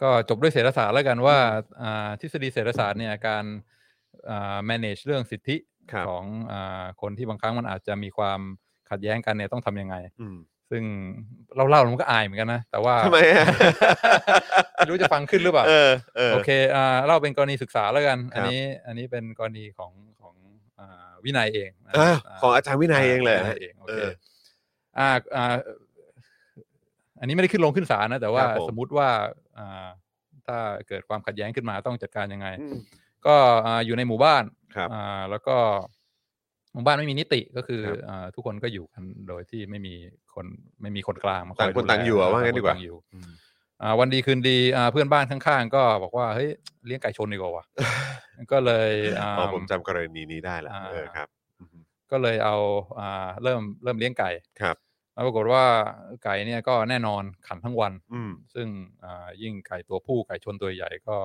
Speaker 3: ก็จบด้วยเศรษฐศาสตร์แล้วกันว่าอ่าทฤษฎีเศรษฐศาสตร์เนี่ยการอ่า manage เรื่องสิทธิ
Speaker 2: ครับ
Speaker 3: ของอาคนที่บางครั้งมันอาจจะมีความขัดแย้งกันเนี่ยต้องทำยังไง
Speaker 2: อืม
Speaker 3: ซึ่งเราเล่าๆมันก็อายเหมือนกันนะ แต่ว่า
Speaker 2: ทำไมฮะ
Speaker 3: (laughs) ไม่รู้จะฟังขึ้นหรือเปล่า
Speaker 2: เออเออ
Speaker 3: โอเคอ่าเล่าเป็นกรณีศึกษาแล้วกัน
Speaker 2: ครับ
Speaker 3: อันนี้ อันนี้เป็นกรณีของของอ่าวินัยเองนะ
Speaker 2: อ่ะ
Speaker 3: า
Speaker 2: ของอาจารย์วินัยเองเลย
Speaker 3: วิ
Speaker 2: ฮะ
Speaker 3: นัยเอง โอเค
Speaker 2: เออ
Speaker 3: อ่าอ่าอันนี้ไม่ได้ขึ้นลงขึ้นศาลนะ แต่ว่า
Speaker 2: ครับผม
Speaker 3: สมมติว่าอ่าถ้าเกิดความขัดแย้งขึ้นมาต้องจัดการยังไง
Speaker 2: อืม
Speaker 3: ก็อ่าอยู่ในหมู่บ้าน
Speaker 2: ครับ
Speaker 3: อ่าแล้วก็หมู่บ้านไม่มีนิติก็คือ
Speaker 2: ครับ
Speaker 3: อ่าทุกคนก็อยู่กันโดยที่ไม่มีคนไม่มีคนกลางมา
Speaker 2: ต่างคน
Speaker 3: ดูแล
Speaker 2: ต่างอยู่อะว่างั้น
Speaker 3: ต่ค
Speaker 2: ดีกว่า
Speaker 3: ต่อยู่
Speaker 2: อืม
Speaker 3: อ่าวันดีคืนดีอ่าเพื่อนบ้านข้าง ๆ ก็บอกว่าเฮ้ยเลี้ยงไก่ชนดีก
Speaker 2: (laughs)
Speaker 3: ว่าวะก็เลยอ่า
Speaker 2: อ๋อผมจำกรณีนี้ได้ละ
Speaker 3: อ่า
Speaker 2: เออครับอืม
Speaker 3: ก็เลยเอาอ่าเริ่มเริ่มเลี้ยงไก่
Speaker 2: ครับ
Speaker 3: แล้วปรากฏว่าไก่เนี่ยก็แน่นอนขันทั้งวัน
Speaker 2: อืม
Speaker 3: ซึ่งอ่ายิ่งไก่ตัวผู้ไก่ชนตัวใหญ่ก็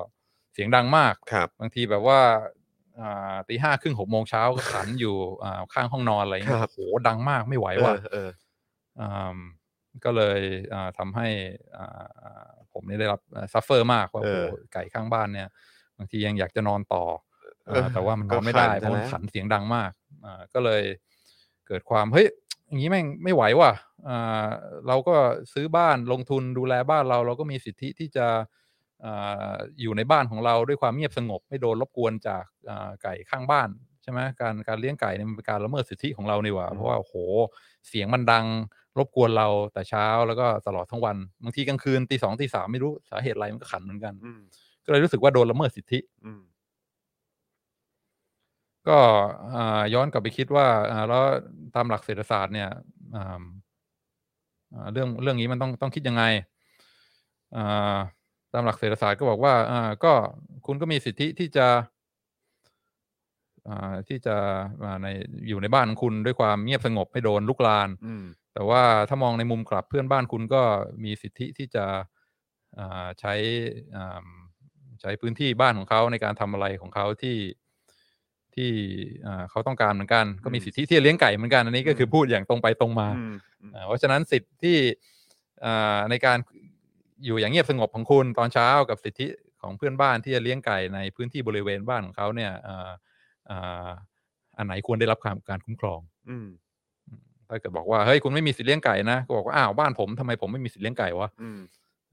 Speaker 3: เสียงดังมาก
Speaker 2: ครับ
Speaker 3: บางทีแบบว่าอ่าตีห้าครึ่งหกโมงเช้าก็ขัน อยู่อ่าข้างห้องนอนอะไรเงี้ย
Speaker 2: ครับ
Speaker 3: โอ้โหดังมากไม่ไหวว่ะ
Speaker 2: เออ
Speaker 3: อ่ามก็เลยอ่าทำให้อ่าผมเนี่ยได้รับซัฟเฟอร์มากว่าโอ้โหไก่ข้างบ้านเนี่ย บางทียังอยากจะนอนต่อ
Speaker 2: เออ
Speaker 3: อ่าแต่ว่ามันน
Speaker 2: ก็
Speaker 3: อนไม่ได้
Speaker 2: ขัน
Speaker 3: เพราะมัน
Speaker 2: ซะแล้ว
Speaker 3: ขันเสียงดังมากอ่าก็เลยเกิดความเฮ้ยอย่างนี้แม่งไม่ไหวว่ะอ่าเราก็ซื้อบ้านลงทุนดูแลบ้านเรา เราก็มีสิทธิที่จะ อ่าอยู่ในบ้านของเราด้วยความเงียบสงบ ไม่โดนรบกวนจากอ่าไก่ข้างบ้านใช่ไหมการการเลี้ยงไก่เนี่ยมันเป็นการละเมิดสิทธิของเรานี่หว่า
Speaker 2: อืม
Speaker 3: เพราะว่าโอ้โหเสียงมันดังรบกวนเราแต่เช้าแล้วก็ตลอดทั้งวันบางทีกลางคืนตีสองตีสามไม่รู้สาเหตุอะไรมันก็ขันเหมือนกัน
Speaker 2: อืม
Speaker 3: ก็เลยรู้สึกว่าโดนละเมิดสิทธิ
Speaker 2: อืม
Speaker 3: ก็อ่าย้อนกลับไปคิดว่าอ่าแล้วตามหลักเศรษฐศาสตร์เนี่ยอ่าอ่าเรื่องเรื่องนี้มันต้องต้องคิดยังไงอ่าตามหลักเศรษฐศาสตร์ก็บอกว่าอ่าก็คุณก็มีสิทธิที่จะอ่าที่จะอ่าในอยู่ในบ้านของคุณด้วยความเงียบสงบไม่โดนลุกลาน
Speaker 2: อืม
Speaker 3: แต่ว่าถ้ามองในมุมกลับเพื่อนบ้านคุณก็มีสิทธิที่จะอ่าใช้อ่าใช้พื้นที่บ้านของเขาในการทำอะไรของเขาที่ที่อ่าเขาต้องการเหมือนกัน ก็มี
Speaker 2: อืม
Speaker 3: สิทธิที่จะเลี้ยงไก่เหมือนกันอันนี้ก็คืออ
Speaker 2: ม
Speaker 3: พูดอย่างตรงไปตรงมา
Speaker 2: อืม
Speaker 3: อ่าเพราะฉะนั้นสิทธิ์ที่อ่าในการอยู่อย่างเงียบสงบของคุณตอนเช้ากับสิทธิของเพื่อนบ้านที่จะเลี้ยงไก่ในพื้นที่บริเวณบ้านของเขาเนี่ยอ่าอ่าอันไหนควรได้รับความการคุ้มครอง
Speaker 2: อืม
Speaker 3: ถ้าเกิดบอกว่าเฮ้ยคุณไม่มีสิทธิ์เลี้ยงไก่นะก็บอกว่าอ้าวบ้านผมทำไมผมไม่มีสิทธิ์เลี้ยงไก่วะ
Speaker 2: อืม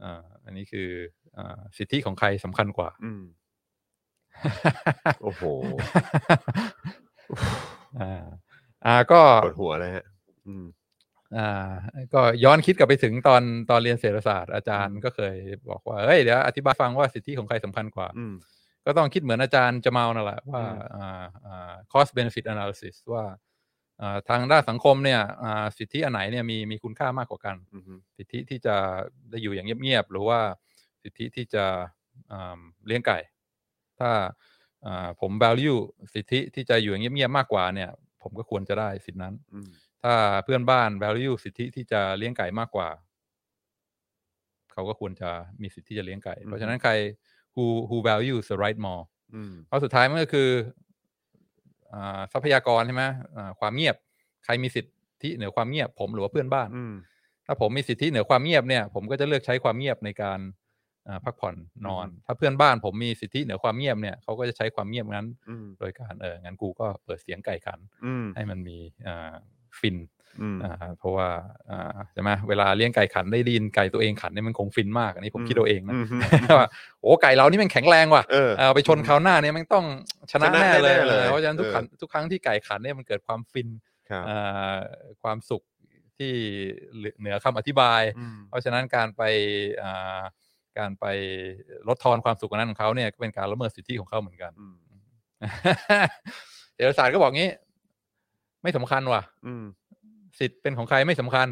Speaker 3: อ่าอันนี้คืออ่าสิทธิของใครสำคัญกว่า (laughs)
Speaker 2: อืมโอ้โห
Speaker 3: อ่าอ่าก็
Speaker 2: (laughs) ปวดหัวเลยฮะ อืม
Speaker 3: อ่าก็ย้อนคิดกลับไปถึงตอนตอนเรียนเศรษฐศาสตร์อาจารย์ก็เคยบอกว่าเฮ้ยเดี๋ยวอธิบายฟังว่าสิทธิของใครสำคัญกว่า
Speaker 2: อืม
Speaker 3: ก็ต้องคิดเหมือนอาจารย์จะเมานั่นแหละว่า
Speaker 2: อืม
Speaker 3: อ่าอ่า cost benefit analysis ว่าอ่าทางด้านสังคมเนี่ยอ่าสิทธิอันไหนเนี่ยมีมีคุณค่ามากกว่ากัน
Speaker 2: อืม
Speaker 3: สิทธิที่จะได้อยู่อย่างเงียบๆหรือว่าสิทธิที่จะอ่าเลี้ยงไก่ ถ้าอ่าผม value สิทธิที่จะอยู่อย่างเงียบๆมากกว่าเนี่ย ผมก็ควรจะได้สิทธินั้น
Speaker 2: อืม
Speaker 3: ถ้าเพื่อนบ้าน value สิทธิที่จะเลี้ยงไก่มากกว่า เขาก็ควรจะมีสิทธิ์ที่จะเลี้ยงไก่
Speaker 2: อืม
Speaker 3: เพราะฉะนั้นใคร who who values the right more
Speaker 2: อืม
Speaker 3: เพราะสุดท้ายมันก็คืออ่าทรัพยากรใช่ไหมอ่าความเงียบ ใครมีสิทธิเหนือความเงียบ ผมหรือว่าเพื่อนบ้าน
Speaker 2: อืม
Speaker 3: ถ้าผมมีสิทธิเหนือความเงียบเนี่ย ผมก็จะเลือกใช้ความเงียบในการอ่าพักผ่อนนอน ถ้าเพื่อนบ้านผมมีสิทธิเหนือความเงียบเนี่ยเขาก็จะใช้ความเงียบนั้น
Speaker 2: อืม
Speaker 3: โดยการเอองั้นกูก็เปิดเสียงไก่ขัน
Speaker 2: อืม
Speaker 3: ให้มันมีอ่าฟิน
Speaker 2: อืม
Speaker 3: อ่าเพราะว่าอ่าใช่ไหมเวลาเลี้ยงไก่ขันได้ไดยินไก่ตัวเองขันเนี่ยมันคงฟินมากอันนี้ผม
Speaker 2: อืม
Speaker 3: คิดเอาเองนะ
Speaker 2: (laughs) อืม
Speaker 3: ว่าโอ้ไก่เรานี่มันแข็งแรงว่ะ
Speaker 2: เออ
Speaker 3: เอาไปชนคราวหน้าเนี่ยมันต้องชนะ
Speaker 2: ชนะ
Speaker 3: แน่เลย
Speaker 2: แน่ๆเลย
Speaker 3: เพราะฉะนั้นทุก
Speaker 2: เออ
Speaker 3: ครั้งทุกครั้งที่ไก่ขันเนี่ยมันเกิดความฟิน
Speaker 2: ครับ
Speaker 3: อ่าความสุขที่เหนือคำอธิบาย
Speaker 2: อืม
Speaker 3: เพราะฉะนั้นการไปอ่าการไปลดทอนความสุขอันนั้นของเขาเนี่ยก็เป็นการละเมิดสิทธิของเขาเหมือนกัน (laughs)
Speaker 2: อืม
Speaker 3: เศรษฐศาสตร์ก็บอกงี้ ไม่สำคัญว่ะ
Speaker 2: อืม
Speaker 3: สิทธิ์เป็นของใครไม่สำคัญ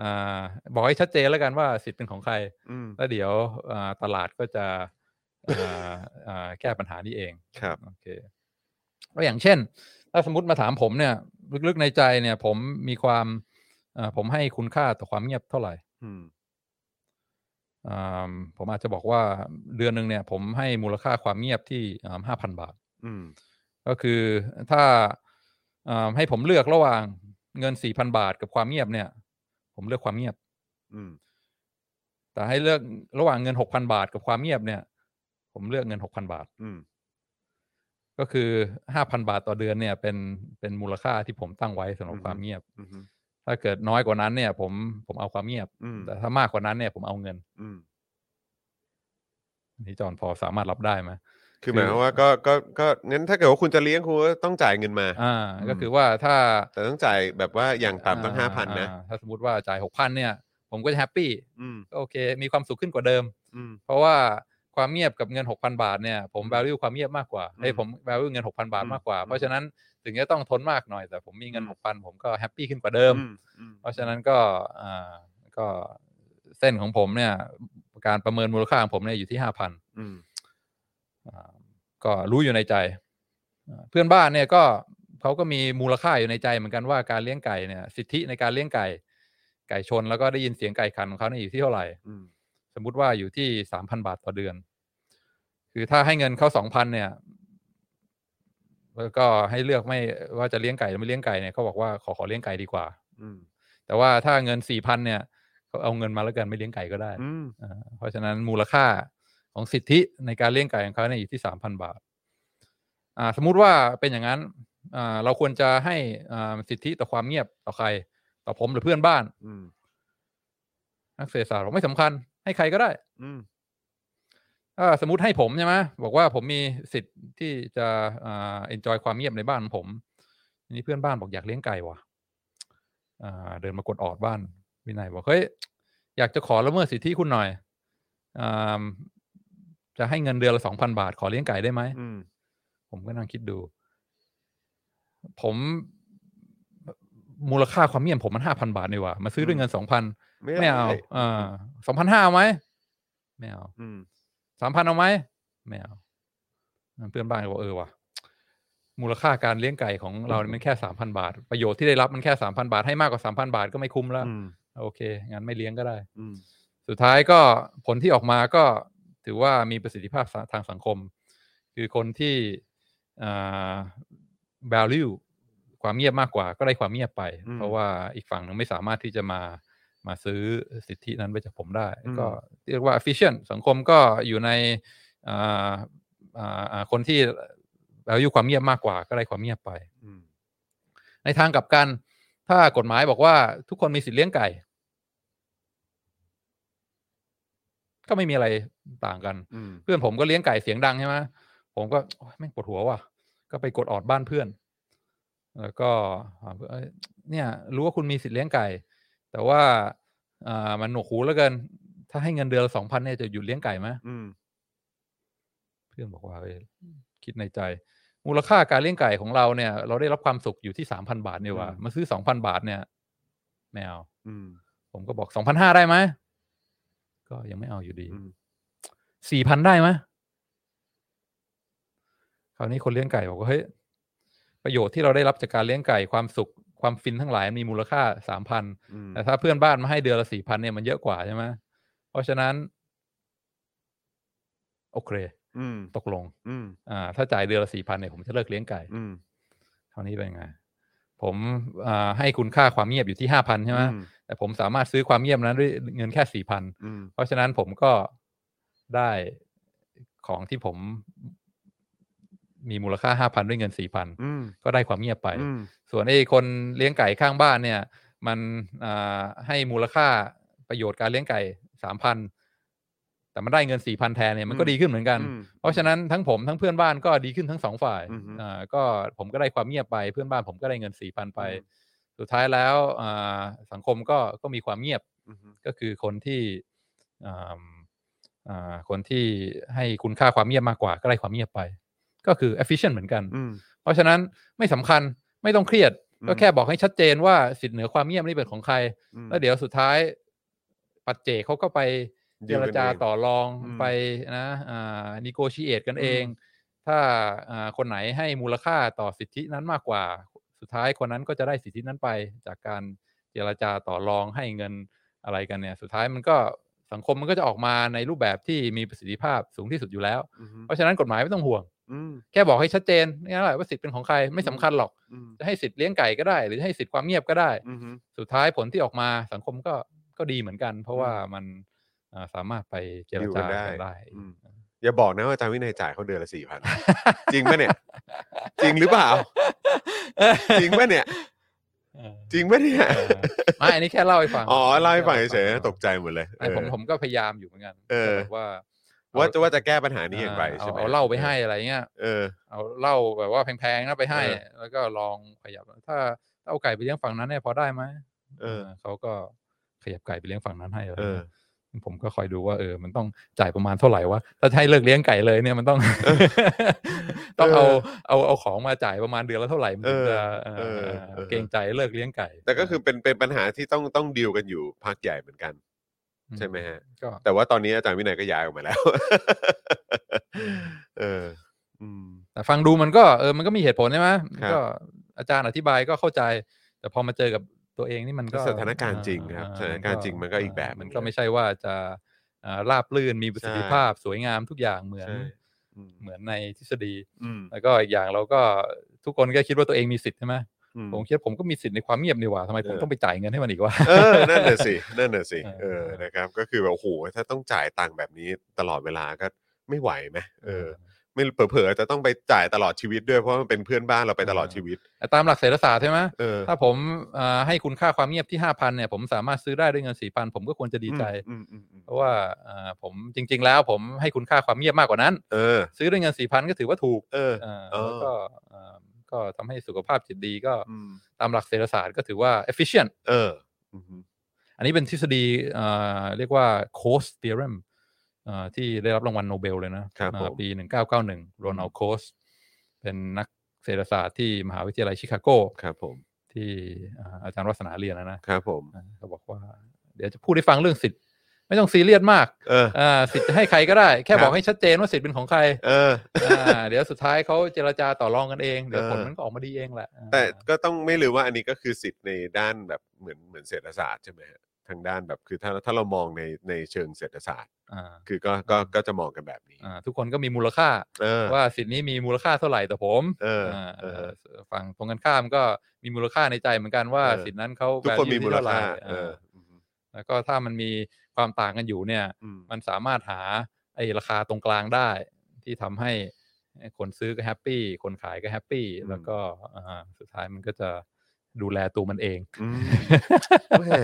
Speaker 3: อ่าบอกให้ชัดเจนแล้วกันว่าสิทธิ์เป็นของใคร
Speaker 2: อืม
Speaker 3: แล้วเดี๋ยวอ่าตลาดก็จะอ่าอ่าแก้ปัญหานี้เอง
Speaker 2: ครับ
Speaker 3: โอเคแล้วอย่างเช่น ถ้าสมมติมาถามผมเนี่ย ลึกๆในใจเนี่ย ผมมีความอ่าผมให้คุณค่าต่อความเงียบเท่าไหร่
Speaker 2: อืม
Speaker 3: อ่าผมอาจจะบอกว่าเดือนหนึ่งเนี่ย ผมให้มูลค่าความเงียบที่ห้าพันบาท
Speaker 2: อืม
Speaker 3: ก็คือถ้าอ่าให้ผมเลือกระหว่างเงินสี่พันบาทกับความเงียบเนี่ย ผมเลือกความเงียบ
Speaker 2: อืม
Speaker 3: แต่ให้เลือกระหว่างเงินหกพันบาทกับความเงียบเนี่ย ผมเลือกเงินหกพันบาท
Speaker 2: อืม
Speaker 3: ก็คือห้าพันบาทต่อเดือนเนี่ย เป็นเป็นมูลค่าที่ผมตั้งไว้สำหรับ
Speaker 2: อือฮึ
Speaker 3: ความเงียบ
Speaker 2: อืม
Speaker 3: ถ้าเกิดน้อยกว่านั้นเนี่ย ผมผมเอาความเงียบ
Speaker 2: อืม
Speaker 3: แต่ถ้ามากกว่านั้นเนี่ยผมเอาเงิน
Speaker 2: อืม
Speaker 3: อันนี่จอนพอสามารถรับได้ไหม
Speaker 2: คือหมายความว่าก็ก็ก็งั้นถ้าเกิดว่าคุณจะเลี้ยงคุณก็ต้องจ่ายเงินมา
Speaker 3: อ่าก็
Speaker 2: อืม
Speaker 3: คือว่าถ้า
Speaker 2: แต่ต้องจ่ายแบบว่าอย่างต่ำต้องห้าพันนะ
Speaker 3: อ่าถ้าสมมติว่าจ่ายหกพันเนี่ย ผมก็จะแฮปปี้
Speaker 2: อืม
Speaker 3: ก็โอเค มีความสุขขึ้นกว่าเดิม
Speaker 2: อืม
Speaker 3: เพราะว่าความเงียบกับเงิน 6,000 บาทเนี่ยผม
Speaker 2: อืม
Speaker 3: value ความเงียบมากกว่าเอ้ยผม value เงิน 6,000 บาท
Speaker 2: อืม
Speaker 3: มากกว่า
Speaker 2: อืม
Speaker 3: เพราะฉะนั้นถึงจะต้องทนมากหน่อย แต่ผมมีเงิน
Speaker 2: อืม
Speaker 3: 6,000 ผมก็แฮปปี้ขึ้นกว่าเดิม
Speaker 2: อืมอืม
Speaker 3: เพราะฉะนั้นก็อ่าก็เส้นของผมเนี่ย การประเมินมูลค่าของผมเนี่ยอยู่ที่ 5,000
Speaker 2: อืม
Speaker 3: อ่าก็รู้อยู่ในใจอ่าเพื่อนบ้านเนี่ยก็เขาก็มีมูลค่าอยู่ในใจเหมือนกันว่าการเลี้ยงไก่เนี่ยสิทธิในการเลี้ยงไก่ ไก่ชนแล้วก็ได้ยินเสียงไก่ขันของเขาเนี่ยอยู่ที่เท่าไหร่
Speaker 2: อืม
Speaker 3: สมมุติว่าอยู่ที่สามพันบาทต่อเดือน คือถ้าให้เงินเขาสองพันเนี่ย แล้วก็ให้เลือกไม่ว่าจะเลี้ยงไก่หรือไม่เลี้ยงไก่เนี่ยเขาบอกว่าขอขอเลี้ยงไก่ดีกว่า
Speaker 2: อืม
Speaker 3: แต่ว่าถ้าเงินสี่พันเนี่ยเขาเอาเงินมาแล้วกันไม่เลี้ยงไก่ก็ได้
Speaker 2: อืม
Speaker 3: อ่าเพราะฉะนั้นมูลค่าของสิทธิในการเลี้ยงไก่ของเขาเนี่ยอยู่ที่สามพันบาทอ่าสมมุติว่าเป็นอย่างนั้นอ่าเราควรจะให้อ่าสิทธิต่อความเงียบต่อใคร ต่อผมหรือเพื่อนบ้าน
Speaker 2: อืม
Speaker 3: นักเศรษฐศาสตร์บอกไม่สำคัญ ให้ใครก็ได้
Speaker 2: อืม
Speaker 3: อ่าสมมติให้ผมใช่ไหมบอกว่าผมมีสิทธิ์ที่จะอ่า enjoy ความเงียบในบ้านของผมทีนี้เพื่อนบ้านบอกอยากเลี้ยงไก่ว่ะอ่าเดินมากดออดบ้านวินัยบอกเฮ้ยอยากจะขอละเมิดสิทธิคุณหน่อยอ่าจะให้เงินเดือนละสองพันบาท ขอเลี้ยงไก่ได้ไหม
Speaker 2: อืม
Speaker 3: ผมก็นั่งคิดดู ผมมูลค่าความเงียบผมมันห้าพันบาทนี่หว่ามาซื้อด้วยเงินสองพันไม่เอาสองพันห้า2,500เอาไหมไม่เอา
Speaker 2: อืม
Speaker 3: สามพันเอาไหมไม่เอาเพื่อนบ้านก็บอกเออว่ะมูลค่าการเลี้ยงไก่ของเราเนี่ยมันแค่สามพันบาท ประโยชน์ที่ได้รับมันแค่สามพันบาทให้มากกว่าสามพันบาทก็ไม่คุ้มแล้ว
Speaker 2: อืม
Speaker 3: โอเคงั้นไม่เลี้ยงก็ได้
Speaker 2: อืม
Speaker 3: สุดท้ายก็ผลที่ออกมาก็ถือว่ามีประสิทธิภาพทางสังคม คือคนที่อ่า value ความเงียบมากกว่าก็ได้ความเงียบไป
Speaker 2: อืม
Speaker 3: เพราะว่าอีกฝั่งหนึ่งไม่สามารถที่จะมามาซื้อสิทธินั้นไปจากผมได้
Speaker 2: อืม
Speaker 3: ก็เรียกว่า efficient สังคมก็อยู่ในอ่าอ่าอ่าคนที่ value ความเงียบมากกว่าก็ได้ความเงียบไป
Speaker 2: อืม
Speaker 3: ในทางกลับกัน ถ้ากฎหมายบอกว่าทุกคนมีสิทธิ์เลี้ยงไก่ ก็ไม่มีอะไรต่างกัน
Speaker 2: อืม
Speaker 3: เพื่อนผมก็เลี้ยงไก่เสียงดังใช่ไหมผมก็โอ๊ยแม่งปวดหัวว่ะ ก็ไปกดออดบ้านเพื่อน แล้วก็อ่าเอ้ยเนี่ย รู้ว่าคุณมีสิทธิ์เลี้ยงไก่ แต่ว่าอ่ามันหนวกหูแล้วกัน ถ้าให้เงินเดือนสองพันเนี่ยจะหยุดเลี้ยงไก่ไหม
Speaker 2: อืม
Speaker 3: เพื่อนบอกว่าเอ้ยคิดในใจ มูลค่าการเลี้ยงไก่ของเราเนี่ย เราได้รับความสุขอยู่ที่สามพันบาทเนี่ยว่า
Speaker 2: อืม
Speaker 3: มาซื้อสองพันบาทเนี่ยไม่เอา
Speaker 2: อืม
Speaker 3: ผมก็บอกสองพันห้าได้ไหมก็ยังไม่เอาอยู่ดี
Speaker 2: อืม
Speaker 3: สี่พันได้ไหมคราวนี้คนเลี้ยงไก่บอกว่าเฮ้ยประโยชน์ที่เราได้รับจากการเลี้ยงไก่ความสุขความฟินทั้งหลายมีมูลค่าสามพัน
Speaker 2: อืม
Speaker 3: แต่ถ้าเพื่อนบ้านมาให้เดือนละสี่พันเนี่ยมันเยอะกว่าใช่ไหม ราะฉะนั้น โอเค
Speaker 2: อืม
Speaker 3: ตกลง
Speaker 2: อืม
Speaker 3: อ่า ถ้าจ่ายเดือนละสี่พันเนี่ยผมจะเลิกเลี้ยงไก่
Speaker 2: อืม
Speaker 3: เท่านี้เป็นไง ผมอ่าให้คุณค่าความเงียบอยู่ที่ห้าพันใช่ไหม
Speaker 2: อื
Speaker 3: แต่ผมสามารถซื้อความเงียบนั้นด้วยเงินแค่สี่พัน
Speaker 2: อืม
Speaker 3: เพราะฉะนั้นผมก็ได้ของที่ผมมีมูลค่าห้าพันด้วยเงินสี่พัน
Speaker 2: อืม
Speaker 3: ก็ได้ความเงียบไป
Speaker 2: อืม
Speaker 3: ส่วนไอ้คนเลี้ยงไก่ข้างบ้านเนี่ย มันอ่าให้มูลค่าประโยชน์การเลี้ยงไก่สามพันแต่มันได้เงินสี่พันแทนเนี่ยมันก็ดีขึ้นเหมือนกัน
Speaker 2: อืม
Speaker 3: เพราะฉะนั้นทั้งผมทั้งเพื่อนบ้านก็ดีขึ้นทั้งสองฝ่าย
Speaker 2: อือฮึ
Speaker 3: อ่าก็ผมก็ได้ความเงียบไปเพื่อนบ้านผมก็ได้เงินสี่พันไป
Speaker 2: อืม
Speaker 3: สุดท้ายแล้วอ่าสังคมก็ก็มีความเงียบ
Speaker 2: อืม
Speaker 3: ก็คือคนที่อ่าอ่าคนที่ให้คุณค่าความเงียบมากกว่าก็ได้ความเงียบไป ก็คือ efficient เหมือนกัน
Speaker 2: อืม
Speaker 3: เพราะฉะนั้นไม่สำคัญไม่ต้องเครียด
Speaker 2: อืม
Speaker 3: ก็แค่บอกให้ชัดเจนว่าสิทธิ์เหนือความเงียบนี่เป็นของใคร
Speaker 2: อืม
Speaker 3: แล้วเดี๋ยวสุดท้าย ปัจเจกเขาก็ไป
Speaker 2: ดี
Speaker 3: เจ
Speaker 2: ล
Speaker 3: ร
Speaker 2: กัน
Speaker 3: จา
Speaker 2: เอง
Speaker 3: ต่อรอง
Speaker 2: อืม
Speaker 3: ไปนะอ่า นิโกชิเอตกัน
Speaker 2: อืม
Speaker 3: เอง ถ้าอ่าคนไหนให้มูลค่าต่อสิทธินั้นมากกว่า สุดท้ายคนนั้นก็จะได้สิทธินั้นไปจากการเจรจาต่อรองให้เงินอะไรกันเนี่ย สุดท้ายมันก็สังคมมันก็จะออกมาในรูปแบบที่มีประสิทธิภาพสูงที่สุดอยู่แล้ว
Speaker 2: อืม
Speaker 3: เพราะฉะนั้นกฎหมายไม่ต้องห่วง
Speaker 2: อืม
Speaker 3: แค่บอกให้ชัดเจนงั้นแหละว่าสิทธิ์เป็นของใครไม่สำคัญหรอก
Speaker 2: อืม
Speaker 3: จะให้สิทธิ์เลี้ยงไก่ก็ได้ หรือให้สิทธิ์ความเงียบก็ได้
Speaker 2: อืมอืม
Speaker 3: สุดท้ายผลที่ออกมาสังคมก็ก็ดีเหมือนกัน เพราะว่ามันอ่าสามารถไปเจร
Speaker 2: อยู่
Speaker 3: จา
Speaker 2: กันได้
Speaker 3: กันได้
Speaker 2: อืม อย่าบอกนะว่าอาจารย์วินัยจ่ายเขาเดือนละสี่พัน (laughs) จริงปะเนี่ย จริงหรือเปล่า จริงปะเนี่ย
Speaker 3: เออ
Speaker 2: จริงปะเนี่ย
Speaker 3: เออไม่อันนี้แค่เล่าให้ฟัง
Speaker 2: อ๋อเล่าให้ฟังเฉยๆนะ
Speaker 3: แค่ล่าให้ฟัง
Speaker 2: ตกใจหมดเลย
Speaker 3: ไอ้ผม
Speaker 2: เออ
Speaker 3: ผมก็พยายามอยู่เหมือนกัน
Speaker 2: เออ
Speaker 3: แบบว่า
Speaker 2: ว่าจะว่าจะแก้ปัญหานี้อย่างไร
Speaker 3: เ
Speaker 2: ใช่ไหม
Speaker 3: เอาเหล่าไปให้อะไรเงี้ย
Speaker 2: เออ
Speaker 3: เอาเหล้าแบบว่าแพงๆนะไปให้
Speaker 2: เออ
Speaker 3: แล้วก็ลองขยับถ้าถ้าเอาไก่ไปเลี้ยงฝั่งนั้นเนี่ยพอได้ไหม
Speaker 2: เออ
Speaker 3: เขาก็ขยับไก่ไปเลี้ยงฝั่งนั้นให้อะไร
Speaker 2: เออ
Speaker 3: เงี้ย ผมก็คอยดูว่าเออ มันต้องจ่ายประมาณเท่าไหร่วะถ้าจะให้เลิกเลี้ยงไก่เลยเนี่ยมันต้อง (laughs) ต้องเอาเอาเอาของมาจ่ายประมาณเดือนละเท่าไหร่มันถึงจะ
Speaker 2: เออ
Speaker 3: เออ
Speaker 2: เออเออ
Speaker 3: เกรงใจเลิกเลี้ยงไก่
Speaker 2: แต่ก็คือเป็นเป็นปัญหาที่ต้องต้องดีลกันอยู่พักใหญ่เหมือนกัน
Speaker 3: อื
Speaker 2: ใช่ไหมฮะ
Speaker 3: ก็
Speaker 2: แต่ว่าตอนนี้อาจารย์วินัยก็ย้ายออกมาแล้ว เออ อืม
Speaker 3: แต่ฟังดูมันก็เออมันก็มีเหตุผลใช่ไหม
Speaker 2: ครับ
Speaker 3: ก็อาจารย์อธิบายก็เข้าใจ แต่พอมาเจอกับตัวเองนี่มันก็
Speaker 2: สถานการณ์จริงครับ
Speaker 3: อ่
Speaker 2: สถานการณ์จริงมันก็อีกแบบห
Speaker 3: มั
Speaker 2: นึ่
Speaker 3: น
Speaker 2: ง
Speaker 3: ก็ไม่
Speaker 2: เลย
Speaker 3: ใช่ว่าจะอ่าราบลื่นมีประสิทธิ
Speaker 2: ใช่
Speaker 3: ภาพสวยงามทุกอย่างเหมือน
Speaker 2: ใช่อืม
Speaker 3: เหมือนในทฤษฎี
Speaker 2: อืม
Speaker 3: แล้วก็อีกอย่างเราก็ทุกคนก็คิดว่าตัวเองมีสิทธิ์ใช่ไหม
Speaker 2: อืม
Speaker 3: ผมคิดว่าผมก็มีสิทธิ์ในความเงียบนี่หว่าทำไมผม
Speaker 2: เออ
Speaker 3: ต้องไปจ่ายเงินให้มันอีกวะ
Speaker 2: เออ นั่นน่ะ
Speaker 3: (laughs)
Speaker 2: สิ นั่นน่ะสิ เอ
Speaker 3: เอ
Speaker 2: อ
Speaker 3: อ
Speaker 2: นะครับ ก็คือแบบโอ้โห ถ้าต้องจ่ายตังค์แบบนี้ตลอดเวลาก็ไม่ไหวไหมเออ ไม่รู้เผลอๆจะต้องไปจ่ายตลอดชีวิตด้วยเพราะมันเป็นเพื่อนบ้านเราไปตลอดชีวิต
Speaker 3: แต่ตามหลักเศรษฐศาสตร์ใช่ไหม
Speaker 2: เออ
Speaker 3: ถ้าผมเอ่อให้คุณค่าความเงียบที่ห้าพันเนี่ยผมสามารถซื้อได้ด้วยเงินสี่พันผมก็ควรจะดีใจ
Speaker 2: อืมอืมอืม
Speaker 3: เพราะว่าเอ่อผมจริง ๆ แล้วผมให้คุณค่าความเงียบมากกว่านั้น
Speaker 2: เออ
Speaker 3: ซื้อด้วยเงินสี่พันก็ถือว่าถูก
Speaker 2: เออ
Speaker 3: เอ่อ
Speaker 2: เออ
Speaker 3: แล้วก็เอ่อก็ทำให้สุขภาพจิตดีก็
Speaker 2: อืม
Speaker 3: ตามหลักเศรษฐศาสตร์ก็ถือว่า efficient
Speaker 2: เอออืมอืม
Speaker 3: อันนี้เป็นทฤษฎีเอ่อเรียกว่า Coase theorem เอ่อที่ได้รับรางวัลโนเบลเลยนะครับ อ่า
Speaker 2: ผม
Speaker 3: ปี 1991 โรนัลด์โคสเป็นนักเศรษฐศาสตร์ที่มหาวิทยาลัยชิคาโก
Speaker 2: ครับผม
Speaker 3: ที่อ่าอาจารย์วัฒนาเรียนนะนะครับ
Speaker 2: ผม
Speaker 3: อ่าเขาบอกว่า เดี๋ยวจะพูดให้ฟังเรื่องสิทธิ์ ไม่ต้องซีเรียสมาก
Speaker 2: เออ
Speaker 3: อ่าสิทธิ์จะให้ใครก็ได้ แค่
Speaker 2: ครับ
Speaker 3: บอกให้ชัดเจนว่าสิทธิ์เป็นของใคร
Speaker 2: เออ
Speaker 3: อ่าเดี๋ยวสุดท้ายเขาเจรจาต่อรองกันเอง เดี๋ยว
Speaker 2: เออ
Speaker 3: ผลมันก็ออกมาดีเองแหละอ่า
Speaker 2: แต่ก็ต้องไม่ลืมว่าอันนี้ก็คือสิทธิ์ในด้านแบบเหมือนเหมือนเศรษฐศาสตร์ใช่ไหมฮะทางด้านแบบคือถ้าถ้าเรามองในในเชิงเศรษฐศาสตร์
Speaker 3: อ่า
Speaker 2: คือก็ก็ก็จะมองกันแบบนี้
Speaker 3: อ่าทุกคนก็มีมูลค่า
Speaker 2: เออ
Speaker 3: ว่าสิทธิ์นี้มีมูลค่าเท่าไหร่ต่อผม
Speaker 2: เออ
Speaker 3: อ่า
Speaker 2: เออ
Speaker 3: เอ่อฝั่งตรงกันข้ามก็มีมูลค่าในใจเหมือนกันว่า
Speaker 2: เออ
Speaker 3: สิทธินั้นเขา
Speaker 2: ทุกคน
Speaker 3: value
Speaker 2: มีมูล
Speaker 3: ที่เท่ไห
Speaker 2: ค่า
Speaker 3: ร่
Speaker 2: เออ
Speaker 3: อ่าแล้วก็ถ้ามันมีความต่างกันอยู่เนี่ย
Speaker 2: อืม
Speaker 3: มันสามารถหาไอ้ราคาตรงกลางได้ ที่ทำให้คนซื้อก็แฮปปี้คนขายก็แฮปปี้
Speaker 2: อืม
Speaker 3: แล้วก็อ่าสุดท้ายมันก็จะดูแลตัวมันเอง
Speaker 2: อื
Speaker 3: (laughs)
Speaker 2: ม แม่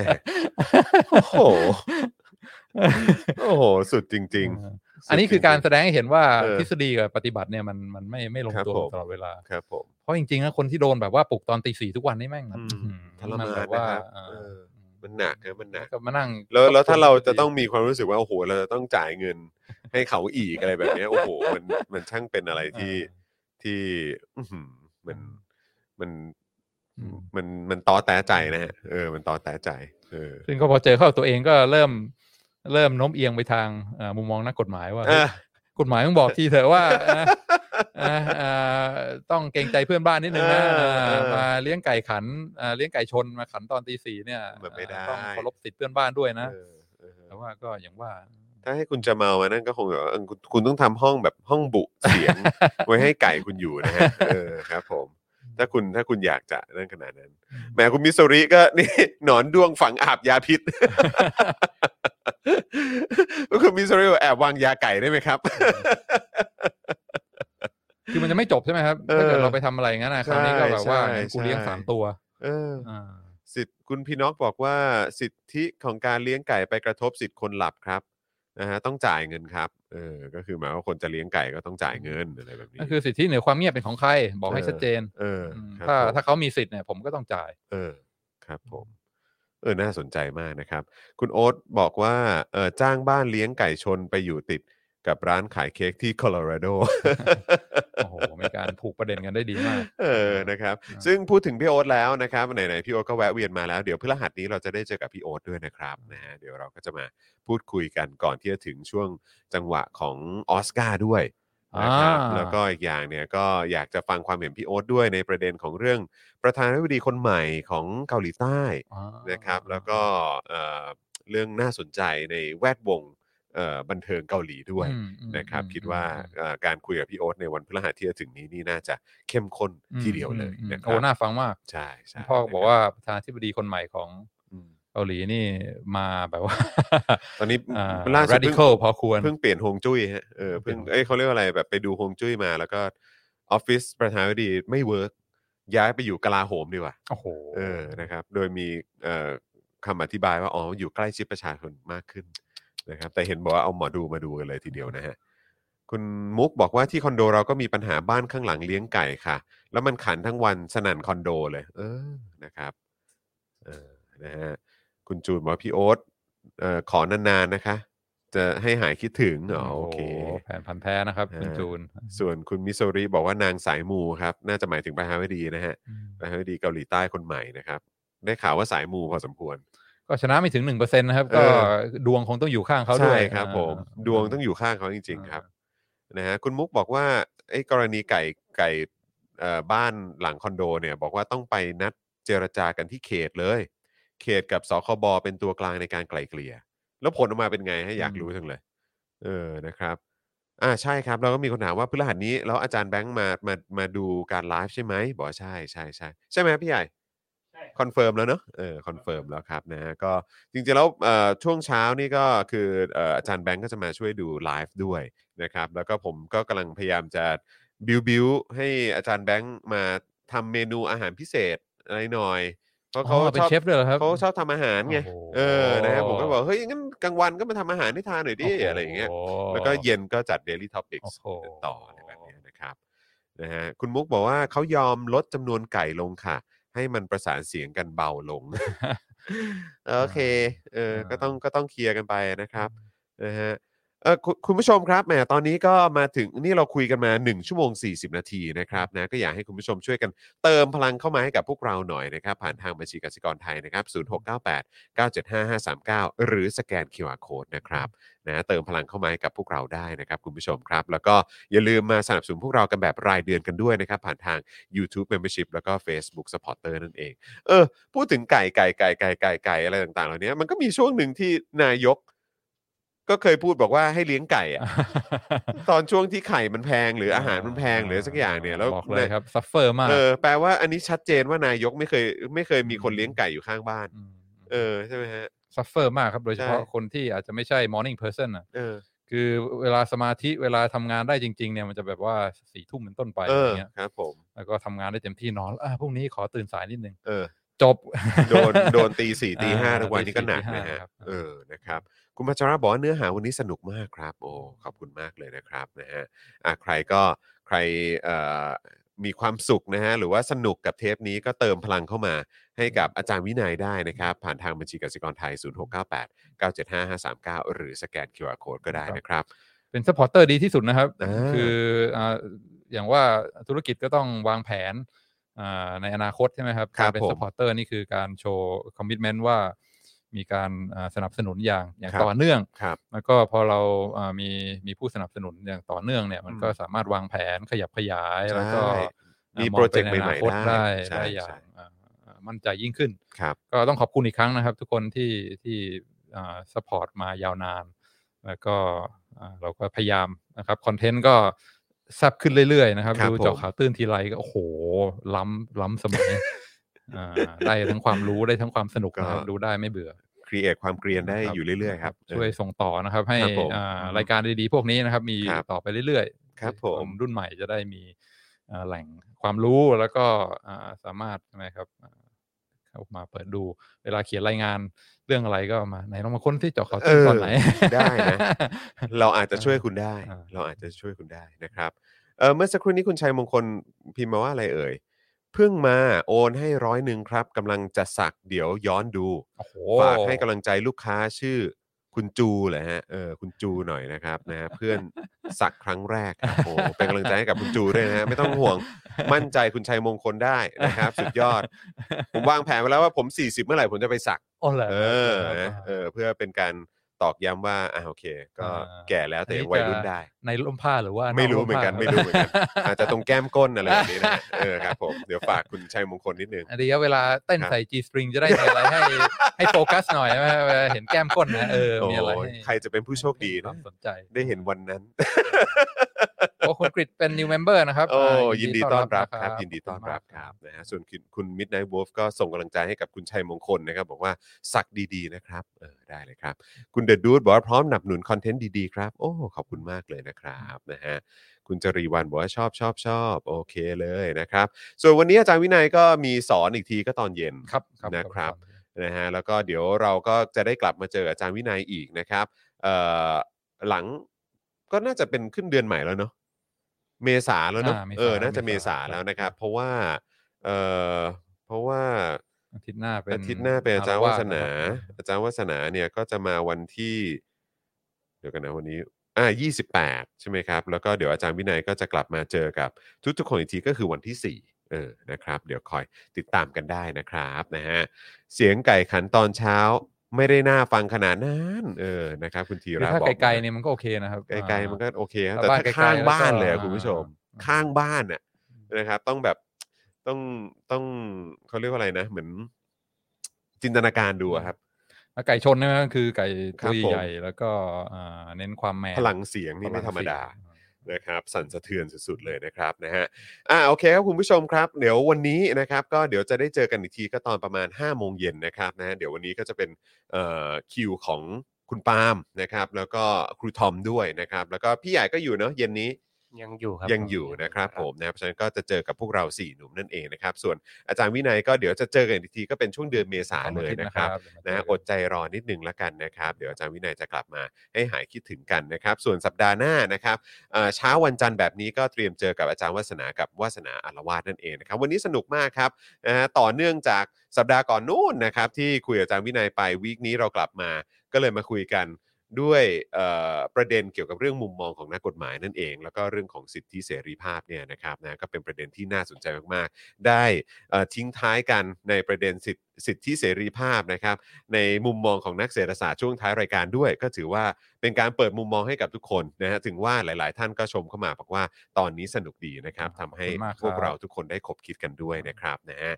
Speaker 2: โอ้โห โอ้โห สุดจริง ๆ
Speaker 3: อันนี้คือการแสดงให้เห็นว่า
Speaker 2: เออ
Speaker 3: ทฤษฎีกับปฏิบัติเนี่ยมันมันไม่ไม่ลง
Speaker 2: ครับ
Speaker 3: ตัว
Speaker 2: ผม
Speaker 3: ตลอดเวลา
Speaker 2: ครับผม
Speaker 3: เพราะจริงๆนะคนที่โดนแบบว่าปลุกตอนตีสี่ทุกวันนี่แม่ง
Speaker 2: อืม
Speaker 3: อื้อ
Speaker 2: ท
Speaker 3: หื
Speaker 2: รมาน
Speaker 3: แบบว่า
Speaker 2: นะครับ
Speaker 3: เออ
Speaker 2: เออ มันหนักนะมันหนัก
Speaker 3: ก็มานั่ง
Speaker 2: แล้วแล้วถ้าเราจะต้อง
Speaker 3: ทบทวน
Speaker 2: มีความรู้สึกว่าโอ้โหเราจะต้องจ่ายเงินให้เขาอีกอะไรแบบเนี้ยโอ้โหมันมันช่างเป็นอะไร
Speaker 3: เออ
Speaker 2: ที่ที่อื้อหือมันมัน
Speaker 3: อืม
Speaker 2: มันมันตอแต้ใจนะฮะเออ มันตอแต้ใจ เออ
Speaker 3: ซึ่งก็พอเจอเข้าตัวเองก็เริ่มเริ่มโน้มเอียงไปทางเอ่อมุมมองนักกฎหมายว่า
Speaker 2: อ่ะ
Speaker 3: กฎหมายต้องบอกทีเถอะว่า
Speaker 2: (laughs)
Speaker 3: นะนะเอ่อต้องเกรงใจเพื่อนบ้านนิดนึงนะ
Speaker 2: เออเออ
Speaker 3: มาเลี้ยงไก่ขันเอ่อเลี้ยงไก่ชนมาขันตอนตีสี่เนี่ย
Speaker 2: มันไม่ได้
Speaker 3: ต้องเคารพสิทธิเพื่อนบ้านด้วยนะ
Speaker 2: เออเอ อือฮะ
Speaker 3: แต่ว่าก็อย่างว่า
Speaker 2: ถ้าให้คุณจะเมามานั่นก็คงแบบว่าเออคุณคุณต้องทำห้องแบบห้องบุเสียง ไว้ให้ไก่คุณอยู่นะฮะเออครับผม
Speaker 3: (laughs)
Speaker 2: ถ้าคุณถ้าคุณอยากจะนั่นขนาดนั้นแหมคุณมิสซูริก็นี่ หนอนด้วงฝังอาบยาพิษ (laughs) คุณมิสซูริบอกแอบวางยาไก่ได้ไหมครับ (laughs)
Speaker 3: คือมันจะไม่จบใช่ไหมครับ
Speaker 2: เออ
Speaker 3: ถ้าเกิดเราไปทำอะไรงั้นนะคราวนี้ก็แบบว่า
Speaker 2: ใช่ใช่
Speaker 3: กูเลี้ยงสามตัว
Speaker 2: เออ
Speaker 3: อ่า
Speaker 2: สิทธิ์คุณพี่นกบอกว่าสิทธิของการเลี้ยงไก่ไปกระทบสิทธิ์คนหลับครับนะฮะต้องจ่ายเงินครับเออก็คือหมายว่าคนจะเลี้ยงไก่ก็ต้องจ่ายเงินอะไรแบบนี้
Speaker 3: นั่นคือสิทธิเหนือความเงียบเป็นของใคร บอกให้
Speaker 2: เออ
Speaker 3: ชัดเจน
Speaker 2: เออ
Speaker 3: ม
Speaker 2: ครับ
Speaker 3: ถ้า
Speaker 2: ผม
Speaker 3: ถ้าเขามีสิทธิ์เนี่ยผมก็ต้องจ่าย
Speaker 2: เออครับผม เออน่าสนใจมากนะครับ คุณโอ๊ตบอกว่าเออจ้างบ้านเลี้ยงไก่ชนไปอยู่ติดกับร้านขายเค้กที่โคโลราโด
Speaker 3: (laughs) โอ้โหมีการผูกประเด็นกันได้ดีมาก
Speaker 2: เออ นะครับ
Speaker 3: อ่า
Speaker 2: ซึ่งพูดถึงพี่โอ๊ตแล้วนะครับ ไหนๆ พี่โอ๊ตก็แวะเวียนมาแล้ว เดี๋ยวพฤหัสนี้เราจะได้เจอกับพี่โอ๊ตด้วยนะครับนะฮะ เดี๋ยวเราก็จะมาพูดคุยกันก่อนที่จะถึงช่วงจังหวะของออสการ์ด้วยนะครับ
Speaker 3: อ่า
Speaker 2: แล้วก็อีกอย่างเนี่ยก็อยากจะฟังความเห็นพี่โอ๊ตด้วยในประเด็นของเรื่องประธานาธิบดีคนใหม่ของเกาหลีใต้
Speaker 3: อ่า
Speaker 2: นะครับ แล้วก็เอ่อเรื่องน่าสนใจในแวดวงเอ่อบันเทิงเกาหลีด้วย
Speaker 3: อืมอืม
Speaker 2: นะครับ
Speaker 3: อืม
Speaker 2: คิดว่า
Speaker 3: อืม
Speaker 2: เอ่อการคุยกับพี่โอ๊ตในวันพฤหัสที่จะถึงนี้นี่น่าจะเข้มข้นทีเดียวเลย
Speaker 3: อืมอืม
Speaker 2: นะครั
Speaker 3: โอ้น่าฟังมาก
Speaker 2: ใช่ใช่
Speaker 3: พ่อบอก
Speaker 2: นะครับ
Speaker 3: ว่าประธานาธิบดีคนใหม่ของ
Speaker 2: อืม
Speaker 3: เกาหลีนี่มาแบบว่า
Speaker 2: ตอนนี้
Speaker 3: อ่า
Speaker 2: ล่าสุดเพิ่ง
Speaker 3: radical พอควร
Speaker 2: เพิ่งเปลี่ยนฮวงจุ้ยฮะเออ
Speaker 3: เปลี่
Speaker 2: เพิ่
Speaker 3: ย
Speaker 2: ง
Speaker 3: นฮวงจุ้ย
Speaker 2: เอ้ยเขาเรียกว่าอะไรแบบไปดูฮวงจุ้ยมา แล้วก็ออฟฟิศประธานาธิบดีไม่เวิร์กย้ายไปอยู่กลาโหมดีกว่า
Speaker 3: โอ้โห
Speaker 2: เออนะครับ โดยมีเอ่อคำอธิบายว่าอ๋ออยู่ใกล้ชิดประชาชนมากขึ้นนะครับ แต่เห็นบอกว่าเอาหมอดูมาดูกันเลยทีเดียวนะฮะคุณมุกบอกว่าที่คอนโดเราก็มีปัญหาบ้านข้างหลังเลี้ยงไก่ค่ะ แล้วมันขันทั้งวันสนั่นคอนโดเลย เออนะครับ เออนะฮะคุณจูนบอกว่าพี่โอ๊ตเอ่อขอนานๆนะคะ จะให้หายคิดถึงอ๋อโอเค
Speaker 3: หแผนพันธุ์แท้นะครับคุณ
Speaker 2: อ่า
Speaker 3: จูน
Speaker 2: ส่วนคุณมิโซริบอกว่านางสายมูครับ น่าจะหมายถึงประธานาธิบดีนะฮะ
Speaker 3: อืม
Speaker 2: ประธานาธิบดีเกาหลีใต้คนใหม่นะครับ ได้ข่าวว่าสายมูพอสมควร
Speaker 3: ก็ชนะไม่ถึงหนึ่งเปอร์เซ็นต์นะครับ
Speaker 2: เออ
Speaker 3: ก็ดวงคงต้องอยู่ข้างเขาด้
Speaker 2: ใช่
Speaker 3: วย
Speaker 2: ครับ
Speaker 3: า
Speaker 2: ผม ดวงต้องอยู่ข้างเขาจริง ๆ ครับนะฮะคุณมุกบอกว่าไอ้กรณีไก่ไก่เอ่อบ้านหลังคอนโดเนี่ย บอกว่าต้องไปนัดเจรจากันที่เขตเลย เขตกับสคบเป็นตัวกลางในการไกล่เกลี่ย แล้วผลออกมาเป็นไงให้อยาก
Speaker 3: อืม
Speaker 2: รู้จังเลย เออนะครับอ่าใช่ครับ เราก็มีคนถามว่าพฤหัสนี้แล้วอาจารย์แบงค์มามามาดูการไลฟ์ใช่ไหมบอกว่าใช่ใช่ใช่ใช่ไหมพี่ใหญ่ คอนเฟิร์มแล้วเนอะเออคอนเฟิร์มแล้วครับนะฮะก็จริงๆแล้วเอ่อช่วงเช้านี่ก็คือเอ่ออาจารย์แบงก์ก็จะมาช่วยดูไลฟ์ด้วยนะครับแล้วก็ผมก็กำลังพยายามจะบิวบิวให้อาจารย์แบงก์มาทำเมนูอาหารพิเศษอะไรหน่อย เพราะเขา
Speaker 3: อ๋อเป็น
Speaker 2: ชอบ
Speaker 3: เชฟด้วยเหรอครับ
Speaker 2: เขาชอบทำอาหารไง
Speaker 3: โอ้โห
Speaker 2: เออนะฮะผมก็บอกเฮ้ยงั้นกลางวันก็มาทำอาหารให้ทานหน่อยดิ
Speaker 3: โโห
Speaker 2: อะไรอย่างเงี้ย แล้วก็เย็นก็จัด Daily Topics
Speaker 3: โอ้โห
Speaker 2: ต่ออะไรแบบนี้นะครับนะฮะคุณมุกบอกว่าเขายอมลดจำนวนไก่ลงค่ะ ให้มันประสานเสียงกันเบาลง (laughs) โอเคเออก็ต้องก็ต้องเคลียร์กันไป
Speaker 3: (laughs)
Speaker 2: นะครับนะฮะเออคุณคุณผู้ชมครับแหมตอนนี้ก็มาถึงนี่เราคุยกันมา 1 ชั่วโมง 40 นาทีนะครับนะก็อยากให้คุณผู้ชมช่วยกันเติมพลังเข้ามาให้กับพวกเราหน่อยนะครับ ผ่านทางบัญชีกสิกรไทยนะครับ 0698 975 539 หรือสแกน QR Code นะครับ นะเติมพลังเข้ามาให้กับพวกเราได้นะครับคุณผู้ชมครับ แล้วก็อย่าลืมมาสนับสนุนพวกเรากันแบบรายเดือนกันด้วยนะครับ ผ่านทาง YouTube Membership แล้วก็ Facebook Supporter นั่นเอง เออ พูดถึงไก่ไก่ไก่ไก่ไก่ไก่อะไรต่างๆ เหล่านี้มันก็มีช่วงหนึ่งที่นายก ก็เคยพูดบอกว่าให้เลี้ยงไก่อะ ตอนช่วงที่ไข่มันแพงหรืออาหารมันแพงหรือสักอย่างเนี่ยแล้ว
Speaker 3: บอกเลยครับซัฟเฟอร์มาก
Speaker 2: เออแปลว่าอันนี้ชัดเจนว่านายกไม่เคย ไม่เคยมีคนเลี้ยงไก่อยู่ข้างบ้าน
Speaker 3: ม
Speaker 2: เออใช่ไหมฮะ
Speaker 3: ซัฟเฟอร์มากครับ โดยเฉพาะ
Speaker 2: ใช่
Speaker 3: คนที่อาจจะไม่ใช่ morning person อ่ะ
Speaker 2: เออ
Speaker 3: คือเวลาสมาธิเวลาทำงานได้จริง ๆ เนี่ยมันจะแบบว่าสี่ทุ่มเป็นต้นไป
Speaker 2: เอ
Speaker 3: อะไร
Speaker 2: อ
Speaker 3: เงี้ย
Speaker 2: ครับผม
Speaker 3: แล้วก็ทำงานได้เต็มที่นอนอ่ะพรุ่งนี้ขอตื่นสายนิดนึง
Speaker 2: เอ
Speaker 3: (laughs)
Speaker 2: อ
Speaker 3: จบ
Speaker 2: โดนโดนตีสี่ตีห้า
Speaker 3: อ่า
Speaker 2: ทุกวันนี้ก็หนัก
Speaker 3: ตีสี่ตีห้า
Speaker 2: นะฮะ
Speaker 3: ครับ
Speaker 2: เออนะครับ คุณพัชระบอกว่าเนื้อหาวันนี้สนุกมากครับ โอ้ขอบคุณมากเลยนะครับนะฮะอ่ะใครก็ใครเอ่อมีความสุขนะฮะหรือว่าสนุกกับเทปนี้ก็เติมพลังเข้ามาให้กับอาจารย์วินัยได้นะครับ ผ่านทางบัญชีกสิกรไทย 0698 975 539 หรือสแกน QR Code ก็ได้นะครับ
Speaker 3: เป็นซัพพอร์เตอร์ดีที่สุดนะครับ
Speaker 2: อ่า
Speaker 3: คืออ่าอย่างว่าธุรกิจก็ต้องวางแผนอ่าในอนาคตใช่ไหมครับ
Speaker 2: ครับ
Speaker 3: กาเป็น
Speaker 2: ผม
Speaker 3: ซัพพอร์เตอร์นี่คือการโชว์คอมมิชเมนต์ว่ามีการอ่าสนับสนุนอย่างอย่าง
Speaker 2: ครับ
Speaker 3: ต่อเนื่อง
Speaker 2: ครับ
Speaker 3: แล้วก็พอเราอ่ามีมีผู้สนับสนุนอย่างต่อเนื่องเนี่ยมัน
Speaker 2: อืม
Speaker 3: ก็สามารถวางแผนขยับขยายแล้วก็
Speaker 2: ใช่มี
Speaker 3: อ่าอง
Speaker 2: โปรเจกต์
Speaker 3: ไนอนาคต
Speaker 2: ใหม่ๆได้
Speaker 3: ได้
Speaker 2: ใช่
Speaker 3: ได้อย่า
Speaker 2: ใช่
Speaker 3: งอ่ามั่นใจยิ่งขึ้น
Speaker 2: ครับ
Speaker 3: ก็ต้องขอบคุณอีกครั้งนะครับ ทุกคนที่ที่ สปอร์ตมายาวนาน แล้วก็อ่าเราก็พยายามนะครับคอนเทนต์ก็แซับขึ้นเรื่อยๆนะครับ
Speaker 2: ครับ
Speaker 3: ดู
Speaker 2: ผ
Speaker 3: เจาะ
Speaker 2: ม
Speaker 3: ข่าวตื้นทีไรก็โอ้โห ล้ำล้ำสมัยอ่าได้ทั้งความรู้ได้ทั้งความสนุกนะครับดูได้ไม่เบื่อ
Speaker 2: ครีเอทความเกรียนได้อยู่เรื่อยๆครับเออ
Speaker 3: ช่วยส่งต่อนะครับ ให้
Speaker 2: ครับผม
Speaker 3: อ่ารายการดีๆ พวกนี้นะครับ มี
Speaker 2: ครับ
Speaker 3: ต่อไปเรื่อยๆ
Speaker 2: ครับผม
Speaker 3: นรุ่นใหม่จะได้มีอ่าแหล่งความรู้แล้วก็อ่าสามารถนะครับอ่าเข้ามาเปิดดูเวลาเขียนรายงานเรื่องอะไรก็มาไหนลองมาค้นที่เจาะข่าวตื้นตอนไหน
Speaker 2: ได้นะ เราอาจจะช่วย
Speaker 3: เออ
Speaker 2: คุณได้
Speaker 3: เออ
Speaker 2: เราอาจจะช่วยคุณได้นะครับเอ่อเมื่อสักครู่นี้คุณชัยมงคลพิมพ์มาว่าอะไรเอ่ย เพิ่งมาโอนให้ร้อยหนึ่งครับกำลังจะสักเดี๋ยวย้อนดู
Speaker 3: โอ้โห
Speaker 2: ฝากให้กำลังใจลูกค้าชื่อคุณจูเหรอฮะเออคุณจูหน่อยนะครับนะฮะเพื่อนสักครั้งแรกครับโอ้โหเป็นกำลังใจให้กับคุณจูด้วยนะฮะไม่ต้องห่วง (laughs) มั่นใจคุณชัยมงคลได้นะครับ สุดย
Speaker 3: (laughs)
Speaker 2: อด ผมวางแผนไว้แล้วว่าผม 40 เมื่อไหร่ผมจะไปสัก
Speaker 3: อ๋อเหรอ
Speaker 2: เออนะเออ เพื่อเป็นการตอกย้ำว่าอ่าโอเค ก็
Speaker 3: อ่า
Speaker 2: แก่แล้วแต่ยัง
Speaker 3: อันนี้
Speaker 2: วัยรุ่น
Speaker 3: จะ
Speaker 2: ได้
Speaker 3: ในร่มผ้าหรือว่า
Speaker 2: ไม่รู้เหมือนกัน
Speaker 3: ผ้า
Speaker 2: ไม่รู้เหมือนกัน อาจจะตรงแก้มก้นอะไรแบบนี้นะฮะเออครับผมเดี๋ยวฝากคุณชัยมงคลนิดนึง
Speaker 3: อันนี้เวลาเต้น
Speaker 2: ครับ
Speaker 3: ใส่ G string จะได้มีอะไรให้
Speaker 2: (laughs)
Speaker 3: ให้โฟกัสหน่อยนะเวลาเห็นแก้มก้นนะเออมีอะไร
Speaker 2: โอ้ย
Speaker 3: ห้
Speaker 2: ใครจะเป็นผู้โชคดีเนาะ
Speaker 3: สนใจ
Speaker 2: ได้เห็นวันนั้น
Speaker 3: โอ้คุณกริดเป็น new member นะครับ
Speaker 2: โอ้
Speaker 3: า
Speaker 2: ยินดีต้อนรับครับ ยินดี
Speaker 3: ข
Speaker 2: ต้
Speaker 3: อ
Speaker 2: อบ น
Speaker 3: คุณ
Speaker 2: รับ
Speaker 3: มาก
Speaker 2: ครับนะฮะส่วนคุณคุณมิดไนท์วอฟก็ส่งกำลังใจให้กับคุณชัยมงคลนะครับ บอกว่าสักดีๆนะครับเออได้เลยครับ คุณเดอะดูดบอกว่าพร้อมหนับหนุนคอนเทนต์ดีๆครับ โอ้ขอบคุณมากเลยนะครับนะฮะคุณจรีวันบอกว่าชอบชอบชอบโอเคเลยนะครับ ส่วนวันนี้อาจารย์วินัยก็มีสอนอีกทีก็ตอนเย็น
Speaker 3: ครับครับ
Speaker 2: นะครับ นะฮะแล้วก็เดี๋ยวเราก็จะได้กลับมาเจออาจารย์วินัยอีกนะครับเอ่อหลังก็น่าจะเป็นขึ้นเดือนใหม่แล้วเนาะเมษาแล้วเนาะ
Speaker 3: าเมษา
Speaker 2: เออน่าจะเมษา
Speaker 3: เมษา
Speaker 2: แล้วนะครับ เพราะว่าเออเพราะว่า
Speaker 3: อาทิตย์หน้าเป็น
Speaker 2: อาทิตย์หน้าเป็นอาจารย์วาสนา
Speaker 3: ครับ
Speaker 2: อาจารย์วาสนาเนี่ยก็จะมาวันที่ เดี๋ยวกันนะวันนี้อ่า28 ใช่ไหมครับ แล้วก็เดี๋ยวอาจารย์วินัยก็จะกลับมาเจอกับทุกๆคนอีกทีก็คือวันที่ 4 เออนะครับ เดี๋ยวคอยติดตามกันได้นะครับนะฮะ เสียงไก่ขันตอนเช้าไม่ได้น่าฟังขนาดนั้นเออนะครับ คุณธี
Speaker 3: คือ
Speaker 2: ระ
Speaker 3: ถ้า
Speaker 2: บอก
Speaker 3: ไกลๆเนี่ยมันก็โอเคนะครับ
Speaker 2: ไกลๆมันก็
Speaker 3: อ่า
Speaker 2: โอเคครับ
Speaker 3: ถ้า
Speaker 2: แต่ถ้า
Speaker 3: บ้านไกลๆ
Speaker 2: ข้าง
Speaker 3: แล้วก็
Speaker 2: บ้านเลยอะคุณผู้ชม
Speaker 3: อ่า
Speaker 2: ข้างบ้านน่ะนะครับ ต้องแบบต้องต้องเขาเรียกว่าอะไรนะ เหมือน จินตนาการดูอะครับ
Speaker 3: แล้วไก่ชนเนี่ยก็คือไก่
Speaker 2: ครั
Speaker 3: ตั
Speaker 2: บ
Speaker 3: ว
Speaker 2: ผม
Speaker 3: ใหญ่ๆแล้วก็อ่าเน้นความแมน
Speaker 2: พลังเสียงนี่ไม่ธรรมดา
Speaker 3: พลังเสียง
Speaker 2: นะครับสั่นสะเทือนสุดๆเลยนะครับนะฮะอ่าโอเคครับคุณผู้ชมครับเดี๋ยววันนี้นะครับก็เดี๋ยวจะได้เจอกันอีกทีก็ตอนประมาณ 5 โมงเย็นนะครับนะฮะเดี๋ยววันนี้ก็จะเป็นเอ่อคิวของคุณปาล์มนะครับแล้วก็ครูทอมด้วยนะครับแล้วก็พี่ใหญ่ก็อยู่เนาะเย็นนี้
Speaker 4: ยังอยู่ครับ
Speaker 2: ยังอยู่นะครับผมนะเพราะฉะนั้นก็จะเจอกับพวกเรา 4 หนุ่มนั่นเองนะครับส่วนอาจารย์วินัยก็เดี๋ยวจะเจอกันอีกทีก็เป็นช่วงเดือนเมษา
Speaker 3: ของ
Speaker 2: เล
Speaker 3: อาย ทิต
Speaker 2: นะครับ
Speaker 3: เยวมา
Speaker 2: นะ
Speaker 3: เจ
Speaker 2: ฮะ
Speaker 3: กั
Speaker 2: อดใจรอนิดหนึ่งละกันนะครับ เดี๋ยวอาจารย์วินัยจะกลับมาให้หายคิดถึงกันนะครับ ส่วนสัปดาห์หน้านะครับเอ่อเช้าวันจันทร์แบบนี้ก็เตรียมเจอกับอาจารย์วัสนากับวาสนาอารวาสนั่นเองนะครับ วันนี้สนุกมากครับนะฮะต่อเนื่องจากสัปดาห์ก่อนนู่นนะครับ ที่คุยกับอาจารย์วินัยไปวีคนี้เรากลับมา ก็เลยมาคุยกันด้วยเอ่อประเด็นเกี่ยวกับเรื่องมุมมองของนักกฎหมายนั่นเอง แล้วก็เรื่องของสิทธิเสรีภาพเนี่ยนะครับนะก็เป็นประเด็นที่น่าสนใจมากๆ ได้เอ่อทิ้งท้ายกันในประเด็นสิทธิสิทธิเสรีภาพนะครับ ในมุมมองของนักเศรษฐศาสตร์ช่วงท้ายรายการด้วย ก็ถือว่าเป็นการเปิดมุมมองให้กับทุกคนนะฮะถึงว่าหลาย ๆ ท่านก็ชมเข้ามาบอกว่าตอนนี้สนุกดีนะครับ
Speaker 3: ขอบ
Speaker 2: ทำ
Speaker 3: คุณ
Speaker 2: ให้
Speaker 3: มากครับ
Speaker 2: พวกเราทุกคนได้คบคิดกันด้วยนะครับนะฮะ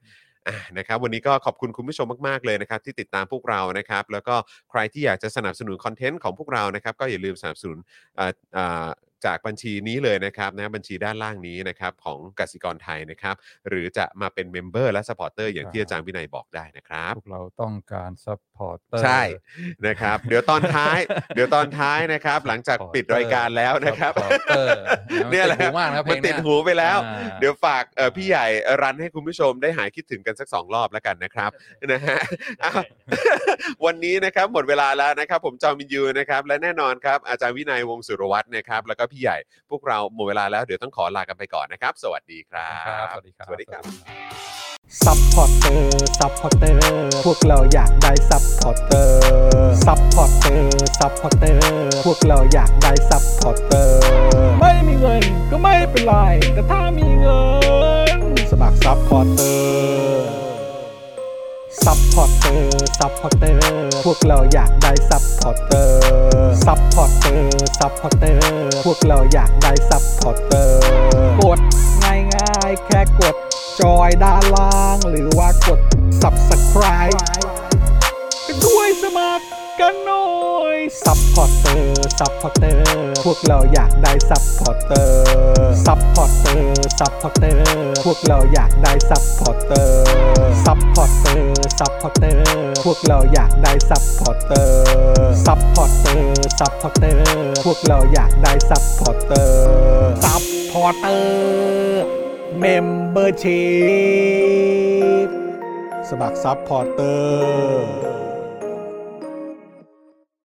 Speaker 2: อ่ะนะครับวันนี้ก็ขอบคุณคุณผู้ชมมาก ๆ เลยนะครับ ที่ติดตามพวกเรานะครับ แล้วก็ใครที่อยากจะสนับสนุนคอนเทนต์ของพวกเรานะครับ ก็อย่าลืมสนับสนุนอ่าอ่าจากบัญชีนี้เลยนะครับนะบัญชีด้านล่างนี้นะครับของกสิกรไทยนะครับ หรือจะมาเป็นเมมเบอร์และสปอร์เตอร์อย่างที่อาจารย์วินัยบอกได้
Speaker 3: (laughs)
Speaker 2: นะครับ
Speaker 3: พวกเราต้องการซัพพอร์เตอร์
Speaker 2: ใช่ นะครับ เดี๋ยวตอนท้าย
Speaker 3: (laughs)
Speaker 2: เดี๋ยวตอนท้ายนะครับ หลังจากปิดรายการแล้วนะครับ
Speaker 3: supporter นะ
Speaker 2: เนี่ยแหละ
Speaker 3: มันติดหูมากนะเพลง
Speaker 2: มันติด
Speaker 3: เนี่ย
Speaker 2: หูไปแล้ว
Speaker 3: อ่า
Speaker 2: เดี๋ยวฝากเอ่อพี่ใหญ่รันให้คุณผู้ชมได้หายคิดถึงกันสักสองรอบแล้วกันนะครับนะฮะ
Speaker 4: ได้
Speaker 2: (laughs) วันนี้นะครับหมดเวลาแล้วนะครับ ผมจอมินยูนะครับ และแน่นอนครับ อาจารย์วินัยวงศ์สุรวัตรนะครับ แล้วก็พี่ใหญ่พวกเราหมดเวลาแล้วเดี๋ยวต้องขอลากันไปก่อนนะครับ สวัสดีครับ
Speaker 3: ครับสวัสดีครับ
Speaker 2: สวัสดีครับ
Speaker 1: ซัพพอร์เตอร์ ซัพพอร์เตอร์ พวกเราอยากได้ซัพพอร์เตอร์ ซัพพอร์เตอร์ ซัพพอร์เตอร์ พวกเราอยากได้ซัพพอร์เตอร์ ไม่มีเงินก็ไม่เป็นไร แต่ถ้ามีเงิน สมัครซัพพอร์เตอร์ ซัพพอร์เตอร์ ซัพพอร์เตอร์ พวกเราอยากได้ซัพพอร์เตอร์ ซัพพอร์เตอร์ ซัพพอร์เตอร์ พวกเราอยากได้ซัพพอร์เตอร์ กดง่ายง่ายๆแค่กด จอยด้านล่าง หรือว่ากด subscribe กันด้วยสมัคร กันหน่อย ซัพพอร์เตอร์ ซัพพอร์เตอร์ พวกเราอยากได้ซัพพอร์เตอร์ ซัพพอร์เตอร์ ซัพพอร์เตอร์ พวกเราอยากได้ซัพพอร์เตอร์ ซัพพอร์เตอร์ ซัพพอร์เตอร์ พวกเราอยากได้ซัพพอร์เตอร์ ซัพพอร์เตอร์ ซัพพอร์เตอร์ พวกเราอยากได้ซัพพอร์เตอร์ ซัพพอร์เตอร์ เมมเบอร์ชีพสมัครซัพพอร์เตอร์